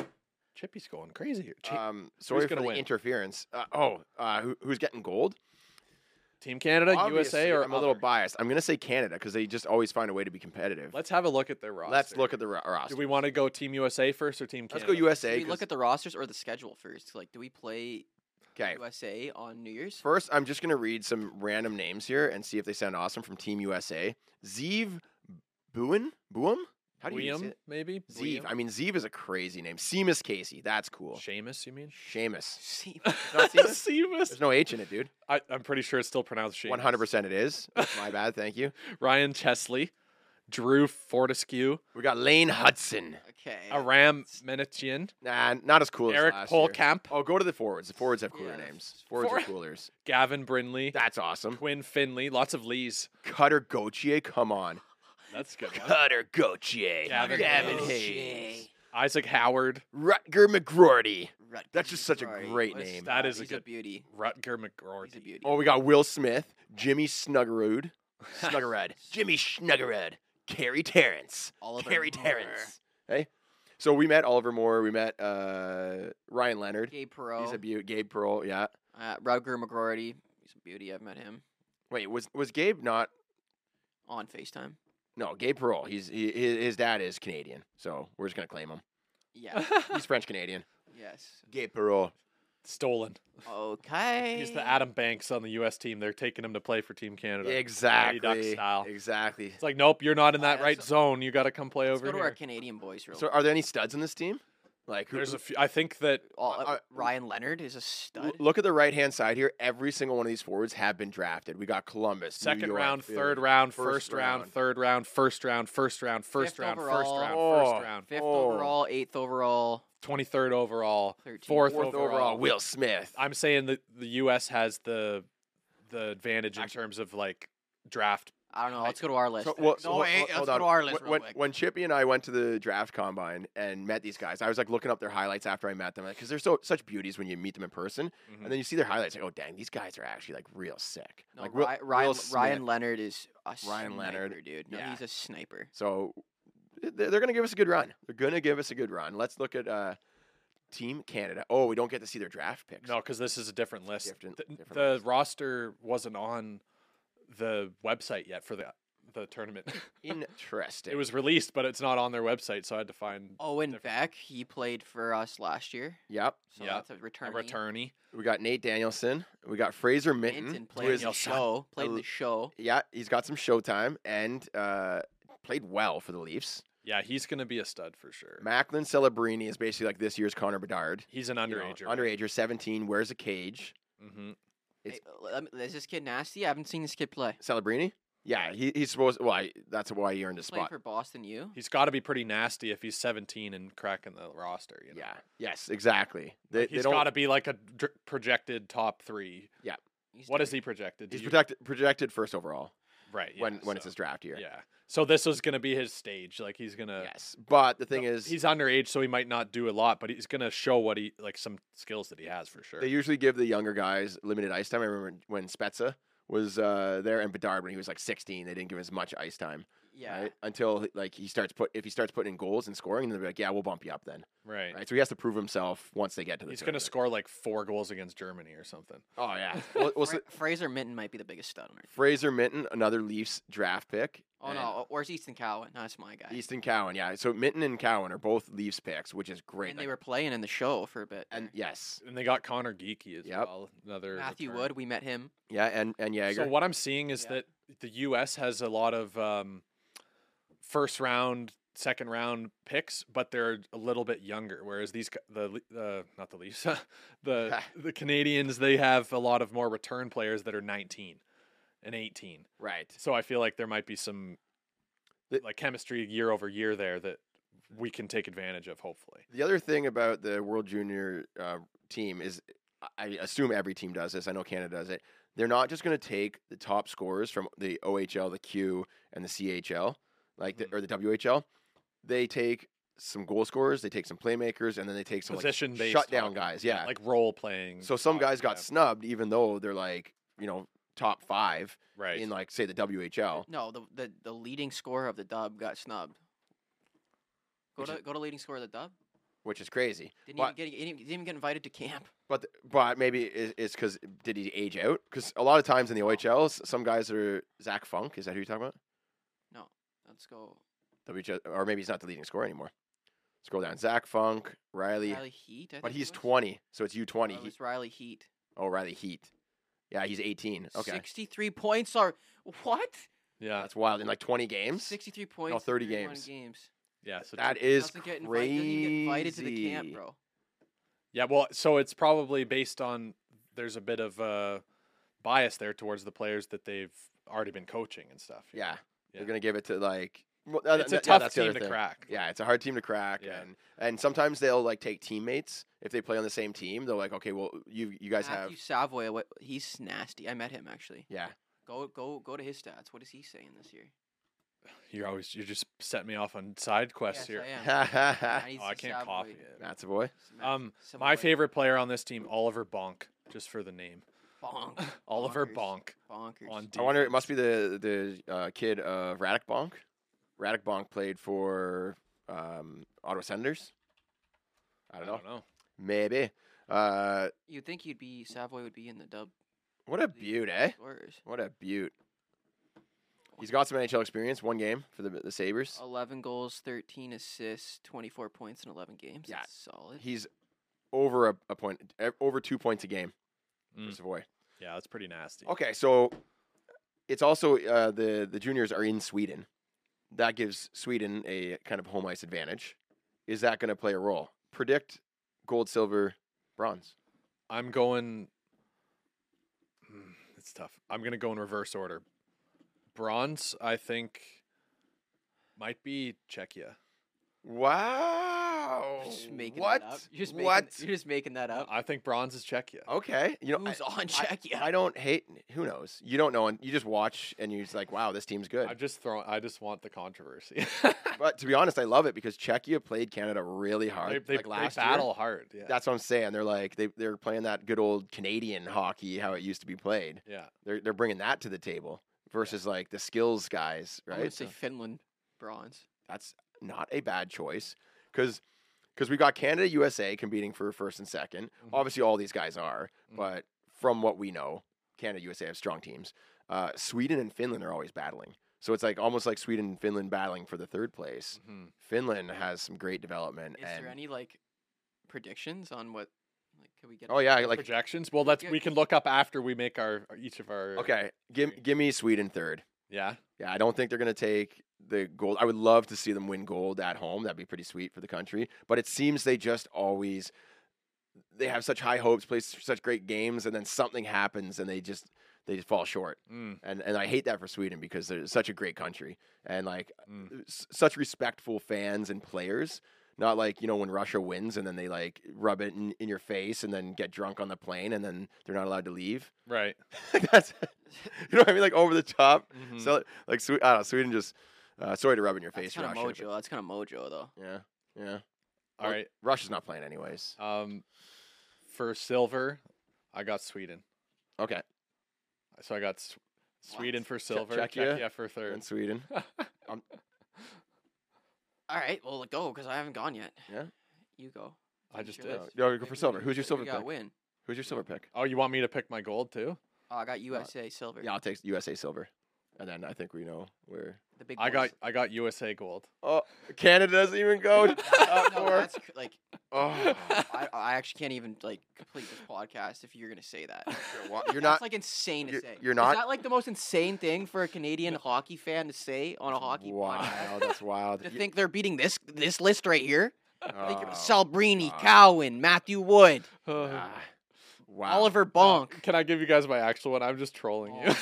[SPEAKER 1] Chippy's going crazy here. Chi-
[SPEAKER 2] Um, sorry for
[SPEAKER 1] gonna
[SPEAKER 2] the
[SPEAKER 1] win?
[SPEAKER 2] interference. Uh, oh, uh, who, who's getting gold?
[SPEAKER 1] Team Canada, USA,
[SPEAKER 2] Obviously,
[SPEAKER 1] or
[SPEAKER 2] I'm a little
[SPEAKER 1] other?
[SPEAKER 2] biased. I'm gonna say Canada because they just always find a way to be competitive.
[SPEAKER 1] Let's have a look at their roster.
[SPEAKER 2] Let's look at the ro- roster.
[SPEAKER 1] Do we want to go Team USA first or Team
[SPEAKER 2] Let's
[SPEAKER 1] Canada?
[SPEAKER 2] go USA.
[SPEAKER 3] Do we look at the rosters or the schedule first? Like, do we play
[SPEAKER 2] okay.
[SPEAKER 3] USA on New Year's?
[SPEAKER 2] First, I'm just gonna read some random names here and see if they sound awesome from Team USA. Zeev Buin Buum. How do you even say
[SPEAKER 1] William,
[SPEAKER 2] it?
[SPEAKER 1] maybe.
[SPEAKER 2] Zeev.
[SPEAKER 1] William?
[SPEAKER 2] I mean, Zeev is a crazy name. Seamus Casey. That's cool.
[SPEAKER 1] Seamus, you mean?
[SPEAKER 2] Seamus.
[SPEAKER 3] See,
[SPEAKER 2] Not (laughs)
[SPEAKER 1] (laughs)
[SPEAKER 2] Seamus.
[SPEAKER 1] Seamus.
[SPEAKER 2] There's no H in it, dude.
[SPEAKER 1] I, I'm pretty sure it's still pronounced Seamus.
[SPEAKER 2] One hundred percent, it is. My bad. Thank you.
[SPEAKER 1] Ryan Chesley, Drew Fortescue,
[SPEAKER 2] We got Lane Hudson.
[SPEAKER 3] okay. Oh,
[SPEAKER 1] Aram Menetian,
[SPEAKER 2] Nah, not as cool.
[SPEAKER 1] Eric
[SPEAKER 2] as last year.
[SPEAKER 1] Polkamp,
[SPEAKER 2] Oh, go to the forwards. The forwards have cooler
[SPEAKER 3] Yeah.
[SPEAKER 2] names. Forwards
[SPEAKER 1] For-
[SPEAKER 2] are coolers.
[SPEAKER 1] Gavin Brindley,
[SPEAKER 2] That's awesome.
[SPEAKER 1] Quinn Finley, lots of Lees.
[SPEAKER 2] Cutter Gauthier, come on.
[SPEAKER 1] That's a good. One.
[SPEAKER 2] Cutter Gauthier.
[SPEAKER 1] Gavin
[SPEAKER 2] Gavin
[SPEAKER 1] Hayes.
[SPEAKER 2] Hayes.
[SPEAKER 1] Isaac Howard,
[SPEAKER 2] Rutger McGroarty.
[SPEAKER 3] Rutger
[SPEAKER 2] That's just such a
[SPEAKER 3] McGroarty.
[SPEAKER 2] great
[SPEAKER 3] Let's
[SPEAKER 2] name.
[SPEAKER 1] That
[SPEAKER 3] stop.
[SPEAKER 1] is a
[SPEAKER 3] He's
[SPEAKER 1] good-
[SPEAKER 3] beauty.
[SPEAKER 1] Rutger
[SPEAKER 3] He's a
[SPEAKER 1] McGroarty.
[SPEAKER 3] beauty.
[SPEAKER 2] Oh, we got Will Smith,
[SPEAKER 1] (laughs)
[SPEAKER 2] Jimmy Snuggerud, Snuggerud, Jimmy Snuggerud, Carrie Terrence,
[SPEAKER 3] Oliver
[SPEAKER 2] Carrie
[SPEAKER 3] Moore.
[SPEAKER 2] Terrence. Hey, so we met Oliver Moore. We met uh, Ryan Leonard.
[SPEAKER 3] Gabe Perot.
[SPEAKER 2] He's a beaut. Gabe Pearl. Yeah.
[SPEAKER 3] uh, Rutger McGroarty. He's a beauty. I've met him
[SPEAKER 2] Wait, was was Gabe not?
[SPEAKER 3] on FaceTime.
[SPEAKER 2] No, Gabe Pearl. He's he, his his dad is Canadian, so we're just gonna claim him.
[SPEAKER 3] (laughs) Yeah.
[SPEAKER 2] He's French
[SPEAKER 3] (laughs)
[SPEAKER 2] Canadian.
[SPEAKER 3] yes.
[SPEAKER 2] Gabe Pearl.
[SPEAKER 1] Stolen.
[SPEAKER 3] Okay.
[SPEAKER 1] He's the Adam Banks on the U.S. team. They're taking him to play for Team Canada.
[SPEAKER 2] Exactly.
[SPEAKER 1] style.
[SPEAKER 2] Exactly.
[SPEAKER 1] It's like, nope, you're not in
[SPEAKER 3] Uh,
[SPEAKER 1] that right
[SPEAKER 3] so-
[SPEAKER 1] zone. You got to come play
[SPEAKER 3] Let's
[SPEAKER 1] over
[SPEAKER 3] go to our
[SPEAKER 1] here.
[SPEAKER 3] Canadian boys real
[SPEAKER 2] So, are there any studs in this team? Like, who,
[SPEAKER 1] There's a few. I think that
[SPEAKER 3] All, uh,
[SPEAKER 2] uh,
[SPEAKER 3] Ryan Leonard is a stud.
[SPEAKER 2] L- Look at the right hand side here. Every single one of these forwards have been drafted. We got Columbus, New
[SPEAKER 1] second
[SPEAKER 2] York,
[SPEAKER 1] round,
[SPEAKER 2] Philly.
[SPEAKER 1] third round,
[SPEAKER 2] First
[SPEAKER 1] first, round,
[SPEAKER 2] round.
[SPEAKER 1] third round, first round, first round, first
[SPEAKER 3] Fifth
[SPEAKER 1] round, first
[SPEAKER 3] overall.
[SPEAKER 1] round,
[SPEAKER 2] Oh.
[SPEAKER 1] first round,
[SPEAKER 3] Fifth
[SPEAKER 2] Oh.
[SPEAKER 3] overall, eighth overall.
[SPEAKER 1] 23rd overall,
[SPEAKER 3] 13th.
[SPEAKER 1] fourth,
[SPEAKER 2] fourth overall, Will Smith.
[SPEAKER 1] I'm saying that the U.S. has the the advantage in
[SPEAKER 2] Actu-
[SPEAKER 1] terms of like draft.
[SPEAKER 3] I don't know. Let's go to our list.
[SPEAKER 2] So, well,
[SPEAKER 3] next.
[SPEAKER 2] so
[SPEAKER 3] no,
[SPEAKER 2] hold-
[SPEAKER 3] wait,
[SPEAKER 2] hold-
[SPEAKER 3] let's
[SPEAKER 2] hold
[SPEAKER 3] go
[SPEAKER 2] on.
[SPEAKER 3] to our list
[SPEAKER 2] Wh-
[SPEAKER 3] real
[SPEAKER 2] when,
[SPEAKER 3] quick.
[SPEAKER 2] when Chippy and I went to the draft combine and met these guys, I was like looking up their highlights after I met them because they're so such beauties when you meet them in person,
[SPEAKER 1] Mhm.
[SPEAKER 2] and then you see their highlights. Like, oh dang, these guys are actually like real sick.
[SPEAKER 3] no,
[SPEAKER 2] like
[SPEAKER 3] Ry-
[SPEAKER 2] Will-
[SPEAKER 3] Ryan,
[SPEAKER 2] Will Smith.
[SPEAKER 3] Ryan Leonard is a
[SPEAKER 2] Ryan
[SPEAKER 3] sniper,
[SPEAKER 2] Leonard,
[SPEAKER 3] dude. No,
[SPEAKER 2] yeah.
[SPEAKER 3] he's a sniper.
[SPEAKER 2] So th- they're going to give us a good run. They're going to give us a good run. Let's look at uh, Team Canada. Oh, we don't get to see their draft picks.
[SPEAKER 1] No, (laughs) because this is a different list.
[SPEAKER 2] Different-
[SPEAKER 1] the
[SPEAKER 2] different
[SPEAKER 1] the
[SPEAKER 2] list.
[SPEAKER 1] roster wasn't on the website yet for the the
[SPEAKER 3] (laughs)
[SPEAKER 1] tournament. (laughs)
[SPEAKER 2] Interesting.
[SPEAKER 1] it was released, but it's not on their website, so I had to find
[SPEAKER 3] Owen
[SPEAKER 1] Different.
[SPEAKER 3] Oh, Beck, he played for us last year.
[SPEAKER 2] Yep.
[SPEAKER 3] So
[SPEAKER 1] Yeah,
[SPEAKER 3] that's a
[SPEAKER 1] a
[SPEAKER 3] return.
[SPEAKER 1] returnee.
[SPEAKER 2] We got Nate Danielson. We got Fraser Minton.
[SPEAKER 3] Minton
[SPEAKER 2] who
[SPEAKER 3] played
[SPEAKER 2] is-
[SPEAKER 3] in the show. Played in
[SPEAKER 2] l-
[SPEAKER 3] the show.
[SPEAKER 2] yeah, he's got some showtime and uh, played well for the Leafs.
[SPEAKER 1] Yeah, he's gonna be a stud for sure.
[SPEAKER 2] Macklin Celebrini is basically like this year's Connor Bedard.
[SPEAKER 1] He's an
[SPEAKER 2] You know,
[SPEAKER 1] underager.
[SPEAKER 2] underager, 17, wears a cage.
[SPEAKER 1] hmm
[SPEAKER 3] Hey,
[SPEAKER 2] It's-
[SPEAKER 3] let me- is this kid nasty? I haven't seen this kid play.
[SPEAKER 2] Celebrini? Yeah, he, he's supposed Well, I, that's why he earned a
[SPEAKER 3] He's playing
[SPEAKER 2] spot.
[SPEAKER 3] for Boston U.
[SPEAKER 1] He's got to be pretty nasty if he's 17 and cracking the roster. You know?
[SPEAKER 2] yeah. Yes, exactly. They,
[SPEAKER 1] Like,
[SPEAKER 2] they
[SPEAKER 1] he's
[SPEAKER 2] don't-
[SPEAKER 1] got to be like a dr- projected top three.
[SPEAKER 3] He's
[SPEAKER 1] What
[SPEAKER 3] dirty.
[SPEAKER 1] is he projected? Do
[SPEAKER 2] He's
[SPEAKER 1] you-
[SPEAKER 2] projected, projected first overall
[SPEAKER 1] right
[SPEAKER 2] when,
[SPEAKER 1] yeah,
[SPEAKER 2] when it's
[SPEAKER 1] so-
[SPEAKER 2] his draft year.
[SPEAKER 1] Yeah, so this is gonna be his stage. Like he's gonna.
[SPEAKER 2] Yes, but the thing
[SPEAKER 1] No,
[SPEAKER 2] is,
[SPEAKER 1] he's underage, so he might not do a lot, but he's gonna show what he like some skills that he has for sure.
[SPEAKER 2] they usually give the younger guys limited ice time. I remember when Spezza was uh, there and Bedard when he was like 16, they didn't give him as much ice time.
[SPEAKER 3] Yeah. (laughs)
[SPEAKER 2] right? Until like he starts put if he starts putting in goals and scoring, then they're like, yeah, we'll bump you up then.
[SPEAKER 1] right.
[SPEAKER 2] Right. So he has to prove himself once they get to the.
[SPEAKER 1] He's gonna
[SPEAKER 2] tournament.
[SPEAKER 1] score like four goals against Germany or something. (laughs)
[SPEAKER 2] Oh yeah. well, well, so
[SPEAKER 3] Fra- Fraser Minton might be the biggest stud on our team.
[SPEAKER 2] Fraser Minton, another Leafs draft pick.
[SPEAKER 3] Oh
[SPEAKER 2] and
[SPEAKER 3] no, where's Easton Cowan? No, that's my guy.
[SPEAKER 2] Easton Cowan. Yeah. So Minton and Cowan are both Leafs picks, which is great.
[SPEAKER 3] and they
[SPEAKER 2] like-
[SPEAKER 3] were playing in the show for a bit.
[SPEAKER 2] and
[SPEAKER 3] there.
[SPEAKER 2] yes,
[SPEAKER 1] And they got Connor Geeky as
[SPEAKER 2] Yep.
[SPEAKER 1] well. Another
[SPEAKER 3] Matthew
[SPEAKER 1] return.
[SPEAKER 3] Wood, we met him.
[SPEAKER 2] yeah, and and Jagger.
[SPEAKER 1] So what I'm seeing is
[SPEAKER 3] Yeah.
[SPEAKER 1] that the U.S. has a lot of um, first round, second round picks, but they're a little bit younger. Whereas these c- the Le- uh, not the Leafs, (laughs) the
[SPEAKER 2] (laughs)
[SPEAKER 1] the Canadians they have a lot of more return players that are 19 and 18.
[SPEAKER 2] right.
[SPEAKER 1] So I feel like there might be some
[SPEAKER 2] The-
[SPEAKER 1] like chemistry year over year there that we can take advantage of. Hopefully,
[SPEAKER 2] The other thing about the World Junior uh, team is, I assume every team does this. I know Canada does it. They're not just going to take the top scorers from the OHL, the Q, and the CHL, like
[SPEAKER 1] Mm-hmm.
[SPEAKER 2] the, or the WHL. They take some goal scorers, they take some playmakers, and then they take some
[SPEAKER 1] position
[SPEAKER 2] like,
[SPEAKER 1] based
[SPEAKER 2] shutdown guys. Yeah.
[SPEAKER 1] like role playing.
[SPEAKER 2] so some
[SPEAKER 1] hockey,
[SPEAKER 2] guys got
[SPEAKER 1] yeah.
[SPEAKER 2] snubbed, even though they're like you know top five
[SPEAKER 1] right.
[SPEAKER 2] in like say the WHL.
[SPEAKER 3] No, the, the the leading scorer of the dub got snubbed. Go
[SPEAKER 2] Which
[SPEAKER 3] to go to leading scorer of the dub.
[SPEAKER 2] Which is crazy,
[SPEAKER 3] Didn't
[SPEAKER 2] But-
[SPEAKER 3] even get didn't even- didn't even get invited to camp.
[SPEAKER 2] but th- but maybe it- it's because did he age out? Because a lot of times in
[SPEAKER 3] Oh.
[SPEAKER 2] the OHL, s- some guys are Zach Funk. Is that who you're talking about?
[SPEAKER 3] Let's go.
[SPEAKER 2] WJ, or maybe he's not the leading scorer anymore. Scroll down. Zach Funk, Riley,
[SPEAKER 3] Riley Heat. I
[SPEAKER 2] but
[SPEAKER 3] think it
[SPEAKER 2] he's
[SPEAKER 3] was?
[SPEAKER 2] 20, so it's U20.
[SPEAKER 3] No, it
[SPEAKER 2] He-
[SPEAKER 3] was Riley Heat.
[SPEAKER 2] oh, Riley Heat. Yeah, he's 18. Okay, Uh,
[SPEAKER 3] Sixty-three points are what?
[SPEAKER 1] yeah,
[SPEAKER 2] that's wild. In like 20 games,
[SPEAKER 3] Sixty-three points. in
[SPEAKER 2] 30
[SPEAKER 3] 31
[SPEAKER 2] games.
[SPEAKER 3] games.
[SPEAKER 1] yeah. So
[SPEAKER 2] that is
[SPEAKER 3] Doesn't get invited.
[SPEAKER 2] crazy.
[SPEAKER 3] Doesn't even get invited to the camp, bro.
[SPEAKER 1] Yeah, well, so it's probably based on there's a bit of uh, bias there towards the players that they've already been coaching and stuff. you
[SPEAKER 2] Yeah,
[SPEAKER 1] know?
[SPEAKER 2] they're
[SPEAKER 1] Yeah.
[SPEAKER 2] gonna give it to like. Well, that-
[SPEAKER 1] it's a
[SPEAKER 2] that- yeah,
[SPEAKER 1] tough
[SPEAKER 2] that's the other
[SPEAKER 1] team to
[SPEAKER 2] thing.
[SPEAKER 1] crack.
[SPEAKER 2] Yeah, it's a hard team to crack,
[SPEAKER 1] Yeah.
[SPEAKER 2] and and sometimes they'll like take teammates if they play on the same team. They're like, okay, well, you you guys have
[SPEAKER 3] Matthew Savoy, what, he's nasty. I met him actually.
[SPEAKER 2] yeah.
[SPEAKER 3] Go go go to his stats. What is he saying this year?
[SPEAKER 1] You're always you're just setting me off on side quests here.
[SPEAKER 3] Yes,
[SPEAKER 2] (laughs)
[SPEAKER 3] I am.
[SPEAKER 2] That's
[SPEAKER 3] Nice
[SPEAKER 1] Oh, I can't
[SPEAKER 3] job,
[SPEAKER 1] copy
[SPEAKER 3] boy.
[SPEAKER 1] it.
[SPEAKER 2] a boy.
[SPEAKER 3] Smack
[SPEAKER 1] Um, my
[SPEAKER 3] someone.
[SPEAKER 1] favorite player on this team, Oliver Bonk, just for the
[SPEAKER 2] (laughs)
[SPEAKER 1] name,
[SPEAKER 3] Bonk.
[SPEAKER 1] Oliver
[SPEAKER 3] Bonkers.
[SPEAKER 1] Bonk (laughs)
[SPEAKER 3] Bonkers.
[SPEAKER 1] on D.
[SPEAKER 2] I wonder. It must be the the uh, kid of Radic Bonk. Radic Bonk played for um, Ottawa Senators. I don't know. Maybe. Uh,
[SPEAKER 3] You'd think you'd be Savoy would be in the dub
[SPEAKER 2] what a beaut, eh?
[SPEAKER 3] scorers.
[SPEAKER 2] What a beaut. He's got some NHL experience. One game for the the Sabers.
[SPEAKER 3] Eleven goals, thirteen assists, twenty four points in eleven games.
[SPEAKER 2] Yeah.
[SPEAKER 3] That's solid.
[SPEAKER 2] He's over a, a point, e- over two points a game. For
[SPEAKER 1] Mm.
[SPEAKER 2] Savoy.
[SPEAKER 1] Yeah, that's pretty nasty.
[SPEAKER 2] Okay, so it's also uh, the the juniors are in Sweden. That gives Sweden a kind of home ice advantage. Is that going to play a role? Predict gold, silver, bronze.
[SPEAKER 1] I'm going. Mm, It's tough. I'm gonna go in reverse order. Bronze, I think, might be Czechia.
[SPEAKER 2] Wow!
[SPEAKER 3] You're just making
[SPEAKER 2] what?
[SPEAKER 3] That up. You're just making,
[SPEAKER 2] what?
[SPEAKER 3] You're just making that up.
[SPEAKER 1] I think bronze is Czechia.
[SPEAKER 2] Okay, you know I-
[SPEAKER 3] Who's on Czechia?
[SPEAKER 2] I don't hate. Who knows? You don't know, and you just watch, and you're just like, "Wow, this team's good."
[SPEAKER 1] I'm just throwing. I just want the controversy. (laughs)
[SPEAKER 2] But to be honest, I love it because Czechia played Canada really hard.
[SPEAKER 1] they they,
[SPEAKER 2] like
[SPEAKER 1] they
[SPEAKER 2] last year.
[SPEAKER 1] battle hard. Yeah.
[SPEAKER 2] That's what I'm saying. They're like they they're playing that good old Canadian hockey, how it used to be played.
[SPEAKER 1] yeah.
[SPEAKER 2] They're they're bringing that to the table versus like the skills guys,
[SPEAKER 3] I
[SPEAKER 2] (laughs)
[SPEAKER 3] would
[SPEAKER 2] right?
[SPEAKER 3] say
[SPEAKER 2] So
[SPEAKER 3] Finland bronze.
[SPEAKER 2] that's not a bad choice because because we got Canada, USA competing for first and 2nd
[SPEAKER 1] Mhm.
[SPEAKER 2] Obviously, all these guys are,
[SPEAKER 1] Mhm.
[SPEAKER 2] but from what we know, Canada, USA have strong teams. Uh, Sweden and Finland are always battling, so it's like almost like Sweden and Finland battling for the third place.
[SPEAKER 1] hmm
[SPEAKER 2] Finland has some great development.
[SPEAKER 3] Is
[SPEAKER 2] and
[SPEAKER 3] there any like predictions on what like could we get?
[SPEAKER 2] oh yeah, like
[SPEAKER 1] Projections. Well, that's
[SPEAKER 3] Yeah.
[SPEAKER 1] we can look up after we make our, our- each of our.
[SPEAKER 2] Okay, give give me Sweden third.
[SPEAKER 1] Yeah.
[SPEAKER 2] Yeah, I don't think they're gonna take the gold. I would love to see them win gold at home. That'd be pretty sweet for the country. But it seems they just always they have such high hopes, play s- such great games, and then something happens and they just they just fall short.
[SPEAKER 1] Mm.
[SPEAKER 2] And and I hate that for Sweden because they're such a great country and like uh,
[SPEAKER 1] Mm.
[SPEAKER 2] s- such respectful fans and players. Not like you know when Russia wins and then they like rub it in, in your face and then get drunk on the plane and then they're not allowed to leave. (laughs)
[SPEAKER 1] Right.
[SPEAKER 2] Like, that's you know what I mean, like over the top.
[SPEAKER 1] Mhm.
[SPEAKER 2] So like, Swe- I don't know, Sweden just uh, sorry to rub in your
[SPEAKER 3] Mm. That's
[SPEAKER 2] face,
[SPEAKER 3] kind of
[SPEAKER 2] Russia.
[SPEAKER 3] mojo. That's kind of mojo though.
[SPEAKER 2] but- Yeah, yeah.
[SPEAKER 1] All right.
[SPEAKER 2] Russia's not playing anyways.
[SPEAKER 1] Um, for silver, I got Sweden.
[SPEAKER 2] Okay,
[SPEAKER 1] So I got S- Sweden
[SPEAKER 3] What?
[SPEAKER 1] for silver,
[SPEAKER 2] Czechia?
[SPEAKER 1] Czechia for
[SPEAKER 2] and
[SPEAKER 1] third.
[SPEAKER 3] (laughs)
[SPEAKER 2] Sweden.
[SPEAKER 3] All right, well let go because I haven't gone yet.
[SPEAKER 2] Yeah.
[SPEAKER 3] You go.
[SPEAKER 1] I
[SPEAKER 3] Finish
[SPEAKER 1] just
[SPEAKER 3] your
[SPEAKER 1] did.
[SPEAKER 3] list.
[SPEAKER 2] Yo, go
[SPEAKER 3] Maybe
[SPEAKER 2] for
[SPEAKER 3] we
[SPEAKER 2] silver.
[SPEAKER 3] can-
[SPEAKER 2] Who's your
[SPEAKER 3] maybe
[SPEAKER 2] silver
[SPEAKER 3] We got
[SPEAKER 2] pick?
[SPEAKER 3] win.
[SPEAKER 2] Who's your silver pick?
[SPEAKER 1] Oh, you want me to pick my gold too?
[SPEAKER 3] Oh, I got USA silver.
[SPEAKER 2] Yeah, I'll take USA silver, and then I think we know
[SPEAKER 3] (laughs)
[SPEAKER 2] where.
[SPEAKER 3] The big.
[SPEAKER 1] I got
[SPEAKER 3] boys.
[SPEAKER 1] I got USA gold.
[SPEAKER 2] Oh, Canada doesn't even
[SPEAKER 3] (laughs)
[SPEAKER 2] go
[SPEAKER 3] Oh, No,
[SPEAKER 2] up
[SPEAKER 3] no,
[SPEAKER 2] for.
[SPEAKER 3] that's cr- like
[SPEAKER 2] Oh,
[SPEAKER 3] I, I actually can't even like complete this podcast if you're gonna say that. (laughs)
[SPEAKER 2] wa- you're
[SPEAKER 3] That's
[SPEAKER 2] not.
[SPEAKER 3] like insane to
[SPEAKER 2] you're-
[SPEAKER 3] say.
[SPEAKER 2] you're
[SPEAKER 3] Is
[SPEAKER 2] not-
[SPEAKER 3] that like the most insane thing for a Canadian hockey fan to say on a (laughs) hockey podcast?
[SPEAKER 2] Wow, that's wild.
[SPEAKER 3] To
[SPEAKER 2] You-
[SPEAKER 3] think they're beating this this list right here. Think
[SPEAKER 2] oh,
[SPEAKER 3] of Salbrini,
[SPEAKER 2] God.
[SPEAKER 3] Cowan, Matthew Wood,
[SPEAKER 1] (sighs)
[SPEAKER 2] ah, Wow.
[SPEAKER 3] Oliver
[SPEAKER 1] Uh,
[SPEAKER 3] Bonk.
[SPEAKER 1] Can I give you guys my actual one? I'm just trolling you.
[SPEAKER 3] Oh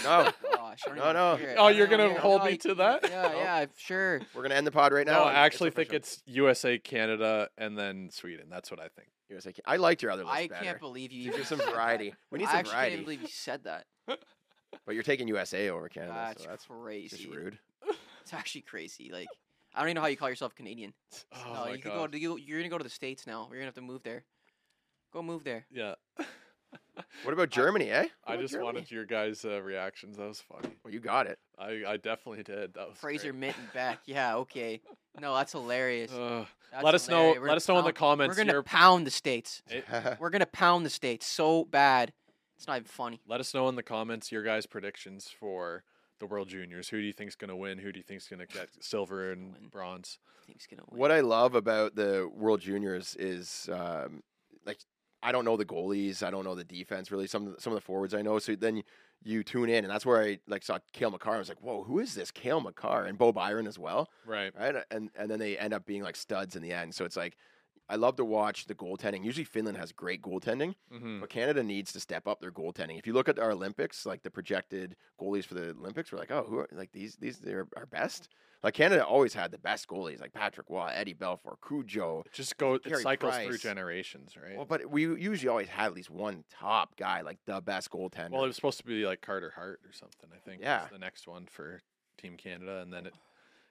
[SPEAKER 3] my gosh, I
[SPEAKER 2] No,
[SPEAKER 3] don't even
[SPEAKER 2] no.
[SPEAKER 3] wanna hear it.
[SPEAKER 1] Oh,
[SPEAKER 3] I
[SPEAKER 1] you're
[SPEAKER 3] don't wanna
[SPEAKER 1] gonna
[SPEAKER 3] hear it.
[SPEAKER 1] hold
[SPEAKER 3] No,
[SPEAKER 1] me
[SPEAKER 3] you-
[SPEAKER 1] to that?
[SPEAKER 3] Yeah, yeah, sure.
[SPEAKER 2] We're gonna end the pod right now.
[SPEAKER 1] No, I
[SPEAKER 2] It's
[SPEAKER 1] actually think
[SPEAKER 2] official.
[SPEAKER 1] it's USA, Canada, and then Sweden. That's what I think. (laughs)
[SPEAKER 2] USA. I liked your other list
[SPEAKER 3] I
[SPEAKER 2] better.
[SPEAKER 3] can't believe you.
[SPEAKER 2] Give
[SPEAKER 3] even (laughs)
[SPEAKER 2] you some
[SPEAKER 3] said that.
[SPEAKER 2] variety. We need
[SPEAKER 3] I
[SPEAKER 2] some
[SPEAKER 3] actually
[SPEAKER 2] variety.
[SPEAKER 3] can't believe you said that.
[SPEAKER 2] But you're taking USA over Canada,
[SPEAKER 3] That's,
[SPEAKER 2] so that's
[SPEAKER 3] crazy.
[SPEAKER 2] just rude.
[SPEAKER 3] It's actually crazy. Like, I don't even know how you call yourself Canadian.
[SPEAKER 1] Oh
[SPEAKER 3] no,
[SPEAKER 1] my
[SPEAKER 3] you could go
[SPEAKER 1] God.
[SPEAKER 3] to you, you're gonna go to the states now. You're gonna have to move there. Go move there.
[SPEAKER 1] Yeah.
[SPEAKER 2] What about Germany, eh? What
[SPEAKER 1] I
[SPEAKER 2] about
[SPEAKER 1] just
[SPEAKER 2] Germany?
[SPEAKER 1] wanted your guys' uh, reactions. That was funny.
[SPEAKER 2] Well, you got it.
[SPEAKER 1] I, I definitely did. That was
[SPEAKER 3] Fraser
[SPEAKER 1] great.
[SPEAKER 3] Minton
[SPEAKER 1] (laughs)
[SPEAKER 3] back. Yeah, okay. No, that's hilarious.
[SPEAKER 1] Ugh.
[SPEAKER 3] That's
[SPEAKER 1] Uh, let us know-
[SPEAKER 3] hilarious. We're
[SPEAKER 1] let
[SPEAKER 3] gonna
[SPEAKER 1] us know in the
[SPEAKER 3] pound-
[SPEAKER 1] comments
[SPEAKER 3] We're gonna
[SPEAKER 1] your-
[SPEAKER 3] pound the states.
[SPEAKER 1] It-
[SPEAKER 2] (laughs)
[SPEAKER 3] (laughs) We're gonna pound the states so bad. It's not even funny.
[SPEAKER 1] let us know in the comments your guys' predictions for the World Juniors. Who do you think's gonna win? Who do you think's gonna get silver
[SPEAKER 3] win.
[SPEAKER 1] and bronze?
[SPEAKER 3] I think it's gonna win.
[SPEAKER 2] what I love about the World Juniors is um, like I don't know the goalies, I don't know the defense really. Some of the, some of the forwards I know. So then you, you tune in, and that's where I like saw Kale McCarr. I was like, whoa, who is this Kale McCarr and Bo Byron as well,
[SPEAKER 1] Right.
[SPEAKER 2] right? And and then they end up being like studs in the end. So it's like. I love to watch the goaltending. Usually Finland has great goaltending,
[SPEAKER 1] Mm-hmm.
[SPEAKER 2] But Canada needs to step up their goaltending. If you look at our Olympics, like the projected goalies for the Olympics, we're like, oh, who are like these? These they're our best. Like Canada always had the best goalies, like Patrick Waugh, Eddie Belfour, Cujo.
[SPEAKER 1] Just go. It
[SPEAKER 2] Carey
[SPEAKER 1] cycles through
[SPEAKER 2] Price.
[SPEAKER 1] generations, right?
[SPEAKER 2] Well, but we usually always had at least one top guy, like the best goaltender.
[SPEAKER 1] Well, it was supposed to be like Carter Hart or something. I think. was
[SPEAKER 2] Yeah.
[SPEAKER 1] the next one for Team Canada, and then it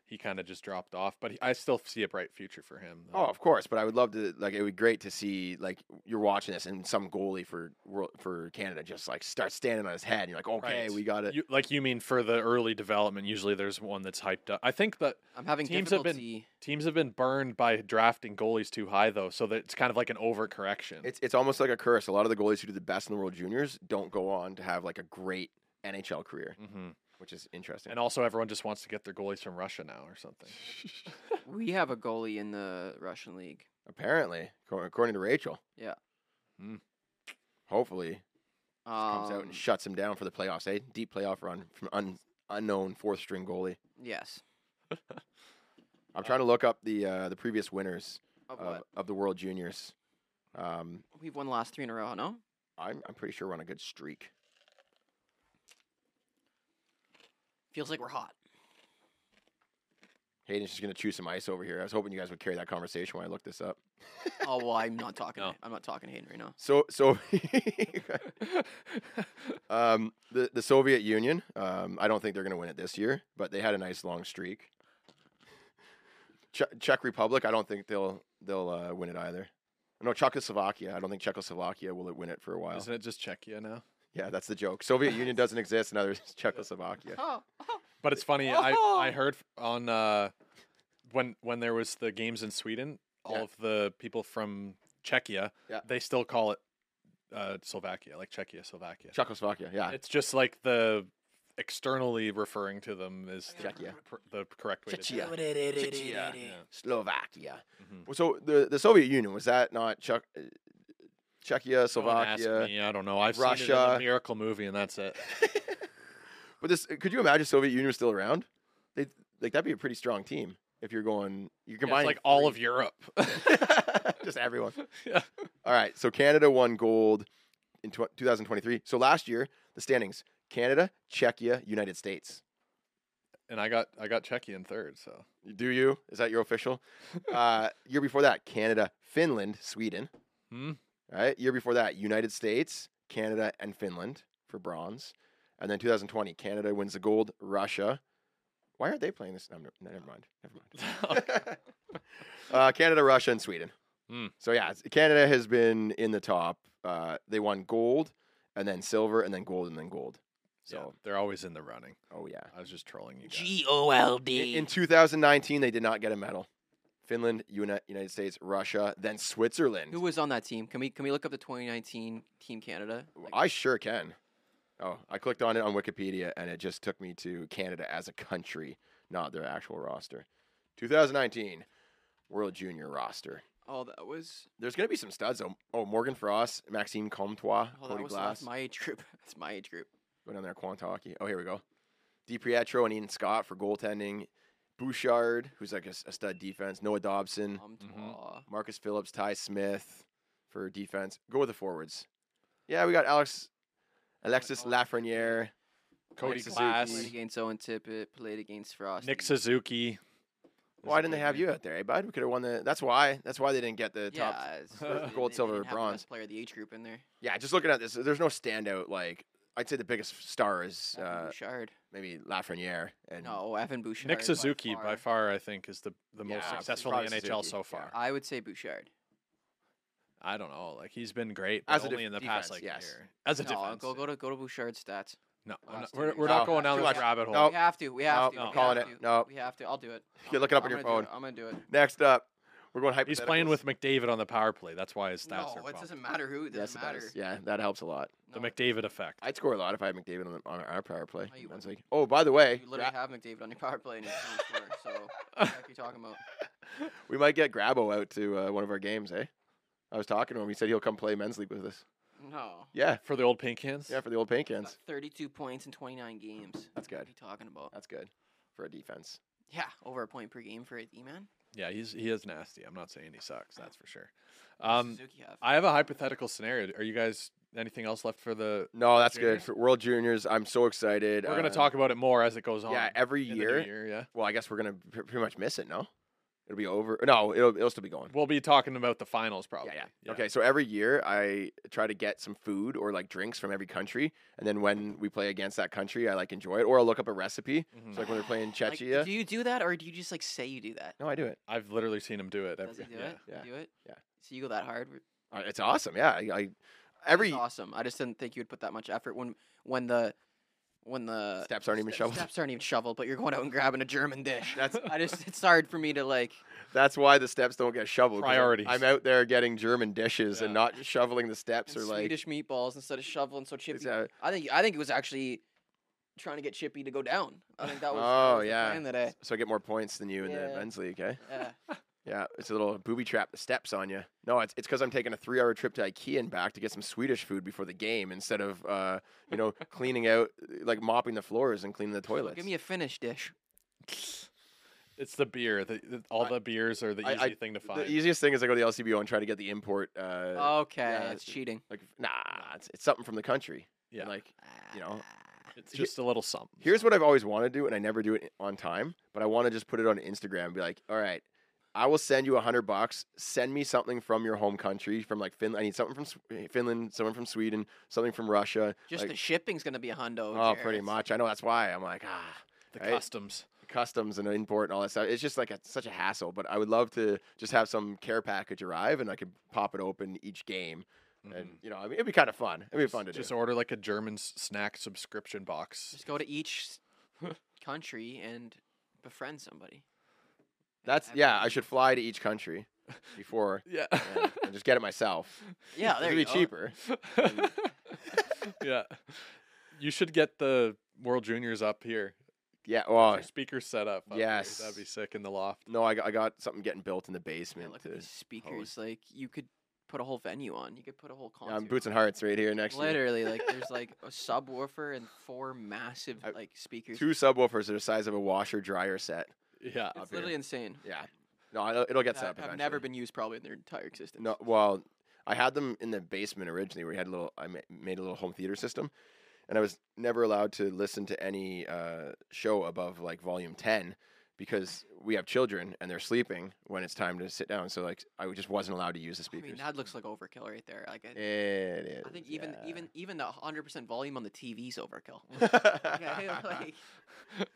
[SPEAKER 1] he kind of just dropped off. But he, I still see a bright future for him.
[SPEAKER 2] Oh, of course, but I would love to. Like, it would be great to see like you're watching this and some goalie for world for Canada just like starts standing on his head. And you're like, okay,
[SPEAKER 1] Right.
[SPEAKER 2] we got it.
[SPEAKER 1] You, like you mean for the early development? Usually there's one that's hyped up. I think that
[SPEAKER 3] I'm having
[SPEAKER 1] Teams have been-
[SPEAKER 3] difficulty.
[SPEAKER 1] teams have been burned by drafting goalies too high though, so that it's kind of like an overcorrection.
[SPEAKER 2] It's it's almost like a curse. A lot of the goalies who do the best in the world juniors don't go on to have like a great NHL career,
[SPEAKER 1] hmm
[SPEAKER 2] which is interesting.
[SPEAKER 1] And also, everyone just wants to get their goalies from Russia now or something.
[SPEAKER 3] We have a goalie in the Russian league.
[SPEAKER 2] Apparently, co- according to Rachel.
[SPEAKER 3] Yeah.
[SPEAKER 1] Hmm.
[SPEAKER 2] Hopefully,
[SPEAKER 3] Um,
[SPEAKER 2] comes out and shuts him down for the playoffs. Eh? Deep playoff run from un- unknown fourth string goalie.
[SPEAKER 3] yes.
[SPEAKER 2] I'm trying to look up the uh, the previous winners
[SPEAKER 1] Uh,
[SPEAKER 3] Of
[SPEAKER 2] of,
[SPEAKER 3] what?
[SPEAKER 2] of the World Juniors. Um,
[SPEAKER 3] We've won the last three in a row. No.
[SPEAKER 2] I'm I'm pretty sure we're on a good streak.
[SPEAKER 3] Feels like we're hot.
[SPEAKER 2] Hayden's just gonna chew some ice over here. I was hoping you guys would carry that conversation when I looked this up.
[SPEAKER 3] oh well, I'm not
[SPEAKER 1] (laughs)
[SPEAKER 3] talking.
[SPEAKER 1] No.
[SPEAKER 3] to- I'm not talking to Hayden right now.
[SPEAKER 2] So so (laughs) um, the the Soviet Union. Um, I don't think they're going to win it this year, but they had a nice long streak. Che- Czech Republic. I don't think they'll they'll uh, win it either. No, Czechoslovakia. I don't think Czechoslovakia will win it for a while.
[SPEAKER 1] Isn't it just Czechia now?
[SPEAKER 2] Yeah, that's the joke. Soviet Union doesn't exist, and other is (laughs) Czechoslovakia.
[SPEAKER 3] Oh,
[SPEAKER 1] But it's funny. I,
[SPEAKER 2] Oh.
[SPEAKER 1] I heard on uh, when when there was the games in Sweden, all
[SPEAKER 2] Yeah.
[SPEAKER 1] of the people from Czechia,
[SPEAKER 2] Yeah.
[SPEAKER 1] they still call it uh, Slovakia, like Czechia, Slovakia.
[SPEAKER 2] Czechoslovakia. Yeah,
[SPEAKER 1] It's just like the externally referring to them is the,
[SPEAKER 2] Czechia.
[SPEAKER 1] cor- the correct way to do it.
[SPEAKER 2] Czechia.
[SPEAKER 1] Yeah.
[SPEAKER 2] Slovakia.
[SPEAKER 1] Mhm.
[SPEAKER 2] Well, so the the Soviet Union was that not Czech, uh, Czechia,
[SPEAKER 1] Don't ask
[SPEAKER 2] Slovakia?
[SPEAKER 1] me, I don't know. I've seen it in
[SPEAKER 2] Russia.
[SPEAKER 1] the Miracle movie, and that's it.
[SPEAKER 2] But this, could you imagine Soviet Union was still around? They like that'd be a pretty strong team if you're going. You
[SPEAKER 1] Yeah,
[SPEAKER 2] combine
[SPEAKER 1] it's like all of Europe. (laughs)
[SPEAKER 2] (laughs) just everyone.
[SPEAKER 1] Yeah.
[SPEAKER 2] All right. So Canada won gold in tw- 2023. So last year the standings: Canada, Czechia, United States.
[SPEAKER 1] and I got I got Czechia in third,
[SPEAKER 2] (laughs)
[SPEAKER 1] so (laughs)
[SPEAKER 2] Do you? Is that your official? uh, year before that, Canada, Finland, Sweden.
[SPEAKER 1] Hmm.
[SPEAKER 2] All right. Year before that, United States, Canada, and Finland for bronze. And then 2020, Canada wins the gold. Russia. Why aren't they playing this? No, no, never mind. Never mind. uh, Canada, Russia, and Sweden.
[SPEAKER 1] Hmm.
[SPEAKER 2] So yeah, it's- Canada has been in the top. Uh, they won gold, and then silver, and then gold, and then gold.
[SPEAKER 1] so
[SPEAKER 2] So
[SPEAKER 1] they're always in the running.
[SPEAKER 2] oh yeah.
[SPEAKER 1] I was just trolling you. Guys.
[SPEAKER 3] G O L
[SPEAKER 2] I-
[SPEAKER 3] D.
[SPEAKER 2] In 2019, they did not get a medal. Finland, Uni- United States, Russia, then Switzerland.
[SPEAKER 3] Who was on that team? Can we can we look up the 2019 Team Canada? Like,
[SPEAKER 2] I sure can. Oh, I clicked on it on Wikipedia, and it just took me to Canada as a country, not their actual roster. 2019 World Junior roster.
[SPEAKER 3] oh, that was
[SPEAKER 2] There's going to be some studs. Oh, oh, Morgan Frost, Maxime Comtois,
[SPEAKER 3] oh, that
[SPEAKER 2] Cody
[SPEAKER 3] was
[SPEAKER 2] Glass.
[SPEAKER 3] that's my age group. (laughs) That's my age group.
[SPEAKER 2] Go down there, Quantaki. Oh, here we go. DiPietro and Ian Scott for goaltending. Bouchard, who's like a, s- a stud defense. Noah Dobson,
[SPEAKER 3] Um,
[SPEAKER 1] Mhm.
[SPEAKER 3] twa-
[SPEAKER 2] Marcus Phillips, Ty Smith for defense. Go with the forwards. Yeah, we got Alex, Alexis Lafreniere.
[SPEAKER 1] Cody
[SPEAKER 2] Nick Suzuki.
[SPEAKER 1] Glass,
[SPEAKER 3] Played against Owen Tippett. Played against Frost.
[SPEAKER 1] Nick Suzuki.
[SPEAKER 2] Why didn't they have you out there, eh, bud? We could have won the. That's why. That's why they didn't get the
[SPEAKER 3] Yeah,
[SPEAKER 2] top.
[SPEAKER 1] (laughs) gold,
[SPEAKER 3] it's- they- they didn't
[SPEAKER 2] silver,
[SPEAKER 3] have the
[SPEAKER 2] bronze.
[SPEAKER 3] Best player of the age group in there.
[SPEAKER 2] Yeah, just looking at this, there's no standout. Like I'd say the biggest star is
[SPEAKER 3] Evan
[SPEAKER 2] uh,
[SPEAKER 3] Bouchard.
[SPEAKER 2] maybe Lafreniere and
[SPEAKER 3] No, Evan Bouchard.
[SPEAKER 1] Nick
[SPEAKER 3] by
[SPEAKER 1] Suzuki by far, I think, is the the most
[SPEAKER 2] Yeah,
[SPEAKER 1] successful in
[SPEAKER 2] probably
[SPEAKER 1] the NHL
[SPEAKER 2] Suzuki,
[SPEAKER 1] so
[SPEAKER 2] yeah.
[SPEAKER 1] far.
[SPEAKER 3] I would say Bouchard.
[SPEAKER 1] I don't know. Like he's been great, but
[SPEAKER 2] As a
[SPEAKER 1] only
[SPEAKER 2] def-
[SPEAKER 1] in the past
[SPEAKER 2] defense,
[SPEAKER 1] like
[SPEAKER 2] yes.
[SPEAKER 1] year. As a
[SPEAKER 3] No,
[SPEAKER 1] defense,
[SPEAKER 3] go go to go to Bouchard's stats.
[SPEAKER 1] no, I'm not-
[SPEAKER 3] last two
[SPEAKER 1] we're,
[SPEAKER 3] years.
[SPEAKER 1] we're not
[SPEAKER 2] No,
[SPEAKER 1] going down
[SPEAKER 2] too
[SPEAKER 1] this
[SPEAKER 2] much.
[SPEAKER 1] rabbit hole.
[SPEAKER 2] No.
[SPEAKER 3] We have to. We have
[SPEAKER 2] Nope,
[SPEAKER 3] to.
[SPEAKER 1] no.
[SPEAKER 3] we
[SPEAKER 2] Calling
[SPEAKER 3] have
[SPEAKER 2] it.
[SPEAKER 3] to,
[SPEAKER 2] Nope.
[SPEAKER 3] We have to. I'll do it.
[SPEAKER 2] You can look it up
[SPEAKER 3] I'm
[SPEAKER 2] on your
[SPEAKER 3] gonna do
[SPEAKER 2] phone.
[SPEAKER 3] it, I'm gonna do it.
[SPEAKER 2] Next up, we're going hypotheticals.
[SPEAKER 1] He's playing with McDavid on the power play. That's why his
[SPEAKER 3] No,
[SPEAKER 1] stats are.
[SPEAKER 3] it
[SPEAKER 1] pumped.
[SPEAKER 3] doesn't matter who. It
[SPEAKER 2] Yes,
[SPEAKER 3] doesn't
[SPEAKER 2] it
[SPEAKER 3] matter.
[SPEAKER 2] does. Yeah, that helps a lot.
[SPEAKER 1] The
[SPEAKER 3] No,
[SPEAKER 1] McDavid effect. (laughs)
[SPEAKER 2] I'd score a lot if I had McDavid on, the, on our power play.
[SPEAKER 3] No, you
[SPEAKER 2] That's
[SPEAKER 3] wouldn't.
[SPEAKER 2] like- oh, by the way,
[SPEAKER 3] You literally
[SPEAKER 2] Gra-
[SPEAKER 3] have McDavid on your power play and you score. So what the heck are you talking about?
[SPEAKER 2] we might get Grabo out to uh, one of our games, eh? I was talking to him. He said he'll come play men's league with us.
[SPEAKER 3] No.
[SPEAKER 2] Yeah,
[SPEAKER 1] for the old pink hands.
[SPEAKER 2] yeah, for the old paint
[SPEAKER 3] He's got
[SPEAKER 2] cans.
[SPEAKER 3] 32 points in 29 games.
[SPEAKER 2] That's
[SPEAKER 3] What
[SPEAKER 2] good.
[SPEAKER 3] are you talking about?
[SPEAKER 2] That's good for a defense.
[SPEAKER 3] Yeah, over a point per game for a D-man.
[SPEAKER 1] yeah, he's he is nasty. I'm not saying he sucks. That's for sure.
[SPEAKER 3] What does
[SPEAKER 1] Um,
[SPEAKER 3] Suzuki have?
[SPEAKER 1] I have a hypothetical scenario. Are you guys anything else left for the?
[SPEAKER 2] No, that's
[SPEAKER 1] Juniors?
[SPEAKER 2] good for World Juniors. I'm so excited.
[SPEAKER 1] We're gonna
[SPEAKER 2] Uh,
[SPEAKER 1] talk about it more as it goes on.
[SPEAKER 2] Yeah, every
[SPEAKER 1] in the new
[SPEAKER 2] year.
[SPEAKER 1] year, yeah.
[SPEAKER 2] Well, I guess we're gonna pr- pretty much miss it. No, It'll be over. No, it'll it'll still be going.
[SPEAKER 1] We'll be talking about the finals probably.
[SPEAKER 2] Yeah, yeah. Okay, so every year I try to get some food or like drinks from every country, and then when we play against that country, I like enjoy it, or I'll look up a recipe.
[SPEAKER 1] Mhm.
[SPEAKER 2] So like when they're playing
[SPEAKER 3] Like,
[SPEAKER 2] Chechia,
[SPEAKER 3] do you do that or do you just like say you do that?
[SPEAKER 2] no, I do it.
[SPEAKER 1] I've literally seen him do it.
[SPEAKER 3] Does he
[SPEAKER 1] Every,
[SPEAKER 3] do
[SPEAKER 1] yeah.
[SPEAKER 3] it?
[SPEAKER 2] yeah.
[SPEAKER 3] Do it?
[SPEAKER 2] Yeah.
[SPEAKER 3] So you go that hard? That's
[SPEAKER 2] Uh, It's awesome. Yeah, I, I every
[SPEAKER 3] awesome. I just didn't think you would put that much effort when when the when the
[SPEAKER 2] steps aren't even
[SPEAKER 3] ste-
[SPEAKER 2] shoveled.
[SPEAKER 3] steps aren't even shoveled, but you're going out and grabbing a
[SPEAKER 2] (laughs)
[SPEAKER 3] German dish.
[SPEAKER 1] (laughs)
[SPEAKER 2] That's
[SPEAKER 3] I just it's hard for me to like
[SPEAKER 2] that's why the steps don't get shoveled. 'cause I'm-
[SPEAKER 1] Priorities.
[SPEAKER 2] I'm out there getting German dishes
[SPEAKER 1] Yeah.
[SPEAKER 2] and not shoveling the steps or
[SPEAKER 3] and
[SPEAKER 2] like
[SPEAKER 3] Swedish meatballs instead of shoveling. So Chippy,
[SPEAKER 2] uh,
[SPEAKER 3] I think I think it was actually trying to get Chippy to go down. I think that was that
[SPEAKER 2] Oh,
[SPEAKER 3] was the
[SPEAKER 2] yeah.
[SPEAKER 3] plan that I
[SPEAKER 2] so I get more points than you in the
[SPEAKER 3] Yeah.
[SPEAKER 2] men's league, eh?
[SPEAKER 3] yeah.
[SPEAKER 2] Yeah, it's a little booby trap. The steps on you. No, it's it's because I'm taking a three hour trip to IKEA and back to get some Swedish food before the game instead of uh, you
[SPEAKER 3] (laughs)
[SPEAKER 2] know cleaning out like mopping the floors and cleaning the toilets.
[SPEAKER 3] Give me a Finnish dish.
[SPEAKER 1] It's the beer. The, the- all the beers are the
[SPEAKER 2] I-
[SPEAKER 1] easy
[SPEAKER 2] I-
[SPEAKER 1] thing to find.
[SPEAKER 2] the easiest thing is I go to the LCBO and try to get the import. Uh,
[SPEAKER 3] okay,
[SPEAKER 2] yeah, it's-
[SPEAKER 3] it's cheating.
[SPEAKER 2] Like nah, it's, it's something from the country.
[SPEAKER 1] yeah.
[SPEAKER 2] like you know,
[SPEAKER 1] it's just a little something.
[SPEAKER 2] Here's what I've always wanted to do, and I never do it on time, but I want to just put it on Instagram and be like, all right, I will send you a hundred bucks. Send me something from your home country, from like Finland. I need something from Sw- eh, Finland, someone from Sweden, something from Russia.
[SPEAKER 3] Just
[SPEAKER 2] like-
[SPEAKER 3] the shipping's gonna be a hundo.
[SPEAKER 2] oh, pretty
[SPEAKER 3] Jared.
[SPEAKER 2] much. I know that's why. I'm like, ah,
[SPEAKER 1] the
[SPEAKER 2] right?
[SPEAKER 1] customs.
[SPEAKER 2] customs and import and all that stuff. It's just like a, such a hassle, but I would love to just have some care package arrive and I could pop it open each game. And, you know, I mean, it'd be kind of fun. It'd be fun to
[SPEAKER 1] Just
[SPEAKER 2] do.
[SPEAKER 1] order like a German s- snack subscription box.
[SPEAKER 3] Just go to each s- country and befriend
[SPEAKER 2] (laughs)
[SPEAKER 3] somebody.
[SPEAKER 2] That's, yeah, I should fly to each country before
[SPEAKER 1] Yeah.
[SPEAKER 2] and, and just get it myself.
[SPEAKER 3] Yeah,
[SPEAKER 2] It's
[SPEAKER 3] Oh, there
[SPEAKER 2] gonna be
[SPEAKER 3] you go.
[SPEAKER 2] cheaper.
[SPEAKER 1] (laughs) yeah. You should get the World Juniors up here.
[SPEAKER 2] Yeah. Well,
[SPEAKER 1] Your speakers set up. up here. That'd be
[SPEAKER 2] Yes.
[SPEAKER 1] sick in the loft.
[SPEAKER 2] no, I got, I got something getting built in the
[SPEAKER 3] Yeah,
[SPEAKER 2] basement.
[SPEAKER 3] look
[SPEAKER 2] to-
[SPEAKER 3] at these speakers. Like you could put a whole venue on. You could put a whole concert.
[SPEAKER 2] um, Boots and Hearts right here next to
[SPEAKER 3] Literally, like
[SPEAKER 2] (laughs)
[SPEAKER 3] there's like a subwoofer and four massive
[SPEAKER 2] I-
[SPEAKER 3] like
[SPEAKER 2] you.
[SPEAKER 3] speakers.
[SPEAKER 2] Two subwoofers that are the size of a washer dryer set.
[SPEAKER 1] Yeah.
[SPEAKER 3] it's
[SPEAKER 2] up here.
[SPEAKER 3] literally insane.
[SPEAKER 2] Yeah. No, it'll, it'll get
[SPEAKER 3] that
[SPEAKER 2] set up.
[SPEAKER 3] have never
[SPEAKER 2] eventually.
[SPEAKER 3] been used probably in their entire existence.
[SPEAKER 2] No, well, I had them in the basement originally, where we had a little. I ma- made a little home theater system, and I was never allowed to listen to any uh, show above like volume ten because we have children and they're sleeping when it's time to sit down. So like, I just wasn't allowed to use the
[SPEAKER 3] I
[SPEAKER 2] speakers.
[SPEAKER 3] mean that looks like overkill right there. Like I,
[SPEAKER 2] it is.
[SPEAKER 3] I think even
[SPEAKER 2] yeah.
[SPEAKER 3] even even the hundred percent volume on the
[SPEAKER 2] (laughs)
[SPEAKER 3] TV's overkill. (laughs) okay, like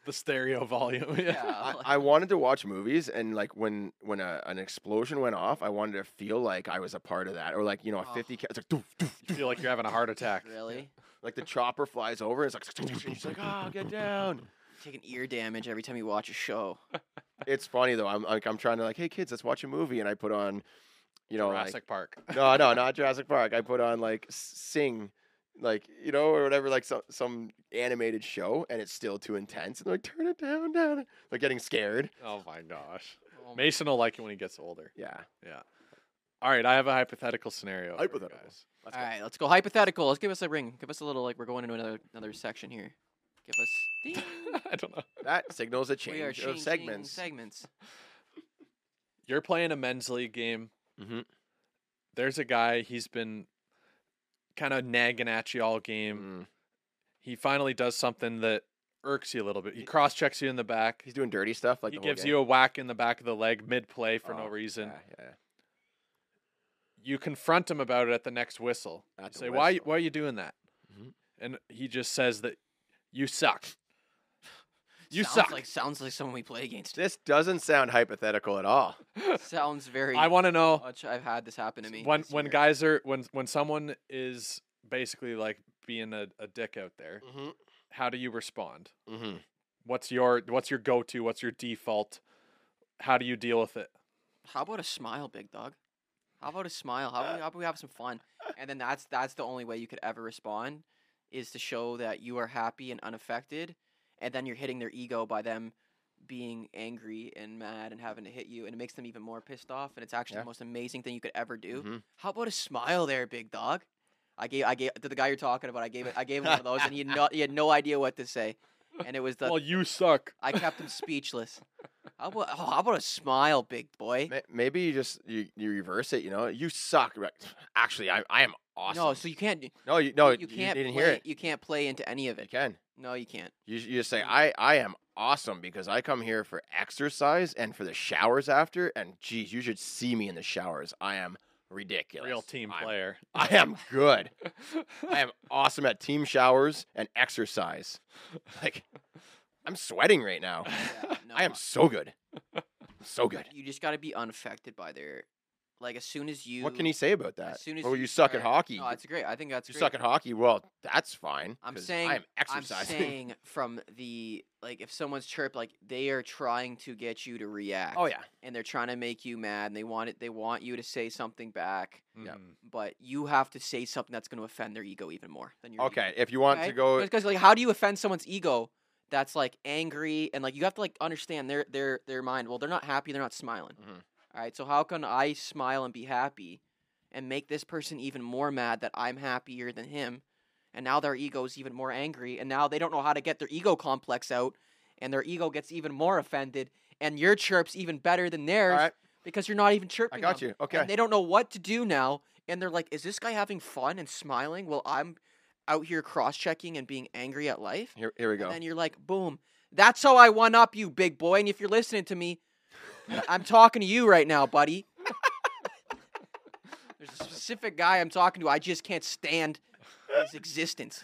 [SPEAKER 1] the stereo volume. (laughs)
[SPEAKER 3] (laughs)
[SPEAKER 1] Yeah.
[SPEAKER 3] yeah,
[SPEAKER 2] I,
[SPEAKER 3] like,
[SPEAKER 2] I wanted to watch movies and like when when a, an explosion went off, I wanted to feel like I was a part of that, or like you know a
[SPEAKER 3] Oh.
[SPEAKER 2] fifty. Ca- it's like doof, doof,
[SPEAKER 1] You feel like you're having a heart attack.
[SPEAKER 3] really
[SPEAKER 2] like the chopper flies over. And it's like
[SPEAKER 3] (laughs)
[SPEAKER 2] and she's like,
[SPEAKER 3] "Ah,
[SPEAKER 2] oh, get down.
[SPEAKER 3] taking ear damage every time you watch a show.
[SPEAKER 1] (laughs)
[SPEAKER 2] (laughs) It's funny though. I'm like I'm trying to like, hey kids, let's watch a movie, and I put on, you know,
[SPEAKER 1] Jurassic (laughs) Park.
[SPEAKER 2] like no, no, not Jurassic Park. I put on like Sing, like you know, or whatever, like some some animated show, and it's still too intense. And they're like, turn it down, down. Like getting scared.
[SPEAKER 1] Oh my gosh.
[SPEAKER 3] Oh my-
[SPEAKER 1] Mason will like it when he gets older.
[SPEAKER 2] Yeah.
[SPEAKER 1] Yeah. All right, I have a hypothetical scenario. for you
[SPEAKER 2] Hypothetical.
[SPEAKER 1] guys.
[SPEAKER 2] Let's
[SPEAKER 3] All
[SPEAKER 2] go.
[SPEAKER 3] right, let's go hypothetical. Let's give us a ring. Give us a little like we're going into another another section here. Give us (laughs) ding.
[SPEAKER 1] (laughs) I don't know.
[SPEAKER 2] That signals a
[SPEAKER 3] we are
[SPEAKER 2] change
[SPEAKER 3] changing
[SPEAKER 2] of segments.
[SPEAKER 3] Segments.
[SPEAKER 1] You're playing a men's league game.
[SPEAKER 2] Mhm.
[SPEAKER 1] There's a guy. He's been kind of nagging at you all game.
[SPEAKER 2] Mm.
[SPEAKER 1] He finally does something that irks you a little bit. He cross checks you in the back.
[SPEAKER 2] He's doing dirty stuff. Like
[SPEAKER 1] he
[SPEAKER 2] the whole
[SPEAKER 1] gives
[SPEAKER 2] game.
[SPEAKER 1] you a whack in the back of the leg mid play for no
[SPEAKER 2] Oh,
[SPEAKER 1] reason.
[SPEAKER 2] Yeah, yeah.
[SPEAKER 1] You confront him about it at the next whistle.
[SPEAKER 2] At
[SPEAKER 1] you
[SPEAKER 2] the
[SPEAKER 1] say, "Why? you-
[SPEAKER 2] whistle.
[SPEAKER 1] Why are you doing that?"
[SPEAKER 2] Mhm.
[SPEAKER 1] And he just says that you suck. You
[SPEAKER 3] sounds
[SPEAKER 1] suck.
[SPEAKER 3] Like sounds like someone we
[SPEAKER 1] (laughs)
[SPEAKER 3] play against.
[SPEAKER 2] This doesn't sound hypothetical at all.
[SPEAKER 3] sounds very.
[SPEAKER 1] I want to know.
[SPEAKER 3] much. I've had this happen Oh, to me.
[SPEAKER 1] when
[SPEAKER 3] this
[SPEAKER 1] when
[SPEAKER 3] year.
[SPEAKER 1] guys are when when someone is basically like being a, a dick out there
[SPEAKER 3] Mm.
[SPEAKER 2] Mm-hmm.
[SPEAKER 1] how do you respond
[SPEAKER 2] Mm-hmm.
[SPEAKER 1] what's your what's your go-to what's your default how do you deal with it
[SPEAKER 3] How about a smile, big dog? How about a smile? How about, we- how about we have some fun? And then that's that's the only way you could ever respond is to show that you are happy and unaffected, and then you're hitting their ego by them being angry and mad and having to hit you, and it makes them even more pissed off. And it's actually
[SPEAKER 2] Yeah.
[SPEAKER 3] the most amazing thing you could ever do.
[SPEAKER 2] Mhm.
[SPEAKER 3] How about a smile, there, big dog? I gave I gave to the guy you're talking about. I gave it I gave him one of those, and he had no, he had no idea what to say, and it was the
[SPEAKER 1] (laughs) well you suck
[SPEAKER 3] I kept him speechless. How about oh, how about a smile, big boy?
[SPEAKER 2] Ma- Maybe you just you, you reverse it. You know, you suck. Right? Actually, I I am awesome.
[SPEAKER 3] No, so you can't.
[SPEAKER 2] No, you, no,
[SPEAKER 3] you can't
[SPEAKER 2] didn't
[SPEAKER 3] play,
[SPEAKER 2] hear it.
[SPEAKER 3] You can't play into any of
[SPEAKER 2] You
[SPEAKER 3] it.
[SPEAKER 2] can.
[SPEAKER 3] No, you
[SPEAKER 2] (sighs)
[SPEAKER 3] can't.
[SPEAKER 2] You, you just say, I, I am awesome because I come here for exercise and for the showers after. And geez, you should see me in the showers. I am ridiculous.
[SPEAKER 1] Real team
[SPEAKER 2] I'm-
[SPEAKER 1] player.
[SPEAKER 2] I am good. I am awesome at team showers and exercise. Like, I'm sweating right now.
[SPEAKER 3] Yeah, no,
[SPEAKER 2] I am so good. So good.
[SPEAKER 3] You just got to be unaffected by their, like as soon as you.
[SPEAKER 2] What can he say about that?
[SPEAKER 3] As soon as
[SPEAKER 2] oh,
[SPEAKER 3] you,
[SPEAKER 2] you suck at
[SPEAKER 3] start-
[SPEAKER 2] hockey.
[SPEAKER 3] No, it's great. I think that's
[SPEAKER 2] you
[SPEAKER 3] great.
[SPEAKER 2] suck at hockey. Well, that's fine.
[SPEAKER 3] I'm
[SPEAKER 2] 'cause
[SPEAKER 3] saying-
[SPEAKER 2] I am
[SPEAKER 3] I'm
[SPEAKER 2] exercising.
[SPEAKER 3] saying from the like if someone's chirp like they are trying to get you to
[SPEAKER 2] (laughs)
[SPEAKER 3] react.
[SPEAKER 2] oh yeah.
[SPEAKER 3] And they're trying to make you mad and they want it they want you to say something back,
[SPEAKER 2] Yep.
[SPEAKER 1] Mhm.
[SPEAKER 3] but you have to say something that's going to offend their ego even more than your
[SPEAKER 2] Okay. If you want to go,
[SPEAKER 3] because like how do you offend someone's ego that's like angry and like you have to like understand their their their mind. Well, they're not happy, they're not smiling.
[SPEAKER 2] Mhm.
[SPEAKER 3] All right? So how can I smile and be happy and make this person even more mad that I'm happier than him? And now their ego's even more angry and now they don't know how to get their ego complex out and their ego gets even more offended and your chirps even better than
[SPEAKER 2] all
[SPEAKER 3] theirs
[SPEAKER 2] right,
[SPEAKER 3] because you're not even
[SPEAKER 2] I
[SPEAKER 3] chirping them
[SPEAKER 2] got you. Okay.
[SPEAKER 3] and they don't know what to do now and they're like is this guy having fun and smiling while i'm out here cross-checking and being angry at life
[SPEAKER 2] Here, here we go.
[SPEAKER 3] and then you're like boom that's how i one up you big boy and if you're listening
[SPEAKER 2] (laughs)
[SPEAKER 3] to me i'm talking to you right now buddy there's a specific guy i'm talking to i just can't stand his existence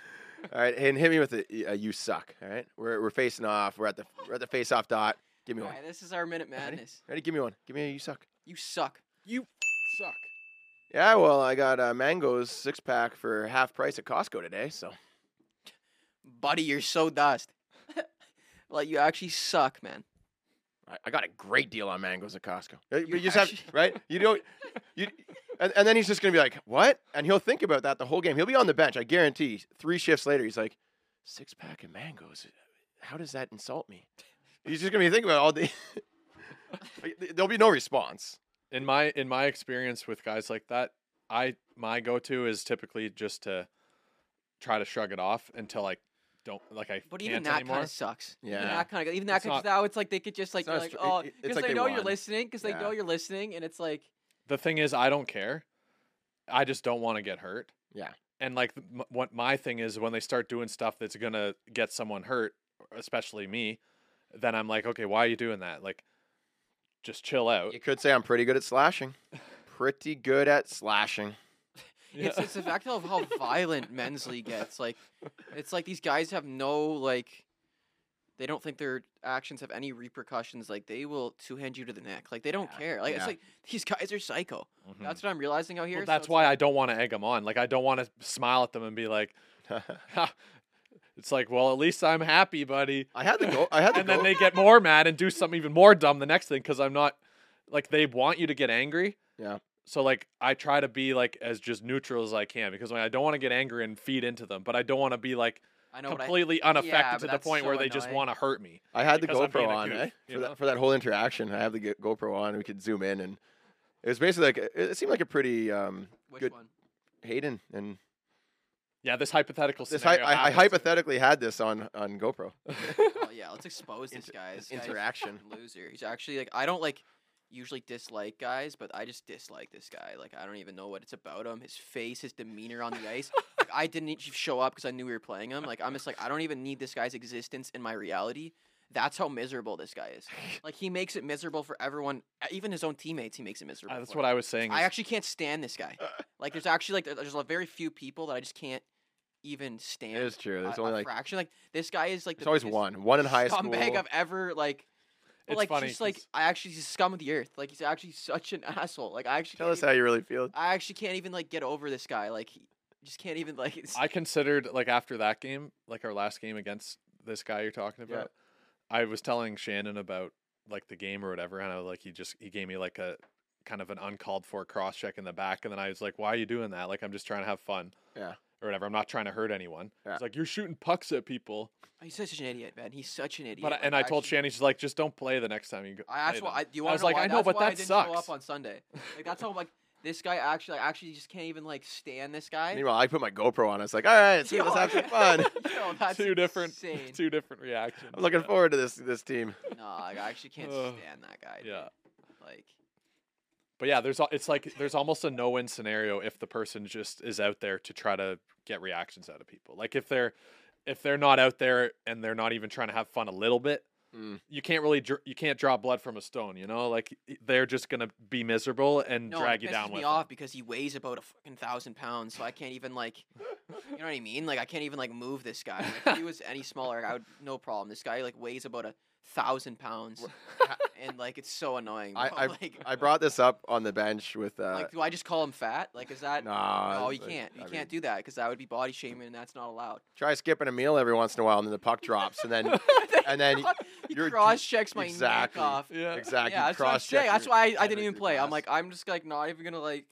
[SPEAKER 2] All right, and hit me with a, uh you suck. All right, we're, we're facing off. We're at the we're at the face off dot. Give me
[SPEAKER 3] all
[SPEAKER 2] one.
[SPEAKER 3] right this is our minute
[SPEAKER 2] Ready?
[SPEAKER 3] madness
[SPEAKER 2] Ready? Give me one. Give me a you suck.
[SPEAKER 3] you suck (laughs)
[SPEAKER 1] You suck.
[SPEAKER 2] Yeah, well, I got uh, mangoes six pack for half price at Costco today. So
[SPEAKER 3] buddy you're so dust (laughs) like you actually suck man
[SPEAKER 2] I, I got a great deal on mangoes at Costco. Uh, but You,
[SPEAKER 3] You
[SPEAKER 2] just have
[SPEAKER 3] actually-
[SPEAKER 2] right. You don't. You and, and then he's just gonna be like, what? And he'll think about that the whole game. He'll be on the bench. I guarantee. Three shifts later, he's like, six pack of mangoes. How does that insult me? He's just gonna be thinking about it all day. Like, (laughs) There'll be no response.
[SPEAKER 1] in my in my experience with guys like that, I my go to is typically just to try to shrug it off until I don't like I
[SPEAKER 3] But
[SPEAKER 1] can't
[SPEAKER 3] even that
[SPEAKER 1] anymore.
[SPEAKER 3] kind of sucks. Even
[SPEAKER 2] Yeah.
[SPEAKER 3] that kind of even that
[SPEAKER 1] It's
[SPEAKER 3] kind of
[SPEAKER 1] not-
[SPEAKER 3] now it's like they could just like
[SPEAKER 2] not
[SPEAKER 3] you're
[SPEAKER 2] a
[SPEAKER 3] like
[SPEAKER 2] str- it-
[SPEAKER 3] oh
[SPEAKER 2] it- it's
[SPEAKER 3] because
[SPEAKER 2] like
[SPEAKER 3] they
[SPEAKER 2] they
[SPEAKER 3] know you're
[SPEAKER 2] won.
[SPEAKER 3] listening because they
[SPEAKER 2] Yeah.
[SPEAKER 3] know you're listening and it's like
[SPEAKER 1] the thing is, I don't care. I just don't want to get hurt.
[SPEAKER 2] Yeah.
[SPEAKER 1] And like th- m- what my thing is when they start doing stuff that's gonna get someone hurt, especially me, then I'm like, okay, why are you doing that? Like, just chill out. (laughs)
[SPEAKER 2] You could say I'm pretty good at slashing. Pretty good at slashing.
[SPEAKER 3] it's it's the fact of
[SPEAKER 2] (laughs)
[SPEAKER 3] how violent men's league gets. Like it's like these guys have no like they don't think their actions have any repercussions. Like they will two hand you to the neck. Like they don't care. Like
[SPEAKER 2] Yeah. Hmm.
[SPEAKER 3] it's like these guys are psycho.
[SPEAKER 1] Mhm.
[SPEAKER 3] That's what I'm realizing out here.
[SPEAKER 1] Well,
[SPEAKER 3] so
[SPEAKER 1] that's
[SPEAKER 3] it's
[SPEAKER 1] why
[SPEAKER 3] like-
[SPEAKER 1] I don't want to egg them on. Like I don't want to smile at them and be like, "Ha." (laughs) it's like, well, at least I'm happy, buddy.
[SPEAKER 2] (laughs) I had the goal. I had the
[SPEAKER 1] And then
[SPEAKER 2] goal.
[SPEAKER 1] they get more mad and do something even more dumb the next thing because I'm not like they want you to get angry.
[SPEAKER 2] Yeah.
[SPEAKER 1] So like I try to be like as just neutral as I can because like, I don't want to get angry and feed into them, but I don't want to be like
[SPEAKER 3] I know. but I-
[SPEAKER 1] completely unaffected
[SPEAKER 3] Yeah, but
[SPEAKER 1] to the
[SPEAKER 3] that's
[SPEAKER 1] point where
[SPEAKER 3] so
[SPEAKER 1] they just
[SPEAKER 3] annoying.
[SPEAKER 1] want to hurt me.
[SPEAKER 2] I had the
[SPEAKER 1] because I'm
[SPEAKER 2] GoPro
[SPEAKER 1] being a
[SPEAKER 2] on
[SPEAKER 1] goof,
[SPEAKER 2] eh?
[SPEAKER 1] you
[SPEAKER 2] for,
[SPEAKER 1] know?
[SPEAKER 2] that, for that whole interaction. I have the Go- GoPro on. We could zoom in, and it was basically like it- it seemed like a pretty um,
[SPEAKER 3] which
[SPEAKER 2] good
[SPEAKER 3] one?
[SPEAKER 2] Hayden. And
[SPEAKER 1] Yeah, this hypothetical
[SPEAKER 2] this hy-
[SPEAKER 1] scenario.
[SPEAKER 2] I, I
[SPEAKER 1] happens.
[SPEAKER 2] hypothetically had this on on GoPro.
[SPEAKER 3] Oh yeah, let's expose this
[SPEAKER 2] Inter-
[SPEAKER 3] guy. This guy's a
[SPEAKER 2] interaction.
[SPEAKER 3] fucking loser. He's actually like I don't like usually dislike guys, but I just dislike this guy. Like I don't even know what it's about him. His face, his demeanor on
[SPEAKER 2] (laughs)
[SPEAKER 3] the ice. Like, I didn't e- show up because I knew we were playing him. Like I'm just like I don't even need this guy's existence in my reality. That's how miserable this guy
[SPEAKER 2] (laughs)
[SPEAKER 3] is. Like he makes it miserable for everyone, uh, even his own teammates. He makes it miserable.
[SPEAKER 1] Uh, that's
[SPEAKER 3] for.
[SPEAKER 1] what I was saying.
[SPEAKER 3] I
[SPEAKER 1] is-
[SPEAKER 3] actually can't stand
[SPEAKER 2] (laughs)
[SPEAKER 3] this guy. Like there's actually like there- there's a very few people that I just can't even stand.
[SPEAKER 2] is true. There's
[SPEAKER 3] a-
[SPEAKER 2] only,
[SPEAKER 3] a
[SPEAKER 2] like-
[SPEAKER 3] fraction. Like this guy is like
[SPEAKER 2] It's
[SPEAKER 3] the
[SPEAKER 2] always
[SPEAKER 3] biggest-
[SPEAKER 2] one, one in high school.
[SPEAKER 3] scumbag I've ever like. but,
[SPEAKER 1] It's
[SPEAKER 3] like
[SPEAKER 1] funny
[SPEAKER 3] just like
[SPEAKER 1] 'cause-
[SPEAKER 3] I actually he's scum of the earth. Like he's actually such an (laughs) asshole. Like I actually
[SPEAKER 2] Tell
[SPEAKER 3] can't
[SPEAKER 2] us
[SPEAKER 3] even,
[SPEAKER 2] how you really feel.
[SPEAKER 3] I actually can't even like get over this guy. Like he just can't even like. It's,
[SPEAKER 1] I considered like after that game, like our last game against this guy you're talking
[SPEAKER 2] Yeah.
[SPEAKER 1] about. I was telling Shannon about like the game or whatever, and I was like, he just he gave me like a kind of an uncalled for cross check in the back, and then I was like, why are you doing that? Like I'm just trying to have fun.
[SPEAKER 2] Yeah.
[SPEAKER 1] Or whatever. I'm not trying to hurt anyone.
[SPEAKER 2] Yeah.
[SPEAKER 1] It's like you're shooting pucks at people,
[SPEAKER 3] he's such an idiot, man. He's such an idiot.
[SPEAKER 1] but I,
[SPEAKER 3] like,
[SPEAKER 1] and I told
[SPEAKER 3] actually-
[SPEAKER 1] Shannon, she's like, just don't play the next time you go.
[SPEAKER 3] I
[SPEAKER 1] play
[SPEAKER 3] that's why.
[SPEAKER 1] them."
[SPEAKER 3] I, do you
[SPEAKER 1] I
[SPEAKER 3] want
[SPEAKER 1] was
[SPEAKER 3] to know
[SPEAKER 1] like,
[SPEAKER 3] why?
[SPEAKER 1] I know,
[SPEAKER 3] that's
[SPEAKER 1] but
[SPEAKER 3] why I
[SPEAKER 1] that
[SPEAKER 3] didn't Show
[SPEAKER 1] sucks.
[SPEAKER 3] up on Sunday. Like that's how I'm like. This guy actually, I actually just can't even like stand this guy. (laughs)
[SPEAKER 2] Meanwhile, I put my GoPro on. I was like, all right, let's
[SPEAKER 1] (laughs)
[SPEAKER 2] see, let's
[SPEAKER 3] Yo,
[SPEAKER 2] have some fun.
[SPEAKER 3] (laughs) Yo, that's
[SPEAKER 1] (laughs) two different, (laughs)
[SPEAKER 3] insane.
[SPEAKER 1] two different reactions.
[SPEAKER 2] I'm looking
[SPEAKER 1] yeah.
[SPEAKER 2] forward to this this team.
[SPEAKER 3] No, like, I actually can't
[SPEAKER 1] Ugh.
[SPEAKER 3] stand that guy. dude.
[SPEAKER 1] Yeah.
[SPEAKER 3] Like,
[SPEAKER 1] But yeah, there's al- it's like there's almost a no win scenario if the person just is out there to try to get reactions out of people. Like if they're if they're not out there and they're not even trying to have fun a little bit,
[SPEAKER 2] Mm.
[SPEAKER 1] you can't really dr- you can't draw blood from a stone. You know, like y- they're just gonna be miserable and
[SPEAKER 3] No,
[SPEAKER 1] drag you
[SPEAKER 3] it pisses
[SPEAKER 1] down
[SPEAKER 3] me
[SPEAKER 1] with.
[SPEAKER 3] off
[SPEAKER 1] Them.
[SPEAKER 3] because he weighs about a fucking thousand pounds, so I can't even like,
[SPEAKER 2] (laughs)
[SPEAKER 3] you know what I mean? Like I can't even like move this guy. Like, if he was any smaller, I would no problem. This guy like weighs about a thousand pounds,
[SPEAKER 2] (laughs)
[SPEAKER 3] and like it's so annoying.
[SPEAKER 2] I,
[SPEAKER 3] bro. (laughs)
[SPEAKER 2] I,
[SPEAKER 3] like,
[SPEAKER 2] I brought this up on the bench with uh,
[SPEAKER 3] like do I just call him fat? Like is that?
[SPEAKER 2] Nah,
[SPEAKER 3] no, you
[SPEAKER 2] like,
[SPEAKER 3] can't. You
[SPEAKER 2] I
[SPEAKER 3] can't do that because that would be body shaming, and that's not
[SPEAKER 2] (laughs)
[SPEAKER 3] allowed.
[SPEAKER 2] try skipping a meal every once in a while, and then the puck drops,
[SPEAKER 1] (laughs)
[SPEAKER 2] and then and then
[SPEAKER 3] He
[SPEAKER 2] you're
[SPEAKER 3] cross checks my
[SPEAKER 2] exactly.
[SPEAKER 3] neck off.
[SPEAKER 1] Yeah.
[SPEAKER 2] exactly
[SPEAKER 3] Yeah, that's what I'm
[SPEAKER 2] cross check.
[SPEAKER 3] saying. That's why I, I didn't even play. I'm like, I'm just like not even
[SPEAKER 2] (laughs)
[SPEAKER 3] gonna like.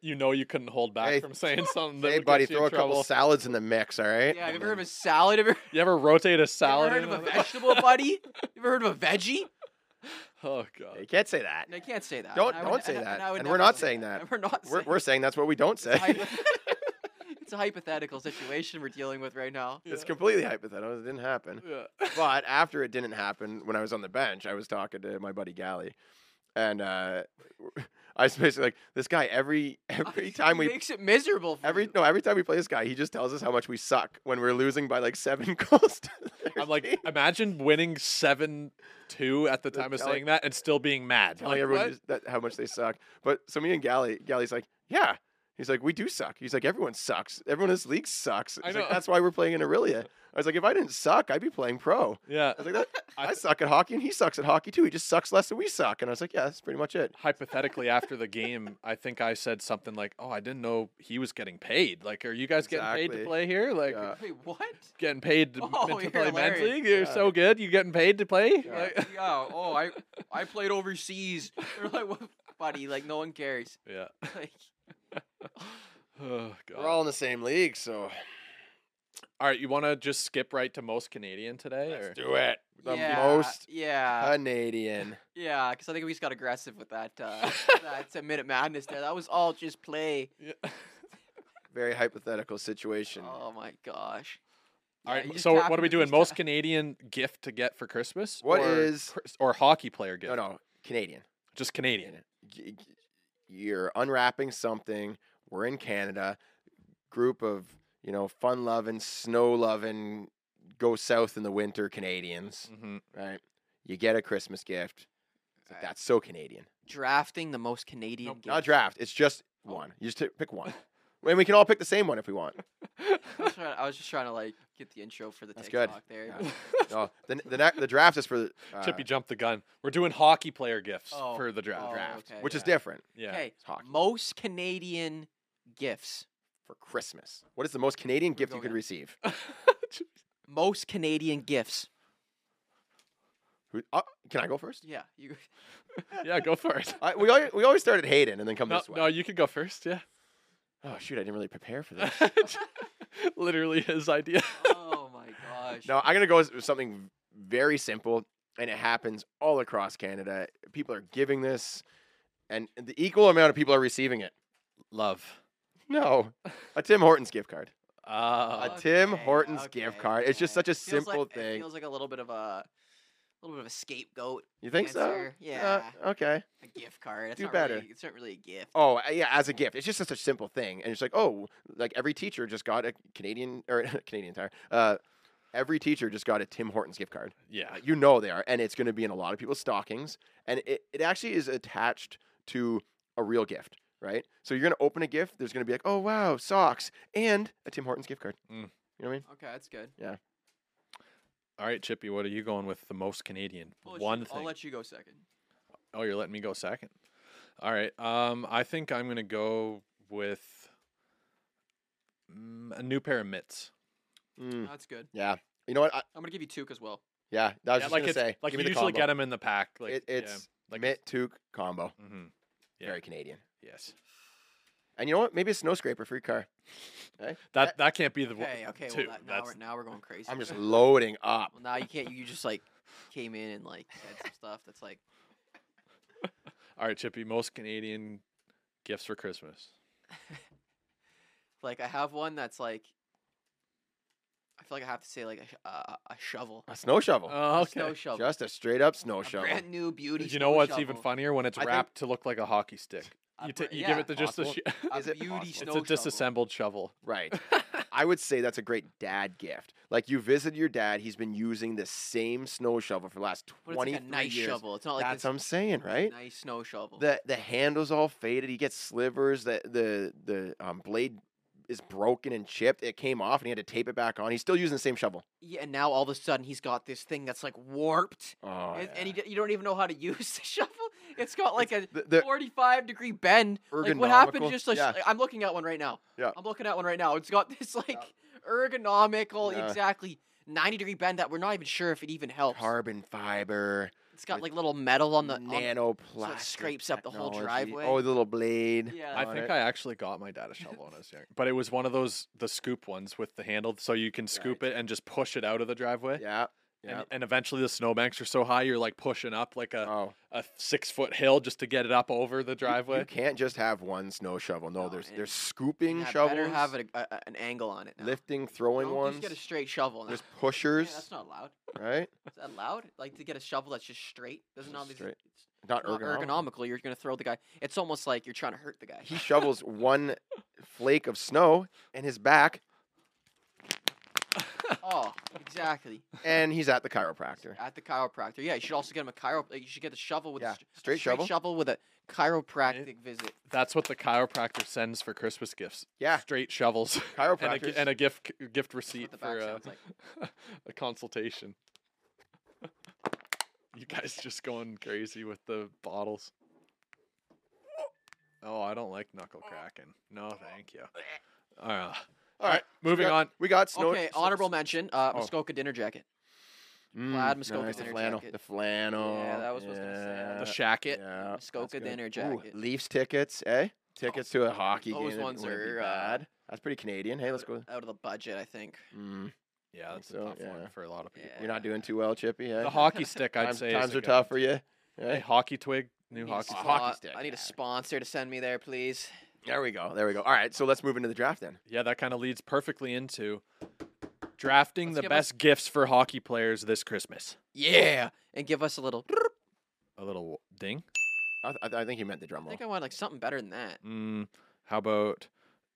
[SPEAKER 1] You know, you couldn't hold back
[SPEAKER 2] Hey-
[SPEAKER 1] from
[SPEAKER 2] (laughs)
[SPEAKER 1] saying something. That
[SPEAKER 2] hey
[SPEAKER 1] would
[SPEAKER 2] buddy,
[SPEAKER 1] get you
[SPEAKER 2] throw
[SPEAKER 1] in
[SPEAKER 2] a couple
[SPEAKER 1] trouble.
[SPEAKER 2] salads in the mix, all right?
[SPEAKER 3] Yeah, have you
[SPEAKER 2] And
[SPEAKER 3] ever heard of
[SPEAKER 2] then-
[SPEAKER 3] a salad? Have you ever- (laughs)
[SPEAKER 1] you ever rotate a
[SPEAKER 3] you ever
[SPEAKER 1] salad?
[SPEAKER 3] heard
[SPEAKER 2] (laughs)
[SPEAKER 3] of
[SPEAKER 1] in
[SPEAKER 3] a
[SPEAKER 1] a-
[SPEAKER 3] vegetable, buddy? You ever heard of a veggie?
[SPEAKER 1] (laughs) oh
[SPEAKER 2] You
[SPEAKER 1] god.
[SPEAKER 2] can't say that.
[SPEAKER 3] No, I can't say that.
[SPEAKER 2] Don't-
[SPEAKER 3] I
[SPEAKER 2] don't say
[SPEAKER 3] I
[SPEAKER 2] that.
[SPEAKER 3] I would
[SPEAKER 2] And we're
[SPEAKER 3] never
[SPEAKER 2] not
[SPEAKER 3] say
[SPEAKER 2] saying that.
[SPEAKER 3] And we're not.
[SPEAKER 2] We're,
[SPEAKER 3] saying
[SPEAKER 2] we're saying that's what we don't say.
[SPEAKER 3] it's, hypo- (laughs) it's a hypothetical situation we're dealing with right now.
[SPEAKER 2] (laughs) It's completely hypothetical. It didn't happen.
[SPEAKER 1] Yeah.
[SPEAKER 2] but after it didn't happen, when I was on the bench, I was talking to my buddy Gally, and uh, (laughs) I was basically like, "This guy
[SPEAKER 3] (laughs)
[SPEAKER 2] every every time
[SPEAKER 3] It
[SPEAKER 2] we
[SPEAKER 3] makes it miserable. For
[SPEAKER 2] every
[SPEAKER 3] you.
[SPEAKER 2] no every time we play this guy, he just tells us how much we suck when we're losing by like seven (laughs) goals."
[SPEAKER 3] (laughs)
[SPEAKER 2] to their
[SPEAKER 1] I'm like,
[SPEAKER 2] team.
[SPEAKER 1] imagine winning seven two at the
[SPEAKER 2] They're
[SPEAKER 1] time of
[SPEAKER 2] telling-
[SPEAKER 1] saying that and still being mad.
[SPEAKER 2] telling
[SPEAKER 1] Like,
[SPEAKER 2] everyone
[SPEAKER 1] what?
[SPEAKER 2] just that, how much they suck. But so me and Gally, Gally's like, "Yeah." He's like, "We do suck." He's like, "Everyone sucks. Everyone in this league sucks."
[SPEAKER 1] I
[SPEAKER 2] He's like,
[SPEAKER 1] know.
[SPEAKER 2] That's why we're playing in Aurelia. I was like, "If I didn't suck, I'd be playing pro."
[SPEAKER 1] yeah.
[SPEAKER 2] I was like,
[SPEAKER 1] (laughs)
[SPEAKER 2] that, I suck at hockey, and he sucks at hockey too. He just sucks less than we suck. And I was like, yeah, that's pretty much it.
[SPEAKER 1] hypothetically after the game, I think I said something like, "Oh, I didn't know he was getting paid. Like, are you guys getting paid
[SPEAKER 2] Exactly.
[SPEAKER 1] to play here? Like,
[SPEAKER 2] Yeah.
[SPEAKER 3] Wait, what?
[SPEAKER 1] getting paid to,
[SPEAKER 3] Oh,
[SPEAKER 1] to
[SPEAKER 3] you're
[SPEAKER 1] play men's
[SPEAKER 3] hilarious.
[SPEAKER 1] league? You're
[SPEAKER 2] Yeah.
[SPEAKER 1] so good. You getting paid to play?
[SPEAKER 2] Yeah.
[SPEAKER 3] (laughs) Yeah.
[SPEAKER 1] (laughs) Like,
[SPEAKER 3] yeah, Oh, I I played (laughs) overseas. They're like, what, buddy? Like no one cares.
[SPEAKER 1] yeah.
[SPEAKER 3] Like,
[SPEAKER 1] (laughs) Oh, God.
[SPEAKER 2] We're all in the same league, so
[SPEAKER 1] all right, you want to just skip right to most Canadian today? or-
[SPEAKER 2] let's do it. The
[SPEAKER 3] yeah,
[SPEAKER 2] most
[SPEAKER 3] Yeah.
[SPEAKER 2] Canadian.
[SPEAKER 3] Yeah, because I think we just got aggressive with that.
[SPEAKER 2] (laughs)
[SPEAKER 3] Uh, that's a minute madness there. That was all just play.
[SPEAKER 1] Yeah.
[SPEAKER 2] Very hypothetical situation.
[SPEAKER 3] Oh my gosh.
[SPEAKER 1] All
[SPEAKER 3] Yeah,
[SPEAKER 1] right.
[SPEAKER 3] you just
[SPEAKER 1] So,
[SPEAKER 3] tap
[SPEAKER 1] what are we
[SPEAKER 3] into
[SPEAKER 1] doing?
[SPEAKER 3] these
[SPEAKER 1] Most
[SPEAKER 3] ta-
[SPEAKER 1] Canadian gift to get for Christmas?
[SPEAKER 2] What
[SPEAKER 1] or
[SPEAKER 2] is-
[SPEAKER 1] Chris- or hockey player gift?
[SPEAKER 2] no, no, Canadian.
[SPEAKER 1] Just Canadian.
[SPEAKER 2] G- g- You're unwrapping something. We're in Canada. Group of you know fun loving, snow loving, go south in the winter Canadians.
[SPEAKER 3] Mm.
[SPEAKER 1] hmm
[SPEAKER 2] Right? You get a Christmas gift. It's like,
[SPEAKER 3] Right.
[SPEAKER 2] that's so Canadian.
[SPEAKER 3] Drafting the most Canadian
[SPEAKER 1] Nope,
[SPEAKER 3] gift.
[SPEAKER 2] Not draft. It's just one. You just t- pick
[SPEAKER 3] (laughs)
[SPEAKER 2] one. And we can all pick the same one if we want.
[SPEAKER 3] I was, trying, I was just trying to like get the intro for the
[SPEAKER 2] That's good.
[SPEAKER 3] TikTok there.
[SPEAKER 2] Yeah.
[SPEAKER 3] (laughs)
[SPEAKER 2] No, the, the, na- the draft is for the uh,
[SPEAKER 1] Chippy jumped the gun. We're doing hockey player gifts
[SPEAKER 3] Oh,
[SPEAKER 1] for the draft.
[SPEAKER 3] oh,
[SPEAKER 2] draft,
[SPEAKER 3] okay,
[SPEAKER 2] which is
[SPEAKER 3] yeah.
[SPEAKER 2] different
[SPEAKER 1] Yeah.
[SPEAKER 3] Okay,
[SPEAKER 2] It's hockey.
[SPEAKER 3] most Canadian gifts.
[SPEAKER 2] for Christmas. What is the most Canadian gift you
[SPEAKER 3] going
[SPEAKER 2] could
[SPEAKER 3] in.
[SPEAKER 2] receive?
[SPEAKER 3] Most Canadian gifts.
[SPEAKER 2] Who- uh, can I go
[SPEAKER 3] (laughs)
[SPEAKER 2] first?
[SPEAKER 3] Yeah,
[SPEAKER 2] (laughs)
[SPEAKER 3] you.
[SPEAKER 1] Yeah, go for
[SPEAKER 3] (laughs)
[SPEAKER 1] it.
[SPEAKER 2] I, we, always, we always start at Hayden and then come
[SPEAKER 1] No,
[SPEAKER 2] this way.
[SPEAKER 1] no, you could go first. Yeah.
[SPEAKER 2] Oh, shoot. I didn't really prepare
[SPEAKER 3] (laughs)
[SPEAKER 2] for this.
[SPEAKER 1] (laughs) Literally his idea.
[SPEAKER 3] Oh my gosh.
[SPEAKER 2] no, I'm going to go with something very simple, and it happens all across Canada. People are giving this, and the equal amount of people are receiving it.
[SPEAKER 1] Love.
[SPEAKER 3] (laughs)
[SPEAKER 2] No, a Tim Hortons gift card.
[SPEAKER 1] Uh,
[SPEAKER 2] a Tim
[SPEAKER 3] Okay,
[SPEAKER 2] Hortons gift
[SPEAKER 3] okay,
[SPEAKER 2] card. It's just
[SPEAKER 3] okay.
[SPEAKER 2] such a
[SPEAKER 3] Feels like-
[SPEAKER 2] simple
[SPEAKER 3] It
[SPEAKER 2] thing.
[SPEAKER 3] feels like a little bit of a, a little bit of a scapegoat.
[SPEAKER 2] you think so?
[SPEAKER 3] answer, yeah.
[SPEAKER 2] Uh, okay.
[SPEAKER 3] A gift card. It's
[SPEAKER 2] Do
[SPEAKER 3] not
[SPEAKER 2] better.
[SPEAKER 3] Really, it's not really a gift.
[SPEAKER 2] Oh, uh, yeah, as a gift. It's just such a simple thing. And it's like, oh, like every teacher just got a Canadian or (laughs) Canadian tire. Uh, every teacher just got a Tim Hortons gift card.
[SPEAKER 1] yeah.
[SPEAKER 2] Uh, You know they are. And it's going to be in a lot of people's stockings. And it, it actually is attached to a real gift, right? So you're going to open a gift. There's going to be like, oh, wow, socks and a Tim Hortons gift card.
[SPEAKER 1] Mm.
[SPEAKER 2] You know what I mean?
[SPEAKER 3] Okay, that's good.
[SPEAKER 1] All right, Chippy, what are you going with the most Canadian?
[SPEAKER 3] Oh, I'll let you-
[SPEAKER 1] One thing.
[SPEAKER 3] I'll let you go second.
[SPEAKER 1] Oh, you're letting me go second. All right. Um, I think I'm gonna go with mm, a new pair of mitts.
[SPEAKER 2] Mm,
[SPEAKER 3] That's good.
[SPEAKER 2] Yeah. You know what? I,
[SPEAKER 3] I'm gonna give you two as well.
[SPEAKER 2] yeah, I was
[SPEAKER 1] Yeah,
[SPEAKER 2] just
[SPEAKER 1] like
[SPEAKER 2] gonna
[SPEAKER 1] it's,
[SPEAKER 2] say.
[SPEAKER 1] like
[SPEAKER 2] give
[SPEAKER 1] you
[SPEAKER 2] me the
[SPEAKER 1] usually
[SPEAKER 2] combo.
[SPEAKER 1] get them in the pack. Like
[SPEAKER 2] it, it's
[SPEAKER 1] like
[SPEAKER 2] mitt took combo.
[SPEAKER 1] yeah. hmm Yeah.
[SPEAKER 2] Very Canadian.
[SPEAKER 1] Yes.
[SPEAKER 2] And you know what? Maybe a snow scraper for your car. Okay?
[SPEAKER 1] That that can't be the one.
[SPEAKER 3] Okay, okay.
[SPEAKER 1] Two.
[SPEAKER 3] Well, that, now,
[SPEAKER 1] That's
[SPEAKER 3] we're, now we're going crazy.
[SPEAKER 2] I'm just
[SPEAKER 3] (laughs) Well,
[SPEAKER 2] loading up.
[SPEAKER 3] now you can't. You just like came in and like said some stuff that's like.
[SPEAKER 1] all right, Chippy. Most Canadian gifts for Christmas.
[SPEAKER 3] Like I have one that's like. I feel like I have to say like a, sh- uh, a shovel.
[SPEAKER 2] A snow shovel.
[SPEAKER 1] Oh,
[SPEAKER 3] A snow shovel.
[SPEAKER 2] Just a straight up snow
[SPEAKER 3] a
[SPEAKER 2] shovel.
[SPEAKER 3] brand new beauty.
[SPEAKER 1] You know
[SPEAKER 3] snow
[SPEAKER 1] what's
[SPEAKER 3] shovel.
[SPEAKER 1] even funnier when it's
[SPEAKER 2] I think-
[SPEAKER 1] wrapped to look like a hockey stick.
[SPEAKER 3] A
[SPEAKER 1] You, ta-
[SPEAKER 3] br-
[SPEAKER 1] you
[SPEAKER 3] yeah,
[SPEAKER 1] give it the just the sh-
[SPEAKER 2] possible.
[SPEAKER 3] (laughs)
[SPEAKER 1] (laughs)
[SPEAKER 3] A
[SPEAKER 2] Is it
[SPEAKER 3] beauty
[SPEAKER 2] possible?
[SPEAKER 1] it's
[SPEAKER 2] It's
[SPEAKER 3] snow
[SPEAKER 1] a
[SPEAKER 3] shovel. (laughs)
[SPEAKER 1] disassembled shovel.
[SPEAKER 2] Right. I would say that's a great dad gift. Like you visit your dad, he's been using the same snow shovel for the last
[SPEAKER 3] But it's like
[SPEAKER 2] twenty
[SPEAKER 3] a nice
[SPEAKER 2] years.
[SPEAKER 3] shovel. It's not like
[SPEAKER 2] That's
[SPEAKER 3] this
[SPEAKER 2] what I'm saying, right?
[SPEAKER 3] nice snow shovel.
[SPEAKER 2] The the handle's all faded. He gets slivers. The the the um, blade is broken and chipped. It came off, and he had to tape it back on. He's still using the same shovel.
[SPEAKER 3] yeah, and now all of a sudden he's got this thing that's like warped,
[SPEAKER 2] Oh,
[SPEAKER 3] and, and he, d- you don't even know how to (laughs) use the shovel. It's got like a
[SPEAKER 2] the- the-
[SPEAKER 3] 45 degree bend. Like what happened?
[SPEAKER 2] Ergonomical?
[SPEAKER 3] Just like,
[SPEAKER 2] Yeah.
[SPEAKER 3] like, I'm looking at one right now.
[SPEAKER 2] Yeah.
[SPEAKER 3] I'm looking at one right now. It's got (laughs) this like ergonomical,
[SPEAKER 2] Yeah.
[SPEAKER 3] exactly 90 degree bend that we're not even sure if it even helps.
[SPEAKER 2] carbon fiber.
[SPEAKER 3] It's got like little metal on the on-
[SPEAKER 2] nanoplastic.
[SPEAKER 3] scrapes up the whole
[SPEAKER 2] technology.
[SPEAKER 3] driveway.
[SPEAKER 2] Oh, the little blade.
[SPEAKER 3] Yeah.
[SPEAKER 1] I
[SPEAKER 2] on
[SPEAKER 1] think
[SPEAKER 2] it.
[SPEAKER 1] I actually got my dad a shovel when I was young, but it was one of those the scoop ones with the handle, so you can scoop it and just push it out of the driveway. (laughs)
[SPEAKER 2] Yeah.
[SPEAKER 1] And,
[SPEAKER 2] Yeah.
[SPEAKER 1] and eventually the snowbanks are so high, you're like pushing up like a,
[SPEAKER 2] Oh,
[SPEAKER 1] a six foot hill just to get it up over the
[SPEAKER 2] you,
[SPEAKER 1] driveway.
[SPEAKER 2] can't just have one snow shovel. No,
[SPEAKER 3] No,
[SPEAKER 2] there's
[SPEAKER 3] and-
[SPEAKER 2] there's scooping
[SPEAKER 3] Yeah,
[SPEAKER 2] shovels,
[SPEAKER 3] Better have it a, a, an angle on it. Now.
[SPEAKER 2] lifting, throwing
[SPEAKER 3] Don't
[SPEAKER 2] ones.
[SPEAKER 3] Just get a straight shovel. Now.
[SPEAKER 2] There's
[SPEAKER 3] yeah,
[SPEAKER 2] pushers,
[SPEAKER 3] that's not allowed.
[SPEAKER 2] (laughs) right?
[SPEAKER 3] Is that allowed? Like to get a shovel that's just straight? Doesn't obviously.
[SPEAKER 2] Straight.
[SPEAKER 3] It's
[SPEAKER 2] Not
[SPEAKER 3] not
[SPEAKER 2] ergonomic.
[SPEAKER 3] ergonomical. You're gonna throw the guy. It's almost like you're trying to hurt the guy. (laughs)
[SPEAKER 2] He shovels one flake of snow in his back,
[SPEAKER 3] oh, exactly.
[SPEAKER 2] and he's at the
[SPEAKER 3] (laughs)
[SPEAKER 2] chiropractor.
[SPEAKER 3] At the chiropractor. Yeah, you should also get him a chiro. like, You should get the shovel with a
[SPEAKER 2] Yeah,
[SPEAKER 3] str- a
[SPEAKER 2] straight shovel.
[SPEAKER 3] with a chiropractic visit.
[SPEAKER 1] That's what the chiropractor sends for Christmas gifts.
[SPEAKER 2] Yeah.
[SPEAKER 1] Straight shovels (laughs) and, a,
[SPEAKER 2] Chiropractor
[SPEAKER 1] gi- and a gift gift receipt
[SPEAKER 3] the
[SPEAKER 1] for
[SPEAKER 3] back
[SPEAKER 1] uh,
[SPEAKER 2] (laughs)
[SPEAKER 3] sounds like.
[SPEAKER 1] (laughs) a consultation. you guys just going crazy with the bottles. Oh, I don't like knuckle cracking. No, thank you. Uh, all
[SPEAKER 2] All right,
[SPEAKER 1] moving
[SPEAKER 2] we got,
[SPEAKER 1] on.
[SPEAKER 2] We got snow.
[SPEAKER 3] okay,
[SPEAKER 2] s-
[SPEAKER 3] honorable mention. Uh,
[SPEAKER 2] oh.
[SPEAKER 3] Muskoka dinner jacket.
[SPEAKER 2] Mm,
[SPEAKER 3] plaid Muskoka
[SPEAKER 2] nice, the
[SPEAKER 3] dinner
[SPEAKER 2] flannel.
[SPEAKER 3] jacket.
[SPEAKER 2] The flannel.
[SPEAKER 3] Yeah, that was what I was gonna say.
[SPEAKER 1] The
[SPEAKER 3] Uh,
[SPEAKER 1] shacket.
[SPEAKER 2] yeah, that's
[SPEAKER 3] Muskoka
[SPEAKER 2] good.
[SPEAKER 3] dinner
[SPEAKER 2] Ooh,
[SPEAKER 3] jacket.
[SPEAKER 2] Leafs tickets, eh? Tickets to a hockey game.
[SPEAKER 3] those
[SPEAKER 2] that
[SPEAKER 3] ones
[SPEAKER 2] wouldn't be
[SPEAKER 3] are, uh,
[SPEAKER 2] bad. That's pretty Canadian. Hey, let's
[SPEAKER 3] (laughs)
[SPEAKER 2] go.
[SPEAKER 3] Out of the budget, I think.
[SPEAKER 2] Mm.
[SPEAKER 1] Yeah, that's a
[SPEAKER 2] So,
[SPEAKER 1] tough one
[SPEAKER 2] yeah.
[SPEAKER 1] for a lot of people.
[SPEAKER 3] Yeah.
[SPEAKER 2] You're not doing too well, Chippy. Eh?
[SPEAKER 1] The hockey stick, I'd
[SPEAKER 2] times,
[SPEAKER 1] say. is
[SPEAKER 2] times
[SPEAKER 1] a
[SPEAKER 2] are
[SPEAKER 1] good
[SPEAKER 2] tough
[SPEAKER 1] one.
[SPEAKER 2] for you.
[SPEAKER 1] Hey,
[SPEAKER 2] Eh?
[SPEAKER 1] hockey twig, new
[SPEAKER 3] Need a
[SPEAKER 1] hockey.
[SPEAKER 2] stick.
[SPEAKER 1] Twig.
[SPEAKER 3] spot-
[SPEAKER 2] stick,
[SPEAKER 3] I need
[SPEAKER 2] yeah.
[SPEAKER 3] a sponsor to send me there, please.
[SPEAKER 2] There we go. There we go. All right, so let's move into the draft then.
[SPEAKER 1] Yeah, that kind of leads perfectly into drafting
[SPEAKER 3] Let's
[SPEAKER 1] the
[SPEAKER 3] give us-
[SPEAKER 1] best gifts for hockey players this Christmas.
[SPEAKER 3] Yeah, and give us a little.
[SPEAKER 1] A little ding.
[SPEAKER 2] I, th- I, th- I think he meant the drum
[SPEAKER 3] I
[SPEAKER 2] roll.
[SPEAKER 3] think I want like something better than that.
[SPEAKER 1] Mm, how about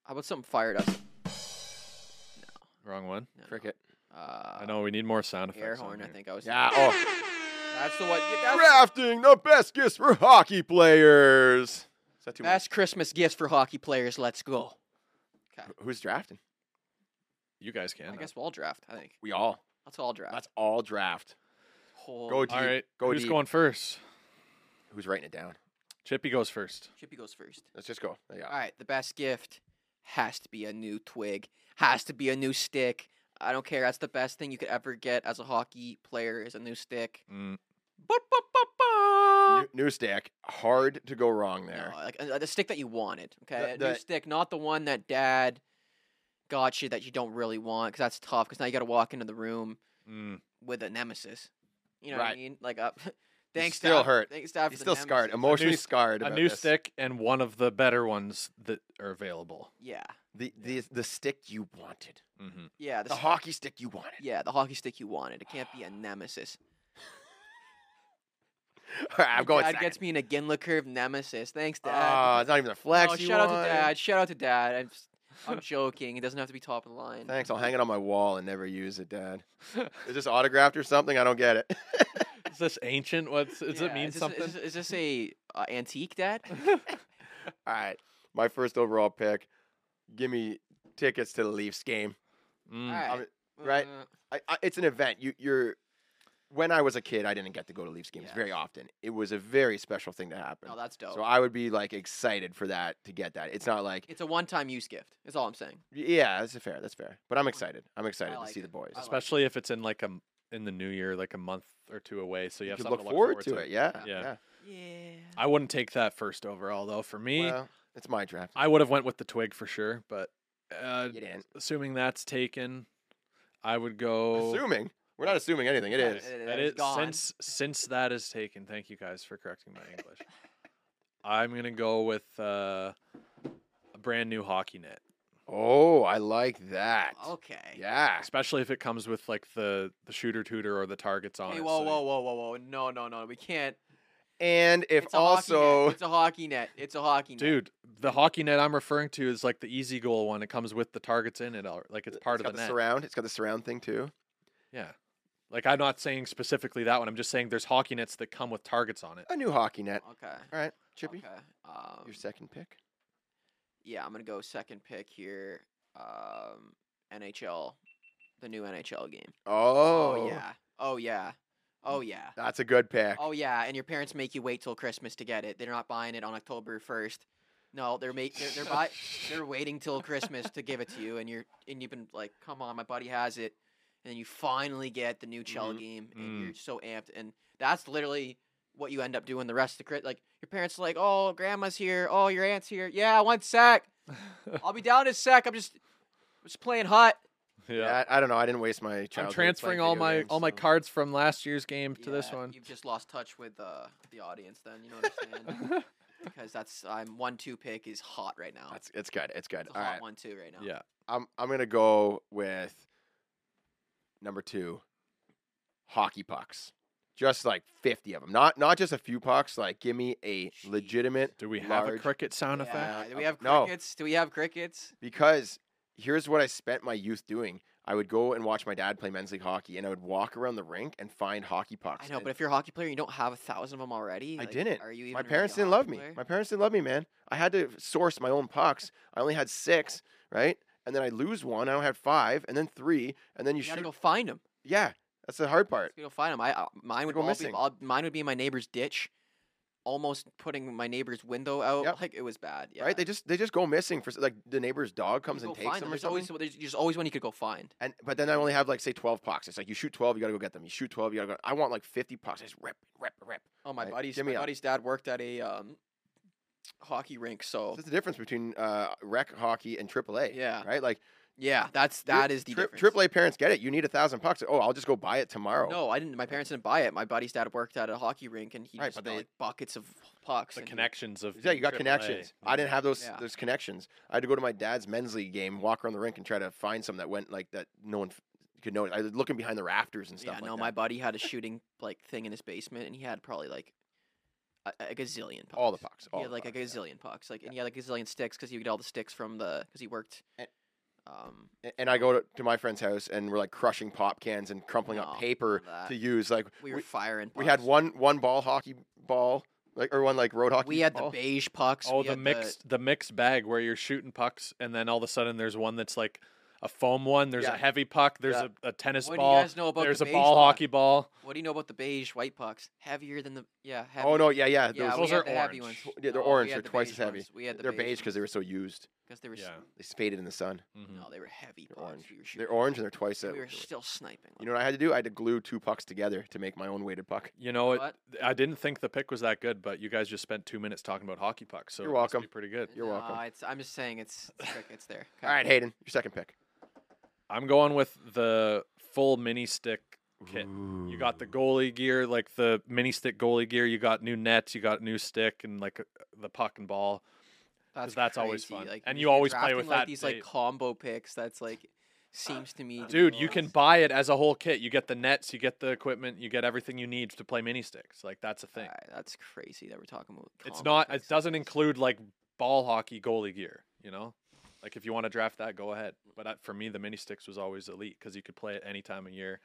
[SPEAKER 3] How about something fired up?
[SPEAKER 1] wrong one?
[SPEAKER 3] No, no.
[SPEAKER 2] Cricket.
[SPEAKER 3] Uh,
[SPEAKER 1] I know we need more sound effects.
[SPEAKER 3] air
[SPEAKER 1] on
[SPEAKER 3] horn. I
[SPEAKER 1] here.
[SPEAKER 3] think I was.
[SPEAKER 2] Yeah. Oh,
[SPEAKER 3] That's the one. yeah, That's
[SPEAKER 2] drafting the best gifts for hockey players. Is that too
[SPEAKER 3] best Christmas gifts for hockey players. Let's go.
[SPEAKER 2] much? Who's drafting?
[SPEAKER 1] you guys can.
[SPEAKER 3] I guess we'll all draft. I think
[SPEAKER 2] We all.
[SPEAKER 3] let's all draft.
[SPEAKER 2] That's all draft.
[SPEAKER 3] Whole-
[SPEAKER 2] Go deep.
[SPEAKER 1] All right.
[SPEAKER 2] Go
[SPEAKER 1] Who's
[SPEAKER 2] deep.
[SPEAKER 1] going first?
[SPEAKER 2] Who's writing it down?
[SPEAKER 1] Chippy goes first.
[SPEAKER 3] Chippy goes first.
[SPEAKER 2] Let's just go. There you go.
[SPEAKER 3] All right. The best gift has to be a new twig. Has to be a new stick. I don't care. That's the best thing you could ever get as a hockey player is a new stick.
[SPEAKER 1] Mm,
[SPEAKER 3] Ba, ba, ba, ba.
[SPEAKER 2] New, new stack. Hard to go wrong there.
[SPEAKER 3] Uh, No, like uh, the stick that you wanted. Okay, a new
[SPEAKER 2] the-
[SPEAKER 3] stick, not the one that Dad got you that you don't really want, because that's tough. Because now you got to walk into the room
[SPEAKER 1] mm.
[SPEAKER 3] with a nemesis. You know what I
[SPEAKER 2] Right.
[SPEAKER 3] mean? Like, uh, (laughs) thanks.
[SPEAKER 2] still
[SPEAKER 3] Dad-
[SPEAKER 2] hurt.
[SPEAKER 3] Thanks, Dad.
[SPEAKER 2] He's
[SPEAKER 3] for
[SPEAKER 2] still
[SPEAKER 3] the
[SPEAKER 2] scarred,
[SPEAKER 3] nemesis.
[SPEAKER 2] emotionally
[SPEAKER 1] s-
[SPEAKER 2] scarred.
[SPEAKER 1] A
[SPEAKER 2] about
[SPEAKER 1] new
[SPEAKER 2] this.
[SPEAKER 1] stick and one of the better ones that are available.
[SPEAKER 3] Yeah,
[SPEAKER 2] The, the the stick you wanted.
[SPEAKER 1] hmm
[SPEAKER 3] yeah. The,
[SPEAKER 2] The
[SPEAKER 3] s-
[SPEAKER 2] hockey stick you wanted.
[SPEAKER 3] yeah, the hockey stick you wanted. It can't be a nemesis.
[SPEAKER 2] (laughs) All right, I'm
[SPEAKER 3] My
[SPEAKER 2] going
[SPEAKER 3] Dad
[SPEAKER 2] second.
[SPEAKER 3] gets me an Aginla curve nemesis. Thanks,
[SPEAKER 2] Ah,
[SPEAKER 3] Dad.
[SPEAKER 2] it's not even a flex.
[SPEAKER 3] oh,
[SPEAKER 2] you
[SPEAKER 3] shout out to
[SPEAKER 2] wanted.
[SPEAKER 3] Dad. Shout out to Dad. I'm, s- (laughs) I'm joking. It doesn't have to be top of the line.
[SPEAKER 2] Thanks. I'll hang it on my wall and never use it, Dad. Is this autographed or something? I don't get it.
[SPEAKER 1] (laughs)
[SPEAKER 2] (laughs)
[SPEAKER 1] Is this ancient? What's does
[SPEAKER 3] Yeah,
[SPEAKER 1] it mean
[SPEAKER 3] is this-
[SPEAKER 1] something?
[SPEAKER 3] Is this, is this a uh, antique, (laughs) Dad?
[SPEAKER 2] All right. My first overall pick. Give me tickets to the Leafs game.
[SPEAKER 1] Mm.
[SPEAKER 3] Alright,
[SPEAKER 2] right?
[SPEAKER 3] uh,
[SPEAKER 2] I, I, it's an event. You, you're. When I was a kid, I didn't get to go to Leafs games
[SPEAKER 3] Yeah.
[SPEAKER 2] very often. It was a very special thing to happen.
[SPEAKER 3] No, that's dope.
[SPEAKER 2] so I would be like excited for that to get that. It's not like
[SPEAKER 3] it's a one-time use gift. That's all I'm saying.
[SPEAKER 2] yeah, that's fair. That's fair. But I'm excited. I'm excited to
[SPEAKER 3] like
[SPEAKER 2] see
[SPEAKER 3] it.
[SPEAKER 2] the boys.
[SPEAKER 3] I like
[SPEAKER 1] Especially if it's in like a m- in the new year, like a month or two away, so you
[SPEAKER 2] You
[SPEAKER 1] have
[SPEAKER 2] could
[SPEAKER 1] something
[SPEAKER 2] look
[SPEAKER 1] to look
[SPEAKER 2] forward to it. Yeah.
[SPEAKER 1] Yeah.
[SPEAKER 3] Yeah.
[SPEAKER 1] I wouldn't take that first overall though. For me,
[SPEAKER 2] Well, it's my draft.
[SPEAKER 1] I would have went with the twig for sure, but uh,
[SPEAKER 2] You didn't.
[SPEAKER 1] assuming that's taken, I would go.
[SPEAKER 2] Assuming we're not assuming anything. It
[SPEAKER 3] Yeah,
[SPEAKER 2] is.
[SPEAKER 3] it-
[SPEAKER 1] that
[SPEAKER 3] is
[SPEAKER 1] is
[SPEAKER 3] gone.
[SPEAKER 1] since since that is taken. Thank you guys for correcting my English. I'm gonna go with uh, a brand new hockey net,
[SPEAKER 2] Oh, I like that.
[SPEAKER 3] Okay.
[SPEAKER 2] Yeah.
[SPEAKER 1] especially if it comes with like the the shooter tutor or the targets on
[SPEAKER 3] Hey,
[SPEAKER 1] it.
[SPEAKER 3] whoa,
[SPEAKER 1] so
[SPEAKER 3] whoa, whoa, whoa, whoa! No, no, no! We can't.
[SPEAKER 2] And if
[SPEAKER 3] it's a hockey net.
[SPEAKER 2] also
[SPEAKER 3] (laughs) it's a hockey net. It's a hockey net.
[SPEAKER 1] Dude, the hockey net I'm referring to is like the easy goal one. It comes with the targets in it. al- Like it's part
[SPEAKER 2] it's got
[SPEAKER 1] of the net.
[SPEAKER 2] surround, it's got the surround thing too.
[SPEAKER 1] Yeah. Like I'm not saying specifically that one. I'm just saying there's hockey nets that come with targets on it. (laughs)
[SPEAKER 2] A new hockey net.
[SPEAKER 3] Okay.
[SPEAKER 2] All right, Chippy,
[SPEAKER 3] Okay. Um,
[SPEAKER 2] your second pick.
[SPEAKER 3] yeah, I'm gonna go second pick here. Um, NHL, the new NHL game.
[SPEAKER 2] Oh,
[SPEAKER 3] yeah. Oh yeah. Oh yeah.
[SPEAKER 2] that's a good pick.
[SPEAKER 3] Oh yeah. And your parents make you wait till Christmas to get it. They're not buying it on October first. No, they're make they're they're, buy- they're waiting till Christmas to give it to you, and you're and you've been like, come on, my buddy has it, and then you finally get the new Chell
[SPEAKER 2] Mhm.
[SPEAKER 3] game, and you're so amped, and that's literally what you end up doing the rest of the crit. Like your parents are like, oh, grandma's here, oh, your aunt's here, yeah, one sec, I'll be down in a sec. I'm just just playing hot.
[SPEAKER 2] Yeah, I, I don't know. I didn't waste my childhood.
[SPEAKER 1] I'm
[SPEAKER 2] playing
[SPEAKER 1] transferring all
[SPEAKER 2] video
[SPEAKER 1] my
[SPEAKER 2] games,
[SPEAKER 1] all my
[SPEAKER 2] so-
[SPEAKER 1] cards from last year's game to this
[SPEAKER 3] Yeah,
[SPEAKER 1] one.
[SPEAKER 3] You've just lost touch with uh, the audience, then you know what I'm
[SPEAKER 1] (laughs)
[SPEAKER 3] saying? because that's I'm one two pick is hot right now.
[SPEAKER 2] That's it's good. It's good.
[SPEAKER 3] it's a
[SPEAKER 2] All
[SPEAKER 3] hot
[SPEAKER 2] right,
[SPEAKER 3] one two right now.
[SPEAKER 1] Yeah.
[SPEAKER 2] I'm I'm gonna go with number two, hockey pucks. Just like 50 of them. Not not just a few pucks. Like give me a legitimate.
[SPEAKER 1] Do we have a
[SPEAKER 2] large-
[SPEAKER 1] cricket sound effect?
[SPEAKER 3] Yeah,
[SPEAKER 2] fact.
[SPEAKER 3] Do we have
[SPEAKER 2] Um, No.
[SPEAKER 3] crickets? Do we have crickets?
[SPEAKER 2] because here's what I spent my youth doing. I would go and watch my dad play men's league hockey, and I would walk around the rink and find hockey pucks.
[SPEAKER 3] I know,
[SPEAKER 2] and
[SPEAKER 3] but if you're a hockey player, and you don't have a thousand of them already.
[SPEAKER 2] I
[SPEAKER 3] like,
[SPEAKER 2] didn't.
[SPEAKER 3] Are you even
[SPEAKER 2] my
[SPEAKER 3] really
[SPEAKER 2] parents
[SPEAKER 3] a
[SPEAKER 2] didn't love
[SPEAKER 3] hockey
[SPEAKER 2] me.
[SPEAKER 3] player?
[SPEAKER 2] My parents didn't love me, man. I had to source my own pucks. I only had six, right? And then I lose one. I don't have five, and then three, and then you,
[SPEAKER 3] You gotta
[SPEAKER 2] shoot.
[SPEAKER 3] go find them.
[SPEAKER 2] Yeah, that's the hard
[SPEAKER 3] You
[SPEAKER 2] part.
[SPEAKER 3] gotta go find them. I uh, mine would
[SPEAKER 2] go
[SPEAKER 3] all be
[SPEAKER 2] missing.
[SPEAKER 3] all, mine would be in my neighbor's ditch, almost putting my neighbor's window out.
[SPEAKER 2] Yep.
[SPEAKER 3] Like it was bad. Yeah.
[SPEAKER 2] Right? They just they just go missing for s- like the neighbor's dog comes
[SPEAKER 3] You
[SPEAKER 2] and
[SPEAKER 3] go
[SPEAKER 2] takes
[SPEAKER 3] find
[SPEAKER 2] them or
[SPEAKER 3] There's
[SPEAKER 2] something.
[SPEAKER 3] always there's there's always one you could go find.
[SPEAKER 2] And but then I only have like say twelve pucks. It's like you shoot twelve, you gotta go get them. You shoot twelve, you gotta go. I want like fifty pucks. I just rip, rip, rip.
[SPEAKER 3] Oh, my
[SPEAKER 2] Right,
[SPEAKER 3] buddy's
[SPEAKER 2] give
[SPEAKER 3] my
[SPEAKER 2] me a-
[SPEAKER 3] buddy's dad worked at a um, hockey rink, so
[SPEAKER 2] That's the difference between uh, rec hockey and AAA.
[SPEAKER 3] Yeah.
[SPEAKER 2] Right? Like
[SPEAKER 3] yeah, that's
[SPEAKER 2] your
[SPEAKER 3] that is the
[SPEAKER 2] tri-
[SPEAKER 3] difference.
[SPEAKER 2] AAA parents get it. You need a thousand bucks. Oh, I'll just go buy it tomorrow.
[SPEAKER 3] No, I didn't. My parents didn't buy it. My buddy's dad worked at a hockey rink, and he
[SPEAKER 2] Right,
[SPEAKER 3] just
[SPEAKER 2] but
[SPEAKER 3] got,
[SPEAKER 2] they-
[SPEAKER 3] like buckets of pucks.
[SPEAKER 1] The
[SPEAKER 3] and he-
[SPEAKER 1] connections of
[SPEAKER 2] Yeah, you got
[SPEAKER 1] AAA.
[SPEAKER 2] connections. I didn't have those
[SPEAKER 3] Yeah.
[SPEAKER 2] those connections. I had to go to my dad's men's league game, walk around the rink, and try to find some that went like that. No one f- could know. I was looking behind the rafters and
[SPEAKER 3] Yeah,
[SPEAKER 2] stuff. like
[SPEAKER 3] no,
[SPEAKER 2] that.
[SPEAKER 3] my buddy had a shooting like thing in his basement, and he had probably like a, a gazillion pucks.
[SPEAKER 2] all the pucks. All
[SPEAKER 3] He had
[SPEAKER 2] the
[SPEAKER 3] like
[SPEAKER 2] pucks,
[SPEAKER 3] a
[SPEAKER 2] yeah. Eh,
[SPEAKER 3] gazillion pucks, like and he had like a gazillion sticks because he would get all the sticks from the because he worked.
[SPEAKER 2] And-
[SPEAKER 3] Um,
[SPEAKER 2] A- And I go to, to my friend's house, and we're like crushing pop cans and crumpling
[SPEAKER 3] No,
[SPEAKER 2] up paper
[SPEAKER 3] Oh, that-
[SPEAKER 2] to use. Like
[SPEAKER 3] we were firing.
[SPEAKER 2] we had
[SPEAKER 3] pucks.
[SPEAKER 2] one one ball hockey ball, like or one like road hockey.
[SPEAKER 3] We had the
[SPEAKER 2] ball.
[SPEAKER 3] beige pucks.
[SPEAKER 1] Oh,
[SPEAKER 3] we
[SPEAKER 1] the
[SPEAKER 3] had
[SPEAKER 1] mixed the... mixed bag where you're shooting pucks and then all of a sudden there's one that's like a foam one, there's
[SPEAKER 2] Yeah.
[SPEAKER 1] a heavy puck, there's
[SPEAKER 2] Yeah.
[SPEAKER 1] a, a tennis
[SPEAKER 3] What do you
[SPEAKER 1] ball,
[SPEAKER 3] guys know about the
[SPEAKER 1] there's a
[SPEAKER 3] beige
[SPEAKER 1] ball
[SPEAKER 3] one?
[SPEAKER 1] hockey ball.
[SPEAKER 3] What do you know about the beige white pucks? Heavier than the yeah. Heavier.
[SPEAKER 2] Oh no, yeah, yeah.
[SPEAKER 3] yeah,
[SPEAKER 2] those-
[SPEAKER 3] we
[SPEAKER 1] those
[SPEAKER 3] had
[SPEAKER 1] are
[SPEAKER 3] the heavy
[SPEAKER 1] orange.
[SPEAKER 3] ones.
[SPEAKER 2] Yeah, they're
[SPEAKER 3] No, we
[SPEAKER 2] orange.
[SPEAKER 3] had
[SPEAKER 2] They're
[SPEAKER 3] the
[SPEAKER 2] twice
[SPEAKER 3] beige
[SPEAKER 2] as heavy.
[SPEAKER 3] ones. We had the
[SPEAKER 2] they're beige because they were so used.
[SPEAKER 3] because they were s-
[SPEAKER 1] Yeah.
[SPEAKER 2] They faded in the sun.
[SPEAKER 1] Mhm.
[SPEAKER 3] no, they were heavy.
[SPEAKER 2] They're
[SPEAKER 3] pucks.
[SPEAKER 2] orange.
[SPEAKER 3] We were shooting
[SPEAKER 2] They're orange and they're twice that.
[SPEAKER 3] We were still sniping.
[SPEAKER 2] You know what I had to do? I had to glue two pucks together to make my own weighted puck.
[SPEAKER 1] You know what?
[SPEAKER 3] What?
[SPEAKER 1] I didn't think the pick was that good, but you guys just spent two minutes talking about hockey pucks, so
[SPEAKER 2] You're
[SPEAKER 1] it must be
[SPEAKER 2] welcome.
[SPEAKER 1] pretty good.
[SPEAKER 2] You're welcome.
[SPEAKER 3] No, it's, I'm just saying it's it's trick-
[SPEAKER 2] (laughs)
[SPEAKER 3] it's there.
[SPEAKER 2] All right, Hayden, your second pick.
[SPEAKER 1] I'm going with the full mini stick kit.
[SPEAKER 2] Mm.
[SPEAKER 1] You got the goalie gear, like the mini stick goalie gear. You got new nets, you got new stick, and like uh, the puck and ball. 'Cause that's always
[SPEAKER 3] crazy,
[SPEAKER 1] fun.
[SPEAKER 3] Like,
[SPEAKER 1] And
[SPEAKER 3] if
[SPEAKER 1] you
[SPEAKER 3] you're
[SPEAKER 1] always play
[SPEAKER 3] drafting,
[SPEAKER 1] with
[SPEAKER 3] like,
[SPEAKER 1] that
[SPEAKER 3] These like
[SPEAKER 1] bait.
[SPEAKER 3] combo picks. That's like seems to me, to be
[SPEAKER 1] Dude, you can
[SPEAKER 3] honest.
[SPEAKER 1] buy it as a whole kit. You get the nets, you get the equipment, you get everything you need to play mini sticks. Like that's a thing.
[SPEAKER 3] Alright, that's crazy that we're talking about.
[SPEAKER 1] It's
[SPEAKER 3] combo
[SPEAKER 1] not.
[SPEAKER 3] picks.
[SPEAKER 1] It doesn't include like ball hockey goalie gear. You know, like if you want to draft that, go ahead. But uh, for me, the mini sticks was always elite because you could play it any time of year.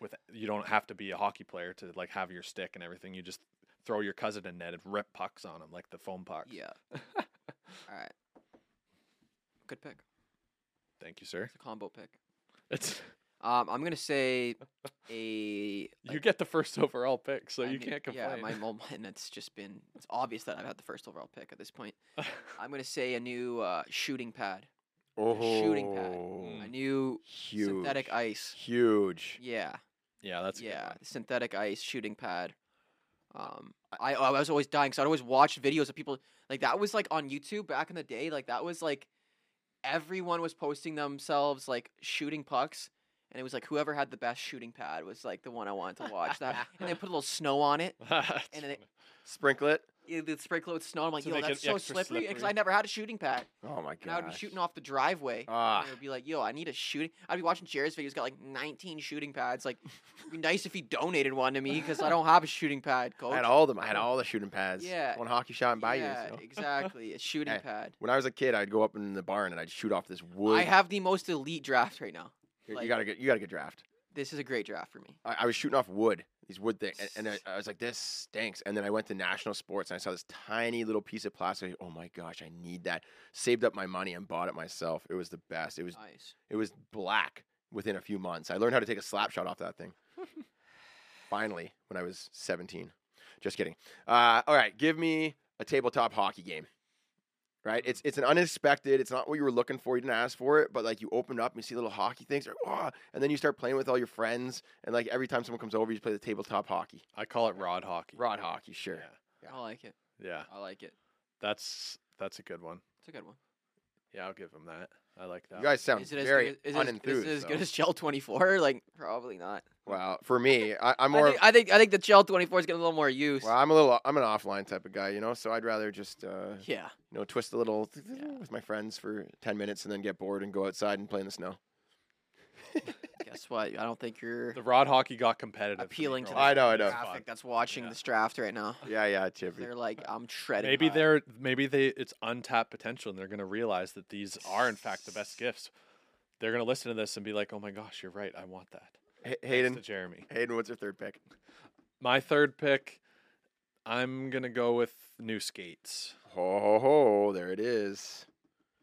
[SPEAKER 1] With you don't have to be a hockey player to like have your stick and everything. You just throw your cousin a net and rip pucks on him like the foam puck.
[SPEAKER 3] Yeah.
[SPEAKER 1] (laughs)
[SPEAKER 3] All right. Good pick.
[SPEAKER 1] Thank you, sir.
[SPEAKER 3] It's a combo pick.
[SPEAKER 1] (laughs) It's
[SPEAKER 3] Um, I'm
[SPEAKER 1] (laughs)
[SPEAKER 3] gonna say a.
[SPEAKER 1] you get the first overall pick, so
[SPEAKER 3] I
[SPEAKER 1] you
[SPEAKER 3] mean,
[SPEAKER 1] can't complain.
[SPEAKER 3] Yeah,
[SPEAKER 1] (laughs)
[SPEAKER 3] my mom, (laughs) and it's just been. It's obvious that I've had the first overall pick at this point. I'm gonna say a new uh, shooting pad,
[SPEAKER 2] Oh,
[SPEAKER 3] shooting pad. a
[SPEAKER 1] Mm.
[SPEAKER 3] new
[SPEAKER 2] Huge.
[SPEAKER 3] synthetic ice.
[SPEAKER 2] Huge.
[SPEAKER 3] Yeah,
[SPEAKER 1] yeah, that's a good
[SPEAKER 3] yeah,
[SPEAKER 1] one. (laughs)
[SPEAKER 3] synthetic ice shooting pad. Um, I I was always dying, so I'd always watch videos of people like that was like on YouTube back in the day. Like that was like everyone was posting themselves like shooting pucks, and it was like whoever had the best shooting pad was like the one I wanted to watch. That and they put a little snow on it,
[SPEAKER 1] That's
[SPEAKER 3] and then it,
[SPEAKER 2] Sprinkle it.
[SPEAKER 3] yeah, the spray clothes snow. I'm like,
[SPEAKER 1] To
[SPEAKER 3] yo,
[SPEAKER 1] make
[SPEAKER 3] that's
[SPEAKER 1] it
[SPEAKER 3] so
[SPEAKER 1] extra
[SPEAKER 3] slippery because
[SPEAKER 1] slippery.
[SPEAKER 3] I never had a shooting pad.
[SPEAKER 2] Oh my
[SPEAKER 3] And I would
[SPEAKER 2] god.
[SPEAKER 3] be shooting off the driveway.
[SPEAKER 2] Ah.
[SPEAKER 3] And it would be like, yo, I need a shooting. I'd be watching Jared's videos, got like 19 shooting pads. Like, it'd be nice if he donated one to me because I don't have a shooting pad, coach.
[SPEAKER 2] I had all of them. I had all the shooting pads.
[SPEAKER 3] Yeah.
[SPEAKER 2] One hockey shot and by
[SPEAKER 3] yeah,
[SPEAKER 2] you. know? (laughs)
[SPEAKER 3] exactly. A shooting
[SPEAKER 2] Hey,
[SPEAKER 3] pad.
[SPEAKER 2] When I was a kid, I'd go up in the barn and I'd shoot off this wood.
[SPEAKER 3] I have the most elite draft right now.
[SPEAKER 2] You-
[SPEAKER 3] like-
[SPEAKER 2] you gotta get. You gotta get draft.
[SPEAKER 3] This is a great draft for me.
[SPEAKER 2] I, I was shooting off wood, these wood things, and, and I, I was like, "This stinks." And then I went to National Sports and I saw this tiny little piece of plastic. Oh my gosh, I need that. Saved up my money and bought it myself. It was the best. It was
[SPEAKER 3] Nice.
[SPEAKER 2] it was black within a few months. I learned how to take a slap shot off that
[SPEAKER 3] (laughs)
[SPEAKER 2] thing. Finally, when I was 17. Just kidding. Uh, all right, give me a tabletop hockey game. Right? It's it's an unexpected, it's not what you were looking for. You didn't ask for it, but like you open up and you see little hockey things, like, "Whoa," and then you start playing with all your friends. And like every time someone comes over, you play the tabletop hockey.
[SPEAKER 1] I call it rod hockey.
[SPEAKER 2] Rod hockey, sure.
[SPEAKER 1] Yeah.
[SPEAKER 2] Yeah.
[SPEAKER 3] I like it.
[SPEAKER 1] Yeah.
[SPEAKER 3] I like it.
[SPEAKER 1] That's that's a good one.
[SPEAKER 3] It's a good one.
[SPEAKER 1] Yeah, I'll give him that. I like that.
[SPEAKER 2] You guys sound
[SPEAKER 3] Is it as
[SPEAKER 2] very
[SPEAKER 3] good as, is
[SPEAKER 2] unenthused.
[SPEAKER 3] it as, is it as
[SPEAKER 2] though.
[SPEAKER 3] good as Shell 24? (laughs) Like, probably not.
[SPEAKER 2] well, for me, I, I'm more
[SPEAKER 3] I, think, I think I think the Shell 24 is getting a little more use.
[SPEAKER 2] well, I'm a little I'm an offline type of guy, you know, so I'd rather just uh,
[SPEAKER 3] Yeah.
[SPEAKER 2] you know, twist a little with my friends for 10 minutes and then get bored and go outside and play in the snow.
[SPEAKER 3] Guess what? I don't think
[SPEAKER 2] (laughs)
[SPEAKER 3] you're
[SPEAKER 1] The rod hockey got competitive. me
[SPEAKER 3] appealing
[SPEAKER 1] for
[SPEAKER 3] to
[SPEAKER 1] a
[SPEAKER 3] the
[SPEAKER 1] while.
[SPEAKER 2] I know, I know.
[SPEAKER 3] traffic that's watching
[SPEAKER 1] Yeah.
[SPEAKER 3] this draft right now.
[SPEAKER 2] Yeah, yeah, Chippy.
[SPEAKER 3] They're like, I'm treading.
[SPEAKER 1] Uh, Maybe
[SPEAKER 3] high.
[SPEAKER 1] they're maybe they it's untapped potential and they're gonna realize that these are in fact the best gifts. They're gonna listen to this and be like, "Oh my gosh, you're right. I want that."
[SPEAKER 2] H-
[SPEAKER 1] Thanks
[SPEAKER 2] Hayden,
[SPEAKER 1] to Jeremy.
[SPEAKER 2] Hayden, what's your third pick?
[SPEAKER 1] My third pick, I'm gonna go with new skates.
[SPEAKER 2] Ho ho ho! There it is.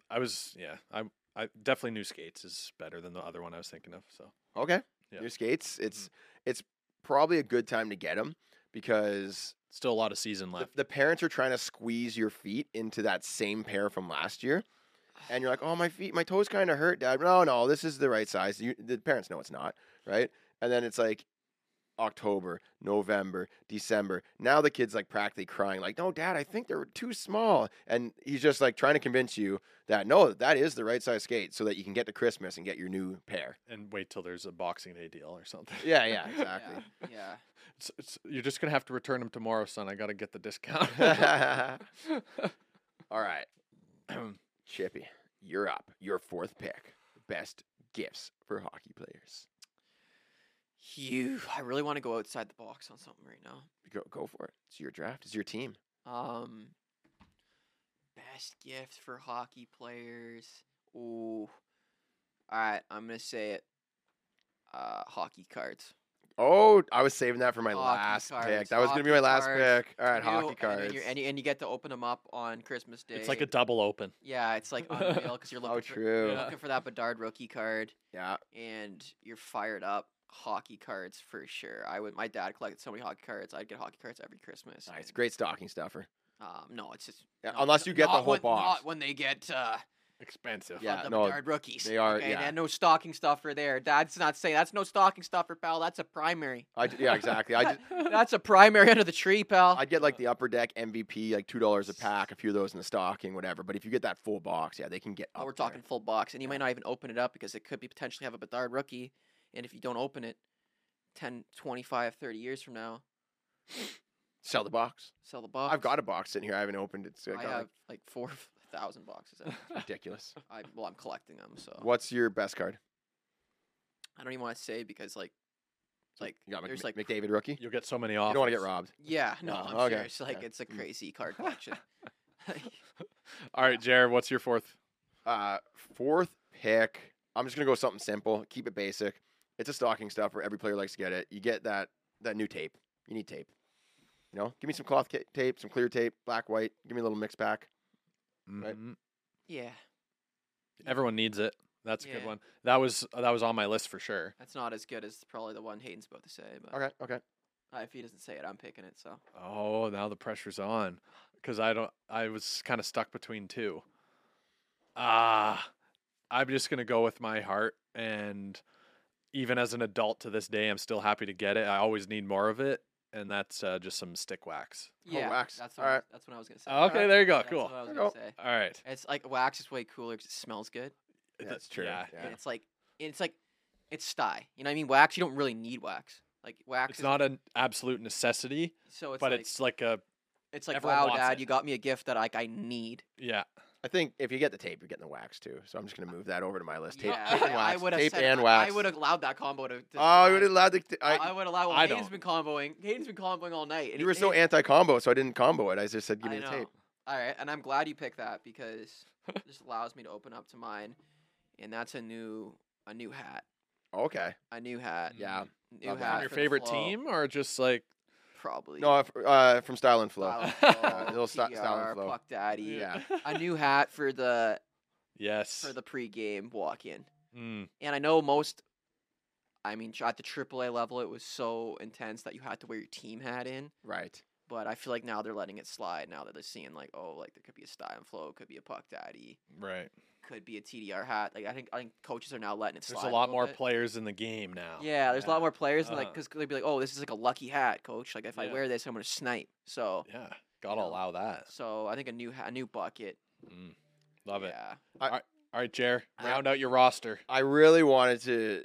[SPEAKER 1] I was yeah, I I definitely new skates is better than the other one I was thinking of. So
[SPEAKER 2] Okay,
[SPEAKER 1] Yeah. Mm-hmm.
[SPEAKER 2] new skates. It's it's probably a good time to get them because
[SPEAKER 1] still a lot of season
[SPEAKER 2] the,
[SPEAKER 1] left.
[SPEAKER 2] the parents are trying to squeeze your feet into that same pair from last year. And you're like, oh, my feet, my toes kind of hurt, Dad. No, no, this is the right size. You, the parents know it's not, right? And then it's like October, November, December. Now the kid's like practically crying, like, no, Dad, I think they're too small. And he's just like trying to convince you that no, that is the right size skate so that you can get to Christmas and get your new pair.
[SPEAKER 1] and wait till there's a Boxing Day deal or something.
[SPEAKER 2] Yeah, yeah, exactly.
[SPEAKER 3] Yeah.
[SPEAKER 2] (laughs)
[SPEAKER 3] yeah.
[SPEAKER 1] It's, it's, you're just gonna have to return them tomorrow, son. I gotta get the
[SPEAKER 2] (laughs)
[SPEAKER 1] discount. (laughs)
[SPEAKER 3] (laughs)
[SPEAKER 2] All right. (clears throat) Chippy, you're up. Your fourth pick. Best gifts for hockey players.
[SPEAKER 3] Phew, I really want to go outside the box on something right now.
[SPEAKER 2] Go, go for it. It's your draft. It's your team.
[SPEAKER 3] Um, best gift for hockey players. Ooh. All right, I'm gonna say it. Uh, hockey cards.
[SPEAKER 2] Oh, I was saving that for my
[SPEAKER 3] Hockey
[SPEAKER 2] last pick.
[SPEAKER 3] cards,
[SPEAKER 2] That was going to be my
[SPEAKER 3] hockey
[SPEAKER 2] last
[SPEAKER 3] cards.
[SPEAKER 2] pick. All right,
[SPEAKER 3] You-
[SPEAKER 2] hockey
[SPEAKER 3] and
[SPEAKER 2] cards.
[SPEAKER 3] then you're- And you, and you get to open them up on Christmas Day.
[SPEAKER 1] it's like a double open.
[SPEAKER 3] yeah, it's like unreal
[SPEAKER 2] (laughs)
[SPEAKER 3] because you're looking
[SPEAKER 2] oh,
[SPEAKER 3] for
[SPEAKER 2] true.
[SPEAKER 3] you're
[SPEAKER 2] Yeah. (laughs)
[SPEAKER 1] Yeah.
[SPEAKER 3] looking for that Bedard rookie card. and you're fired up. Hockey cards for sure. I would. My dad collected so many hockey cards. I'd get hockey cards every Christmas.
[SPEAKER 2] Nice.
[SPEAKER 3] and,
[SPEAKER 2] Great stocking stuffer.
[SPEAKER 3] Um, no, it's just
[SPEAKER 2] Yeah,
[SPEAKER 3] no,
[SPEAKER 2] unless you get the
[SPEAKER 3] not
[SPEAKER 2] whole
[SPEAKER 3] when,
[SPEAKER 2] box.
[SPEAKER 3] Not when they get uh,
[SPEAKER 1] Expensive.
[SPEAKER 2] Yeah,
[SPEAKER 3] the
[SPEAKER 2] no,
[SPEAKER 3] Bedard rookies.
[SPEAKER 2] they are-
[SPEAKER 3] Okay,
[SPEAKER 2] yeah.
[SPEAKER 3] then no stocking stuffer there. That's not saying that's no stocking stuffer, pal. That's a primary.
[SPEAKER 2] I, d- yeah, exactly. I
[SPEAKER 3] (laughs)
[SPEAKER 2] just,
[SPEAKER 3] that's a primary (laughs) under the tree, pal.
[SPEAKER 2] I'd get like the upper deck MVP, like two dollars a pack, a few of those in the stocking, whatever. But if you get that full box, yeah, they can get.
[SPEAKER 3] Oh,
[SPEAKER 2] up
[SPEAKER 3] we're
[SPEAKER 2] there.
[SPEAKER 3] talking full box, and you might not even open it up because it could be potentially have a Bedard rookie, and if you don't open it, 10, 25, 30 years from now,
[SPEAKER 2] Sell the box.
[SPEAKER 3] sell the box.
[SPEAKER 2] I've got a box sitting here. I haven't opened it. It's got
[SPEAKER 3] I
[SPEAKER 2] like,
[SPEAKER 3] have (laughs) Oh. like four thousand boxes. in it. (laughs)
[SPEAKER 2] ridiculous.
[SPEAKER 3] I well, I'm collecting them, so
[SPEAKER 2] What's your best card?
[SPEAKER 3] I don't even want to say because like, like
[SPEAKER 2] You got Mc-
[SPEAKER 3] there's
[SPEAKER 2] Mc-
[SPEAKER 3] like
[SPEAKER 2] McDavid rookie.
[SPEAKER 1] You'll get so many off.
[SPEAKER 2] You don't want to get robbed.
[SPEAKER 3] yeah, no,
[SPEAKER 1] Oh,
[SPEAKER 2] No,
[SPEAKER 3] I'm
[SPEAKER 2] okay,
[SPEAKER 3] serious. Like
[SPEAKER 2] yeah.
[SPEAKER 3] it's
[SPEAKER 1] Mm.
[SPEAKER 3] a
[SPEAKER 1] (laughs)
[SPEAKER 3] crazy card collection.
[SPEAKER 1] All right, Jared, what's your fourth?
[SPEAKER 2] Uh, fourth pick. I'm just gonna go with something simple. Keep it basic. It's a stocking stuffer. Every player likes to get it. You get that that new tape. You need tape. You know, give me some cloth ca- tape, some clear tape, black, white. Give me a little mix pack. Right.
[SPEAKER 1] Mhm.
[SPEAKER 3] yeah,
[SPEAKER 1] Everyone needs it. That's a good
[SPEAKER 3] Yeah.
[SPEAKER 1] one. That was that was on my list for sure.
[SPEAKER 3] that's not as good as probably the one Hayden's about to say, but
[SPEAKER 2] Okay, okay.
[SPEAKER 3] uh, if he doesn't say it, I'm picking it. So
[SPEAKER 1] Oh, now the pressure's on because I don't. I was kind of stuck between two. Ah, I'm just gonna go with my heart, and even as an adult to this day, I'm still happy to get it. I always need more of it, and that's uh, just some stick wax.
[SPEAKER 3] yeah,
[SPEAKER 2] wax.
[SPEAKER 3] that's what
[SPEAKER 2] All
[SPEAKER 3] I
[SPEAKER 2] right.
[SPEAKER 3] was, that's what I was gonna say.
[SPEAKER 1] Okay, there you go.
[SPEAKER 3] That's
[SPEAKER 1] cool.
[SPEAKER 3] what I was
[SPEAKER 2] There
[SPEAKER 3] gonna
[SPEAKER 2] you
[SPEAKER 3] say.
[SPEAKER 1] All right.
[SPEAKER 3] It's like wax is way cooler because it smells good,
[SPEAKER 2] Yeah,
[SPEAKER 1] Th-
[SPEAKER 2] that's true.
[SPEAKER 1] yeah.
[SPEAKER 2] Yeah.
[SPEAKER 3] and it's like and it's like it's sty. You know what I mean? Wax. You don't really need wax. Like wax.
[SPEAKER 1] It's
[SPEAKER 3] is
[SPEAKER 1] not an absolute necessity,
[SPEAKER 3] So it's
[SPEAKER 1] but
[SPEAKER 3] like,
[SPEAKER 1] it's like a
[SPEAKER 3] It's like,
[SPEAKER 1] Everyone
[SPEAKER 3] wow,
[SPEAKER 1] wants
[SPEAKER 3] Dad,
[SPEAKER 1] it.
[SPEAKER 3] you got me a gift that like I need.
[SPEAKER 1] Yeah.
[SPEAKER 2] I think if you get the tape, you're getting the wax too. So I'm just gonna move that over to my list. Tape,
[SPEAKER 3] Uh, Yeah,
[SPEAKER 2] tape and
[SPEAKER 3] I
[SPEAKER 2] wax.
[SPEAKER 3] would have
[SPEAKER 2] tape
[SPEAKER 3] said
[SPEAKER 2] and
[SPEAKER 3] I-
[SPEAKER 2] wax.
[SPEAKER 3] I would have allowed that combo to. to
[SPEAKER 2] Oh, you would
[SPEAKER 3] survive.
[SPEAKER 2] have allowed the. t-
[SPEAKER 3] I,
[SPEAKER 2] I,
[SPEAKER 3] would allow.
[SPEAKER 1] I
[SPEAKER 3] Hayden's
[SPEAKER 1] don't.
[SPEAKER 3] been comboing. Hayden's been comboing all night.
[SPEAKER 2] you
[SPEAKER 3] and he-
[SPEAKER 2] were so
[SPEAKER 3] Hayden-
[SPEAKER 2] anti-combo, so I didn't combo it. I just said, "Give me
[SPEAKER 3] I
[SPEAKER 2] the
[SPEAKER 3] know.
[SPEAKER 2] tape."
[SPEAKER 3] All right, and I'm glad you picked that because
[SPEAKER 2] (laughs)
[SPEAKER 3] it just allows me to open up to mine, and that's a new a new hat,
[SPEAKER 2] Oh, Okay.
[SPEAKER 3] a new hat,
[SPEAKER 2] Yeah.
[SPEAKER 3] new
[SPEAKER 2] Love that.
[SPEAKER 3] hat.
[SPEAKER 2] From
[SPEAKER 1] Your
[SPEAKER 3] for the
[SPEAKER 1] favorite
[SPEAKER 3] flow,
[SPEAKER 1] team or just like
[SPEAKER 3] probably.
[SPEAKER 2] No, f- uh, from Style and Flow.
[SPEAKER 3] Style
[SPEAKER 2] (laughs)
[SPEAKER 1] Uh,
[SPEAKER 3] and Flow,
[SPEAKER 2] it'll sta- Style and
[SPEAKER 3] PR,
[SPEAKER 2] Flow.
[SPEAKER 3] Puck
[SPEAKER 1] eh?
[SPEAKER 3] Daddy.
[SPEAKER 2] Yeah.
[SPEAKER 1] (laughs)
[SPEAKER 3] A new hat for the
[SPEAKER 1] yes.
[SPEAKER 2] (laughs)
[SPEAKER 3] for the pregame walk-in.
[SPEAKER 1] Mm.
[SPEAKER 3] And I know most, I mean, tr- at the AAA level, it was so intense that you had to wear your team hat in.
[SPEAKER 2] Right.
[SPEAKER 3] But I feel like now they're letting it slide. Now that they're seeing like, oh, like there could be a style and flow, could be a puck daddy,
[SPEAKER 1] Right.
[SPEAKER 3] could be a TDR hat. Like I think I think coaches are now letting it slide.
[SPEAKER 1] There's a lot
[SPEAKER 3] little
[SPEAKER 1] more
[SPEAKER 3] bit.
[SPEAKER 1] players in the game now.
[SPEAKER 3] Yeah, there's a lot more players, and like,
[SPEAKER 1] Uh-huh.
[SPEAKER 3] because they'd be like, oh, this is like a lucky hat, coach. Like if I
[SPEAKER 1] Yeah.
[SPEAKER 3] wear this, I'm gonna snipe. So,
[SPEAKER 1] Yeah. Gotta
[SPEAKER 3] know.
[SPEAKER 1] allow that.
[SPEAKER 3] so I think a new ha- a new bucket.
[SPEAKER 1] Mm. Love it.
[SPEAKER 3] Yeah. (laughs)
[SPEAKER 1] All right, Jer,
[SPEAKER 2] I-
[SPEAKER 1] round out your roster.
[SPEAKER 2] I really wanted to.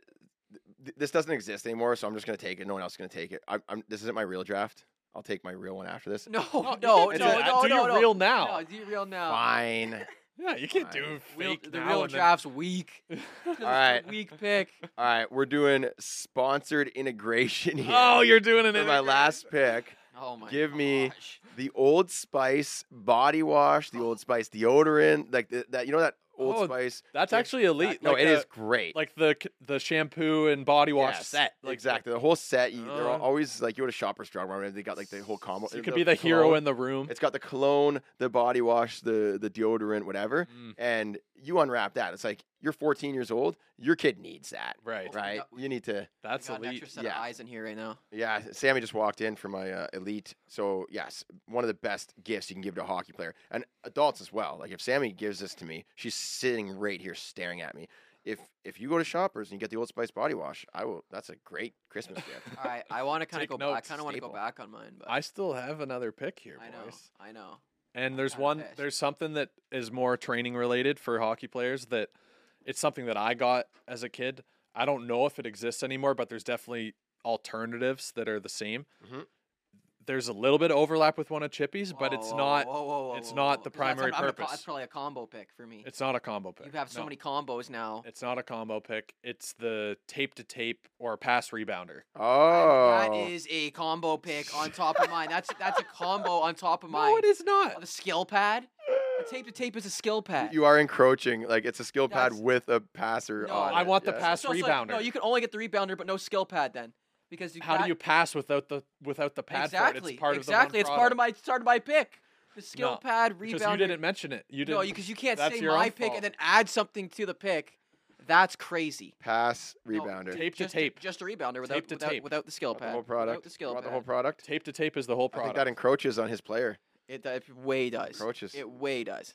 [SPEAKER 2] th- This doesn't exist anymore, so I'm just gonna take it. No one else is gonna take it. I'm, I'm, this isn't my real draft. I'll take my real one after this.
[SPEAKER 3] No, no,
[SPEAKER 1] you
[SPEAKER 3] no, no,
[SPEAKER 1] can't do that.
[SPEAKER 3] no,
[SPEAKER 1] Do
[SPEAKER 3] no,
[SPEAKER 1] your real now.
[SPEAKER 3] No, do you real now?
[SPEAKER 1] (laughs)
[SPEAKER 2] Fine.
[SPEAKER 1] Yeah, you can't do
[SPEAKER 2] Fine.
[SPEAKER 3] Real-
[SPEAKER 1] fake
[SPEAKER 3] the
[SPEAKER 1] now
[SPEAKER 3] real
[SPEAKER 1] and then- (laughs)
[SPEAKER 3] draft's weak. (laughs) All
[SPEAKER 2] right.
[SPEAKER 3] weak pick.
[SPEAKER 2] All right, we're doing sponsored integration here.
[SPEAKER 1] Oh, you're doing an
[SPEAKER 2] for my
[SPEAKER 1] integration.
[SPEAKER 2] last pick.
[SPEAKER 3] Oh my.
[SPEAKER 2] Give me-
[SPEAKER 3] gosh.
[SPEAKER 2] The Old Spice body wash, the Old Spice deodorant, like th- that. You know that Old
[SPEAKER 1] Oh,
[SPEAKER 2] Spice.
[SPEAKER 1] That's
[SPEAKER 2] Yeah.
[SPEAKER 1] actually elite.
[SPEAKER 2] no,
[SPEAKER 1] like
[SPEAKER 2] it
[SPEAKER 1] the,
[SPEAKER 2] is great.
[SPEAKER 1] like the c- the shampoo and body wash
[SPEAKER 2] Yes,
[SPEAKER 1] set. Like,
[SPEAKER 2] exactly, the whole set. You, they're
[SPEAKER 1] Uh.
[SPEAKER 2] al- always like you go to Shoppers Drug Mart and they got like the whole combo.
[SPEAKER 1] You could be the hero
[SPEAKER 2] cologne.
[SPEAKER 1] in the room.
[SPEAKER 2] It's got the cologne, the body wash, the the deodorant, whatever.
[SPEAKER 1] Mm,
[SPEAKER 2] And you unwrap that. It's like you're 14 years old. Your kid needs that,
[SPEAKER 1] right.
[SPEAKER 2] right? You need to.
[SPEAKER 3] I
[SPEAKER 1] That's
[SPEAKER 3] got an
[SPEAKER 1] elite.
[SPEAKER 3] extra set
[SPEAKER 2] Yeah.
[SPEAKER 3] of eyes in here right
[SPEAKER 1] (laughs)
[SPEAKER 3] now.
[SPEAKER 2] Yeah, Sammy just walked in for my uh, elite. So yes, one of the best gifts you can give to a hockey player and adults as well. Like if Sammy gives this to me, she's sitting right here staring at me. If if you go to Shoppers and you get the Old Spice body wash, I will. That's a great Christmas
[SPEAKER 1] (laughs)
[SPEAKER 2] gift.
[SPEAKER 3] All right, I want to kind
[SPEAKER 1] Take
[SPEAKER 3] of go. ba- I
[SPEAKER 1] notes,
[SPEAKER 3] kind of want to go
[SPEAKER 2] staple.
[SPEAKER 3] back on mine, but
[SPEAKER 1] I still have another pick here,
[SPEAKER 3] I know,
[SPEAKER 1] boys.
[SPEAKER 3] I know.
[SPEAKER 1] And there's
[SPEAKER 3] kinda
[SPEAKER 1] one,
[SPEAKER 3] pissed.
[SPEAKER 1] there's something that is more training related for hockey players that it's something that I got as a kid. I don't know if it exists anymore, but there's definitely alternatives that are the same.
[SPEAKER 3] Mm-hmm.
[SPEAKER 2] Mhm.
[SPEAKER 1] There's a little bit of overlap with one of Chippy's, but
[SPEAKER 3] Whoa,
[SPEAKER 1] it's
[SPEAKER 3] whoa,
[SPEAKER 1] not.
[SPEAKER 3] whoa, whoa, whoa,
[SPEAKER 1] it's
[SPEAKER 3] whoa,
[SPEAKER 1] not
[SPEAKER 3] whoa.
[SPEAKER 1] the
[SPEAKER 3] That's- I'm-
[SPEAKER 1] primary
[SPEAKER 3] I'm a pro-
[SPEAKER 1] purpose.
[SPEAKER 3] That's probably a combo pick for me.
[SPEAKER 1] It's not a combo pick.
[SPEAKER 3] you have so
[SPEAKER 1] No,
[SPEAKER 3] many combos now.
[SPEAKER 1] It's not a combo pick. It's the tape to tape or pass rebounder.
[SPEAKER 2] Oh,
[SPEAKER 3] That is a
[SPEAKER 1] (laughs)
[SPEAKER 3] combo pick on top of mine. That's that's a combo on top of mine.
[SPEAKER 1] No, it is
[SPEAKER 3] Oh,
[SPEAKER 1] not.
[SPEAKER 3] The skill pad. The tape to tape is a skill pad.
[SPEAKER 2] you are encroaching. Like it's a skill pad
[SPEAKER 3] That's-
[SPEAKER 2] with a passer
[SPEAKER 3] No,
[SPEAKER 2] on.
[SPEAKER 1] I
[SPEAKER 2] it,
[SPEAKER 1] want the
[SPEAKER 2] yes.
[SPEAKER 1] pass
[SPEAKER 3] it's like- no,
[SPEAKER 1] rebounder.
[SPEAKER 3] you can only get the rebounder, but no skill pad then, because you
[SPEAKER 1] How
[SPEAKER 3] got-
[SPEAKER 1] do you pass without the without the pad? for it?
[SPEAKER 3] exactly
[SPEAKER 1] It's part
[SPEAKER 3] exactly.
[SPEAKER 1] of
[SPEAKER 3] it's
[SPEAKER 1] the one
[SPEAKER 3] part of
[SPEAKER 1] product.
[SPEAKER 3] my it's part of my pick. The skill
[SPEAKER 1] No,
[SPEAKER 3] pad rebounder.
[SPEAKER 1] because you didn't mention it. You didn't.
[SPEAKER 3] no, because you can't
[SPEAKER 1] that's
[SPEAKER 3] say
[SPEAKER 1] your
[SPEAKER 3] my
[SPEAKER 1] own
[SPEAKER 3] pick
[SPEAKER 1] fault.
[SPEAKER 3] and then add something to the pick. That's crazy.
[SPEAKER 2] pass
[SPEAKER 3] No,
[SPEAKER 2] rebounder.
[SPEAKER 1] Tape to
[SPEAKER 3] just a-
[SPEAKER 1] tape.
[SPEAKER 3] just a rebounder without
[SPEAKER 1] Tape to
[SPEAKER 3] without,
[SPEAKER 1] tape.
[SPEAKER 3] without the skill
[SPEAKER 2] About
[SPEAKER 3] pad.
[SPEAKER 2] the whole
[SPEAKER 3] Without
[SPEAKER 2] product.
[SPEAKER 3] the skill
[SPEAKER 2] About
[SPEAKER 3] pad.
[SPEAKER 2] the whole product.
[SPEAKER 1] tape to tape is the whole
[SPEAKER 2] I think
[SPEAKER 1] product.
[SPEAKER 2] that encroaches on his player.
[SPEAKER 3] it, do- it way does.
[SPEAKER 2] Encroaches.
[SPEAKER 3] It way does.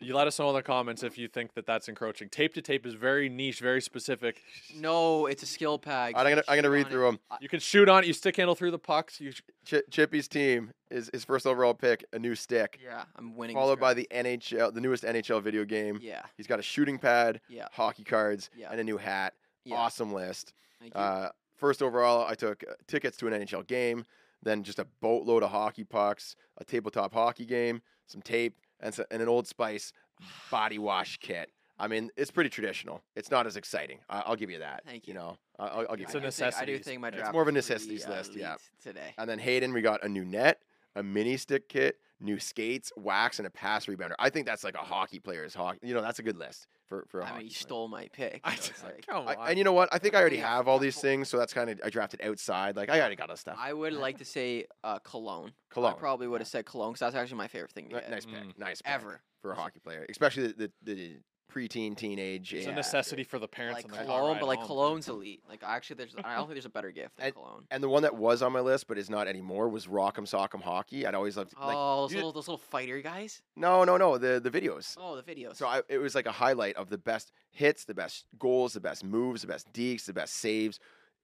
[SPEAKER 1] you let us know in the comments if you think that that's encroaching. Tape to tape is very niche, very specific.
[SPEAKER 3] No, it's a skill pad.
[SPEAKER 2] I'm gonna I'm gonna read through them.
[SPEAKER 1] You can shoot on. it, You stick handle through the pucks.
[SPEAKER 2] (laughs)
[SPEAKER 1] You sh-
[SPEAKER 2] Ch- Chippy's team is his first overall pick, a new stick,
[SPEAKER 3] Yeah, I'm winning. this
[SPEAKER 2] followed by
[SPEAKER 3] round.
[SPEAKER 2] the NHL, the newest NHL video game.
[SPEAKER 3] Yeah.
[SPEAKER 2] He's got a shooting pad,
[SPEAKER 3] Yeah.
[SPEAKER 2] hockey cards,
[SPEAKER 3] Yeah.
[SPEAKER 2] and a new hat.
[SPEAKER 3] Yeah.
[SPEAKER 2] Awesome list.
[SPEAKER 3] Thank you.
[SPEAKER 2] Uh, first overall, I took uh, tickets to an NHL game, then just a boatload of hockey pucks, a tabletop hockey game, some tape, and, so, and an Old Spice body wash kit. I mean, it's pretty traditional. It's not as exciting. I- I'll give you that.
[SPEAKER 3] Thank
[SPEAKER 2] You
[SPEAKER 3] you.
[SPEAKER 2] know, I- I'll, I'll give
[SPEAKER 1] It's
[SPEAKER 2] you
[SPEAKER 1] a
[SPEAKER 3] I
[SPEAKER 2] that.
[SPEAKER 3] do think- I do
[SPEAKER 1] necessities.
[SPEAKER 3] think my
[SPEAKER 1] It's
[SPEAKER 3] draft.
[SPEAKER 2] more of a
[SPEAKER 3] was pretty
[SPEAKER 2] necessities list, yeah.
[SPEAKER 3] elite Today.
[SPEAKER 2] And then Hayden, we got a new net, a mini stick kit, new skates, wax, and a pass rebounder. I think that's like a hockey player's hockey. You know, that's a good list for for a
[SPEAKER 3] I
[SPEAKER 2] hockey
[SPEAKER 3] mean, you
[SPEAKER 2] player.
[SPEAKER 3] stole my pick.
[SPEAKER 1] I
[SPEAKER 3] so it's
[SPEAKER 1] just,
[SPEAKER 3] like-
[SPEAKER 1] come on.
[SPEAKER 2] I, and you know what? I think I already
[SPEAKER 3] Yeah,
[SPEAKER 2] have all
[SPEAKER 3] yeah,
[SPEAKER 2] these
[SPEAKER 3] cool.
[SPEAKER 2] things, so that's kind of I drafted outside. Like I already got all this stuff.
[SPEAKER 3] I would like to say uh, cologne.
[SPEAKER 2] Cologne,
[SPEAKER 3] I probably would have said cologne because that's actually my favorite thing to
[SPEAKER 2] Ni-
[SPEAKER 3] get
[SPEAKER 2] nice pick,
[SPEAKER 1] Mm.
[SPEAKER 2] nice pick
[SPEAKER 3] ever.
[SPEAKER 2] for a hockey player, especially the the, the preteen teenage.
[SPEAKER 1] it's
[SPEAKER 2] yeah.
[SPEAKER 1] a necessity for the parents.
[SPEAKER 3] Like
[SPEAKER 1] and the
[SPEAKER 3] cologne, but like
[SPEAKER 1] cologne.
[SPEAKER 3] cologne's elite. Like actually, there's I don't think there's a better gift than
[SPEAKER 2] And-
[SPEAKER 3] cologne.
[SPEAKER 2] And the one that was on my list, but is not anymore, was Rock'em Sock'em Hockey. I'd always loved. Like,
[SPEAKER 3] oh, those
[SPEAKER 2] you-
[SPEAKER 3] little, those little fighter guys.
[SPEAKER 2] no, no, no. The the videos.
[SPEAKER 3] Oh, the videos.
[SPEAKER 2] So I, it was like a highlight of the best hits, the best goals, the best moves, the best dekes, the best saves.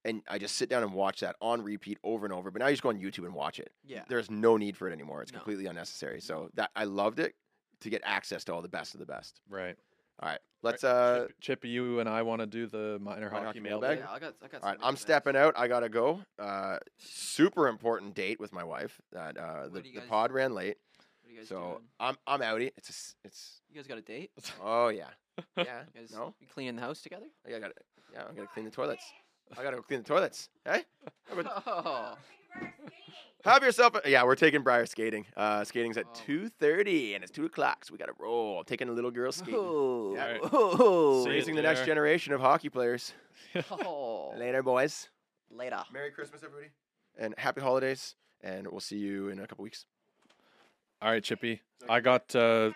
[SPEAKER 2] And I just sit down and watch that on repeat over and over. But now you just go on YouTube and watch it.
[SPEAKER 3] yeah.
[SPEAKER 2] There's no need for it anymore. It's
[SPEAKER 3] No.
[SPEAKER 2] completely unnecessary. So that I loved it to get access to all the best of the best.
[SPEAKER 1] Right.
[SPEAKER 2] All right, Let's uh
[SPEAKER 1] Chip, Chippy, you and I want to do the minor
[SPEAKER 2] Minor
[SPEAKER 1] hockey
[SPEAKER 2] hockey mailbag?
[SPEAKER 1] mailbag.
[SPEAKER 3] Yeah, I got, I got
[SPEAKER 2] All right,
[SPEAKER 3] some
[SPEAKER 2] I'm
[SPEAKER 3] big
[SPEAKER 2] stepping out. I gotta go. Uh, super important date with my wife. That uh, the,
[SPEAKER 3] What do you
[SPEAKER 2] the
[SPEAKER 3] guys-
[SPEAKER 2] pod ran late,
[SPEAKER 3] What are you guys
[SPEAKER 2] so
[SPEAKER 3] doing?
[SPEAKER 2] I'm I'm outie. It's a s it's
[SPEAKER 3] You guys got
[SPEAKER 2] (laughs)
[SPEAKER 3] a date?
[SPEAKER 2] oh yeah, yeah.
[SPEAKER 3] You guys
[SPEAKER 2] no,
[SPEAKER 3] you cleaning the house together?
[SPEAKER 2] I gotta
[SPEAKER 3] (laughs)
[SPEAKER 2] yeah. I gotta clean the toilets. I gotta go clean the toilets. Hey,
[SPEAKER 3] Oh,
[SPEAKER 2] have yourself. A, yeah, we're taking Briar skating. Uh, skating's at
[SPEAKER 3] Oh.
[SPEAKER 2] two thirty, and it's two o'clock, so we gotta roll. I'm taking a little girl skating.
[SPEAKER 1] Alright.
[SPEAKER 3] (laughs) oh,
[SPEAKER 1] See ya,
[SPEAKER 2] Raising the next
[SPEAKER 1] JR.
[SPEAKER 2] generation of hockey players.
[SPEAKER 3] oh.
[SPEAKER 2] (laughs) Later, boys.
[SPEAKER 3] Later.
[SPEAKER 2] Merry Christmas, everybody, and happy holidays. And we'll see you in a couple weeks.
[SPEAKER 1] All right, Chippy. I got uh,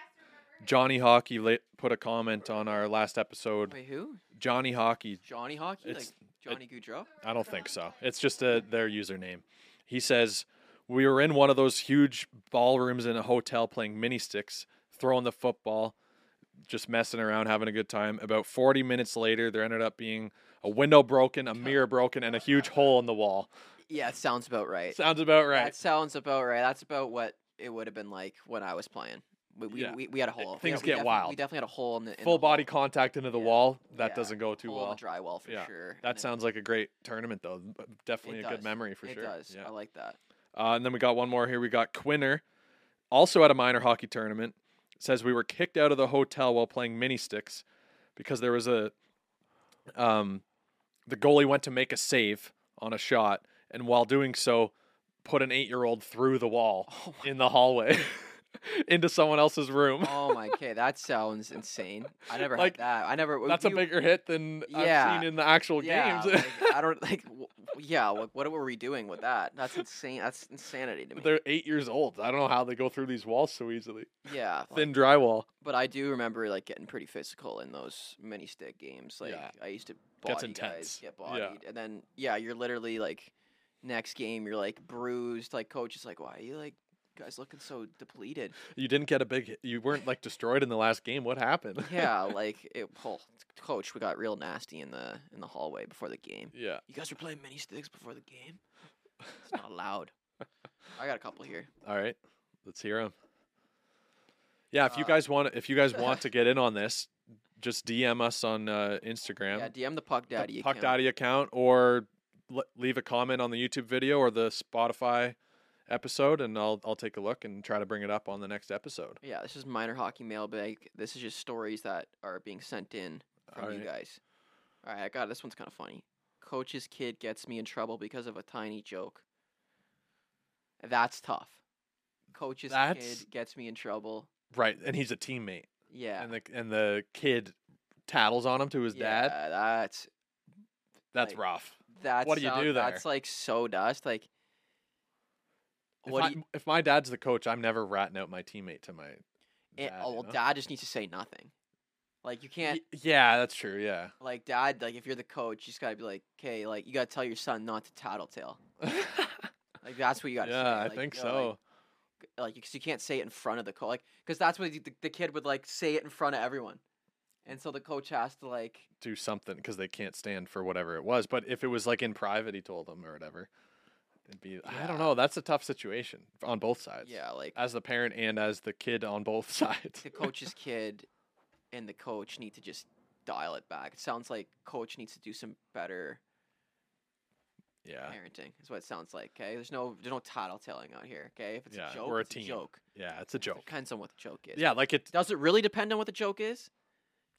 [SPEAKER 1] Johnny Hockey la- put a comment on our last episode.
[SPEAKER 3] Wait, who?
[SPEAKER 1] Johnny Hockey.
[SPEAKER 3] Johnny Hockey?
[SPEAKER 1] It's-
[SPEAKER 3] like Johnny Goudreau?
[SPEAKER 1] I don't think so. It's just uh their username. He says we were in one of those huge ballrooms in a hotel playing mini sticks, throwing the football, just messing around, having a good time. About 40 minutes later, there ended up being a window broken, a mirror broken, and a huge hole in the wall.
[SPEAKER 3] Yeah, it sounds about right.
[SPEAKER 1] Sounds about right.
[SPEAKER 3] That sounds about right. That's about what it would have been like when I was playing. We we,
[SPEAKER 1] Yeah. Eh,
[SPEAKER 3] we, we had a hole. We
[SPEAKER 1] things
[SPEAKER 3] had- we
[SPEAKER 1] get
[SPEAKER 3] defi-
[SPEAKER 1] wild.
[SPEAKER 3] We definitely had a hole in the in the
[SPEAKER 1] Full body
[SPEAKER 3] wall.
[SPEAKER 1] contact into the
[SPEAKER 3] Yeah.
[SPEAKER 1] wall. That
[SPEAKER 3] Yeah.
[SPEAKER 1] doesn't go too
[SPEAKER 3] hole in
[SPEAKER 1] well.
[SPEAKER 3] the drywall for
[SPEAKER 1] Yeah.
[SPEAKER 3] sure. and
[SPEAKER 1] That
[SPEAKER 3] it-
[SPEAKER 1] sounds like a great tournament, though. B-
[SPEAKER 3] it
[SPEAKER 1] Definitely a good
[SPEAKER 3] does.
[SPEAKER 1] memory for
[SPEAKER 3] it
[SPEAKER 1] sure.
[SPEAKER 3] It does.
[SPEAKER 1] Yeah.
[SPEAKER 3] I like that.
[SPEAKER 1] Uh, and then we got one more here. We got Quinner, also at a minor hockey tournament, says we were kicked out of the hotel while playing mini sticks because there was a um, the goalie went to make a save on a shot, and while doing so, put an eight year old through the
[SPEAKER 3] (laughs)
[SPEAKER 1] wall in the hallway (laughs) into someone else's room.
[SPEAKER 3] Oh my god, that sounds insane. I never
[SPEAKER 1] Like,
[SPEAKER 3] had that. I never.
[SPEAKER 1] (laughs)
[SPEAKER 3] w-
[SPEAKER 1] That's a
[SPEAKER 3] we-
[SPEAKER 1] bigger hit than
[SPEAKER 3] Oh, Yeah.
[SPEAKER 1] I've seen in the actual
[SPEAKER 3] Yeah,
[SPEAKER 1] games.
[SPEAKER 3] like, I don't like. W- w- yeah, like what were we doing with that? That's insane. That's insanity to me.
[SPEAKER 1] (laughs) They're eight years old. I don't know how they go through these walls so easily.
[SPEAKER 3] yeah, like,
[SPEAKER 1] Thin drywall.
[SPEAKER 3] but I do remember like getting pretty physical in those mini stick games. Like
[SPEAKER 1] Yeah.
[SPEAKER 3] I used to
[SPEAKER 1] Gets
[SPEAKER 3] body guys,
[SPEAKER 1] intense.
[SPEAKER 3] get
[SPEAKER 1] Yeah.
[SPEAKER 3] bodied, and then yeah, you're literally like next game you're like bruised. Like coach is like, why are you like guys looking so depleted?
[SPEAKER 1] You didn't get a big. hit- You weren't like destroyed in the last game. What happened?
[SPEAKER 3] yeah, like it, oh, coach, we got real nasty in the in the hallway before the game.
[SPEAKER 1] (laughs) Yeah.
[SPEAKER 3] You guys were playing mini sticks before the game? It's not allowed.
[SPEAKER 1] (laughs)
[SPEAKER 3] I got a couple here.
[SPEAKER 1] All right. Let's hear him. Yeah.
[SPEAKER 3] Uh,
[SPEAKER 1] If you guys want, if you guys
[SPEAKER 3] (laughs)
[SPEAKER 1] want to get in on this, just DM us on uh, Instagram,
[SPEAKER 3] Yeah, DM the Puck
[SPEAKER 1] the
[SPEAKER 3] Daddy.
[SPEAKER 1] Puck
[SPEAKER 3] account.
[SPEAKER 1] Daddy account, or l- leave a comment on the YouTube video or the Spotify episode, and I'll I'll take a look and try to bring it up on the next episode.
[SPEAKER 3] Yeah, this is minor hockey mailbag. This is just stories that are being sent in from you
[SPEAKER 1] Alright.
[SPEAKER 3] guys. All right, I got it. this one's kind of funny. Coach's kid gets me in trouble because of a tiny joke. That's tough. Coach's
[SPEAKER 1] That's-
[SPEAKER 3] kid gets me in trouble.
[SPEAKER 1] Right. And he's a teammate,
[SPEAKER 3] Yeah.
[SPEAKER 1] and the and the kid tattles on him to his dad.
[SPEAKER 3] Yeah, that's
[SPEAKER 1] That's
[SPEAKER 3] like,
[SPEAKER 1] rough.
[SPEAKER 3] that's
[SPEAKER 1] What do you do there?
[SPEAKER 3] That's like so dust. Like
[SPEAKER 1] If,
[SPEAKER 3] what do
[SPEAKER 1] I,
[SPEAKER 3] you-
[SPEAKER 1] if my dad's the coach, I'm never ratting out my teammate to my.
[SPEAKER 3] it,
[SPEAKER 1] dad,
[SPEAKER 3] oh,
[SPEAKER 1] you
[SPEAKER 3] well,
[SPEAKER 1] know?
[SPEAKER 3] dad just needs to say nothing. Like you can't
[SPEAKER 1] Y- yeah, that's true. Yeah. (laughs)
[SPEAKER 3] like dad like if you're the coach, you just gotta be like, okay, like you gotta tell your son not to tattletale. Like that's what you gotta say.
[SPEAKER 1] yeah, I
[SPEAKER 3] Like,
[SPEAKER 1] think
[SPEAKER 3] you know,
[SPEAKER 1] so.
[SPEAKER 3] like- Like, because you can't say it in front of the coach, like because that's what the, the kid would like say it in front of everyone, and so the coach has to like
[SPEAKER 1] Do something because they can't stand for whatever it was. But if it was like in private, he told them or whatever, it'd be. I
[SPEAKER 3] Yeah.
[SPEAKER 1] don't know. That's a tough situation f- on both sides.
[SPEAKER 3] yeah like
[SPEAKER 1] As the parent and as the kid on both (laughs) sides.
[SPEAKER 3] the coach's kid and the coach need to just dial it back. It sounds like coach needs to do some better
[SPEAKER 1] yeah.
[SPEAKER 3] parenting. Is what it sounds like. Okay, there's no there's no tattletelling out here. Okay, if it's
[SPEAKER 1] Yeah,
[SPEAKER 3] a joke,
[SPEAKER 1] we're a
[SPEAKER 3] it's
[SPEAKER 1] team.
[SPEAKER 3] a joke.
[SPEAKER 1] Yeah. It's a joke.
[SPEAKER 3] Depends on what the joke is.
[SPEAKER 1] Yeah. Like it.
[SPEAKER 3] Does it really depend on what the joke is?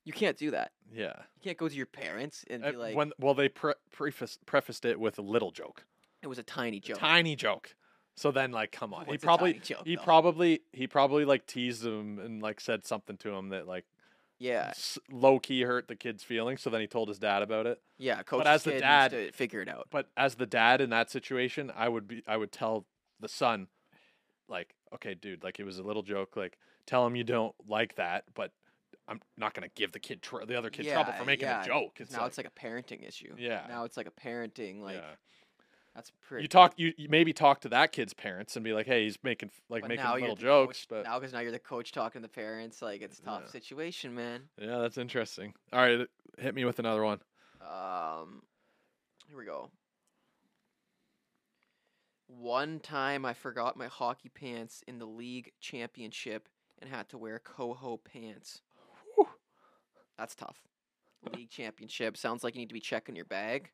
[SPEAKER 3] You can't do that.
[SPEAKER 1] Yeah.
[SPEAKER 3] You can't go to your parents and
[SPEAKER 1] Uh,
[SPEAKER 3] be like,
[SPEAKER 1] when well they pre- preface, prefaced it with a little joke,
[SPEAKER 3] "It was a tiny joke."
[SPEAKER 1] tiny joke. So then like come on, he
[SPEAKER 3] What's a
[SPEAKER 1] probably
[SPEAKER 3] tiny joke,
[SPEAKER 1] he
[SPEAKER 3] though?
[SPEAKER 1] probably he probably like teased him and like said something to him that like
[SPEAKER 3] yeah,
[SPEAKER 1] low key hurt the kid's feelings. So then he told his dad about it.
[SPEAKER 3] Yeah, coach.
[SPEAKER 1] as the
[SPEAKER 3] kid
[SPEAKER 1] dad-
[SPEAKER 3] needs to figure it out.
[SPEAKER 1] But as the dad in that situation, I would be I would tell the son, like, okay, dude, like it was a little joke. Like, tell him you don't like that, but I'm not gonna give the kid tr- the other kid trouble for
[SPEAKER 3] Yeah,
[SPEAKER 1] making
[SPEAKER 3] yeah,
[SPEAKER 1] a joke.
[SPEAKER 3] 'cause now it's like a parenting issue.
[SPEAKER 1] Yeah.
[SPEAKER 3] Now it's like a parenting like
[SPEAKER 1] yeah.
[SPEAKER 3] that's pretty.
[SPEAKER 1] you talk you, you maybe talk to that kid's parents and be like, hey, he's making f- like
[SPEAKER 3] but
[SPEAKER 1] making
[SPEAKER 3] now you're
[SPEAKER 1] little
[SPEAKER 3] the
[SPEAKER 1] jokes,
[SPEAKER 3] coach,
[SPEAKER 1] but
[SPEAKER 3] now because now you're the coach talking to the parents, like it's a tough
[SPEAKER 1] Yeah.
[SPEAKER 3] situation, man.
[SPEAKER 1] yeah, that's interesting. All right, hit me with another one.
[SPEAKER 3] Um, here we go. One time I forgot my hockey pants in the league championship and had to wear coho pants. That's tough. League championship sounds like you need to be checking your bag,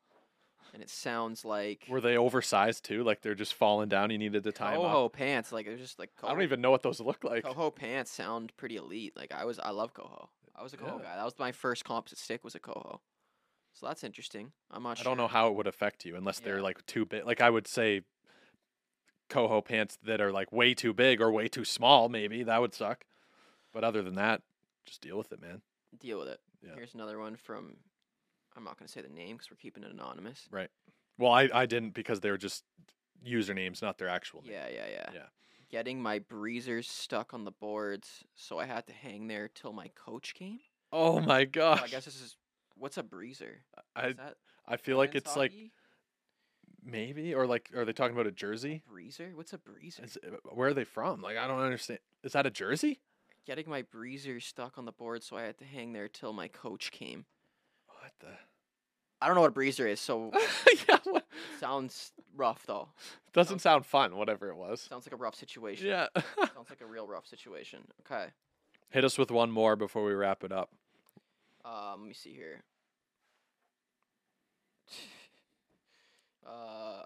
[SPEAKER 3] and it sounds like
[SPEAKER 1] Were they oversized too? Like they're just falling down. You needed the time
[SPEAKER 3] coho
[SPEAKER 1] off.
[SPEAKER 3] pants. Like they're just like
[SPEAKER 1] I don't
[SPEAKER 3] coho-
[SPEAKER 1] even know what those look like.
[SPEAKER 3] coho pants sound pretty elite. Like I was, I love coho. I was a coho
[SPEAKER 1] Yeah.
[SPEAKER 3] guy. That was my first composite stick was a coho. So that's interesting. I'm not.
[SPEAKER 1] I don't know how it would affect you unless they're
[SPEAKER 3] Yeah.
[SPEAKER 1] like too big. Like I would say, coho pants that are like way too big or way too small. Maybe that would suck. But other than that, just deal with it, man.
[SPEAKER 3] deal with it.
[SPEAKER 1] Yeah.
[SPEAKER 3] Here's another one from. I'm not going to say the name because we're keeping it anonymous.
[SPEAKER 1] Well, I, I didn't because they were just usernames, not their actual name.
[SPEAKER 3] Yeah, yeah, yeah.
[SPEAKER 1] Yeah.
[SPEAKER 3] Getting my breezers stuck on the boards, so I had to hang there till my coach came.
[SPEAKER 1] (laughs) Oh my
[SPEAKER 3] So
[SPEAKER 1] gosh.
[SPEAKER 3] I guess this is what's a breezer.
[SPEAKER 1] I,
[SPEAKER 3] Is that
[SPEAKER 1] I feel like
[SPEAKER 3] men's
[SPEAKER 1] it's like
[SPEAKER 3] hockey?
[SPEAKER 1] maybe or like are they talking about a jersey?
[SPEAKER 3] breezer. What's a breezer?
[SPEAKER 1] Is, uh, where are they from? Like I don't understand. Is that a jersey?
[SPEAKER 3] Getting my breezers stuck on the board, so I had to hang there till my coach came.
[SPEAKER 1] What the?
[SPEAKER 3] I don't know what a breezer is, so it
[SPEAKER 1] (laughs) yeah, what?
[SPEAKER 3] sounds rough though.
[SPEAKER 1] doesn't sound fun. Whatever it was.
[SPEAKER 3] Sounds like a rough situation.
[SPEAKER 1] Yeah.
[SPEAKER 3] Sounds like a real rough situation. Okay.
[SPEAKER 1] (laughs) Hit us with one more before we wrap it up.
[SPEAKER 3] Um, let me see here. (laughs) Uh,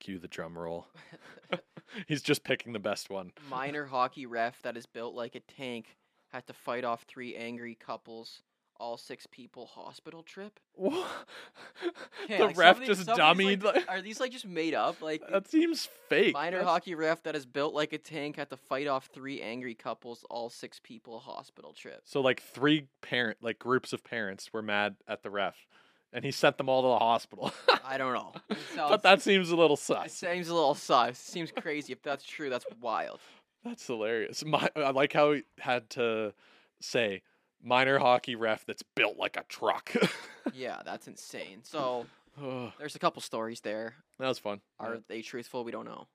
[SPEAKER 1] Cue the drum
[SPEAKER 3] (laughs)
[SPEAKER 1] roll. (laughs) He's just picking the best one. (laughs)
[SPEAKER 3] minor hockey ref that is built like a tank had to fight off three angry couples, all six people hospital trip.
[SPEAKER 1] Wha-
[SPEAKER 3] Okay,
[SPEAKER 1] the
[SPEAKER 3] like, some
[SPEAKER 1] ref
[SPEAKER 3] of the-
[SPEAKER 1] just
[SPEAKER 3] some of these,
[SPEAKER 1] dummied.
[SPEAKER 3] like-
[SPEAKER 1] Like,
[SPEAKER 3] are these like just made
[SPEAKER 1] (laughs)
[SPEAKER 3] up? Like
[SPEAKER 1] that seems fake.
[SPEAKER 3] minor
[SPEAKER 1] That's-
[SPEAKER 3] hockey ref that is built like a tank had to fight off three angry couples, all six people
[SPEAKER 1] (laughs)
[SPEAKER 3] hospital trip.
[SPEAKER 1] So like three parent, like groups of parents were mad at the ref, and he sent them all to the hospital. (laughs)
[SPEAKER 3] I don't know. It sounds-
[SPEAKER 1] but that seems a little
[SPEAKER 3] it
[SPEAKER 1] sus.
[SPEAKER 3] seems a little sus. Seems crazy. If that's true, that's
[SPEAKER 1] (laughs)
[SPEAKER 3] wild.
[SPEAKER 1] That's hilarious. My, I like how he had to say minor hockey ref that's built like a truck. (laughs)
[SPEAKER 3] Yeah, that's insane. So
[SPEAKER 1] Ugh,
[SPEAKER 3] there's a couple stories there.
[SPEAKER 1] that was fun. Yeah,
[SPEAKER 3] Are they truthful? We don't know.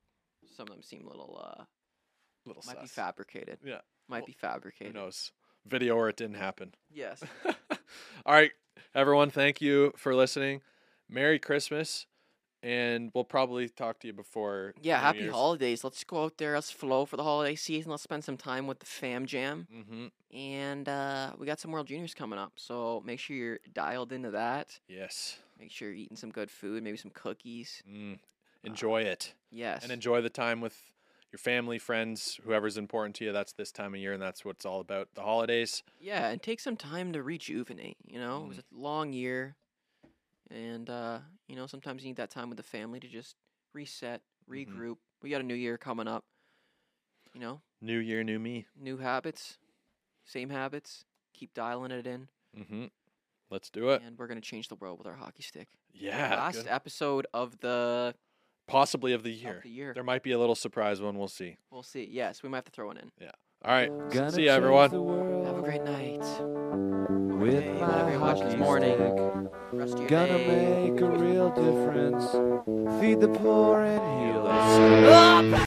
[SPEAKER 3] Some of them seem a little uh
[SPEAKER 1] little
[SPEAKER 3] might be
[SPEAKER 1] sus.
[SPEAKER 3] fabricated.
[SPEAKER 1] Yeah.
[SPEAKER 3] Might
[SPEAKER 1] Well,
[SPEAKER 3] be
[SPEAKER 1] Who
[SPEAKER 3] fabricated.
[SPEAKER 1] knows? Video or it didn't happen. (laughs)
[SPEAKER 3] Yes.
[SPEAKER 1] All right, everyone, thank you for listening. Merry Christmas, and we'll probably talk to you before.
[SPEAKER 3] Yeah,
[SPEAKER 1] New
[SPEAKER 3] happy
[SPEAKER 1] Year's.
[SPEAKER 3] holidays. Let's go out there, let's flow for the holiday season. Let's spend some time with the fam jam.
[SPEAKER 1] Mhm.
[SPEAKER 3] And uh, we got some World Juniors coming up. So make sure you're dialed into that.
[SPEAKER 1] Yes.
[SPEAKER 3] Make sure you're eating some good food, maybe some cookies.
[SPEAKER 1] Mm. Enjoy it,
[SPEAKER 3] Yes.
[SPEAKER 1] and enjoy the time with your family, friends, whoever's important to you. That's this time of year, and that's what it's all about. The holidays.
[SPEAKER 3] Yeah, and take some time to rejuvenate. You know, it was
[SPEAKER 1] Mm.
[SPEAKER 3] a long year, and uh, you know sometimes you need that time with the family to just reset, regroup.
[SPEAKER 1] Mm-hmm.
[SPEAKER 3] We got a new year coming up. You know,
[SPEAKER 1] New year, new me.
[SPEAKER 3] new habits, same habits. Keep dialing it in,
[SPEAKER 1] Mm-hmm. Let's do it.
[SPEAKER 3] and we're gonna change the world with our
[SPEAKER 1] (laughs)
[SPEAKER 3] hockey stick.
[SPEAKER 1] Yeah.
[SPEAKER 3] Last
[SPEAKER 1] good.
[SPEAKER 3] episode of the
[SPEAKER 1] Possibly of the year.
[SPEAKER 3] the year.
[SPEAKER 1] There might be a little surprise one. We'll see.
[SPEAKER 3] we'll see. Yes, we might have to throw it in.
[SPEAKER 1] All right.
[SPEAKER 4] Gonna
[SPEAKER 1] see
[SPEAKER 4] change
[SPEAKER 1] you, everyone.
[SPEAKER 4] the world
[SPEAKER 3] Have a great night.
[SPEAKER 4] with
[SPEAKER 3] day,
[SPEAKER 4] my
[SPEAKER 3] whatever you're watching this
[SPEAKER 4] hockey
[SPEAKER 3] morning.
[SPEAKER 4] stick.
[SPEAKER 3] Rest of your
[SPEAKER 4] Gonna
[SPEAKER 3] day.
[SPEAKER 4] make a real difference. Feed the poor and heal the sick.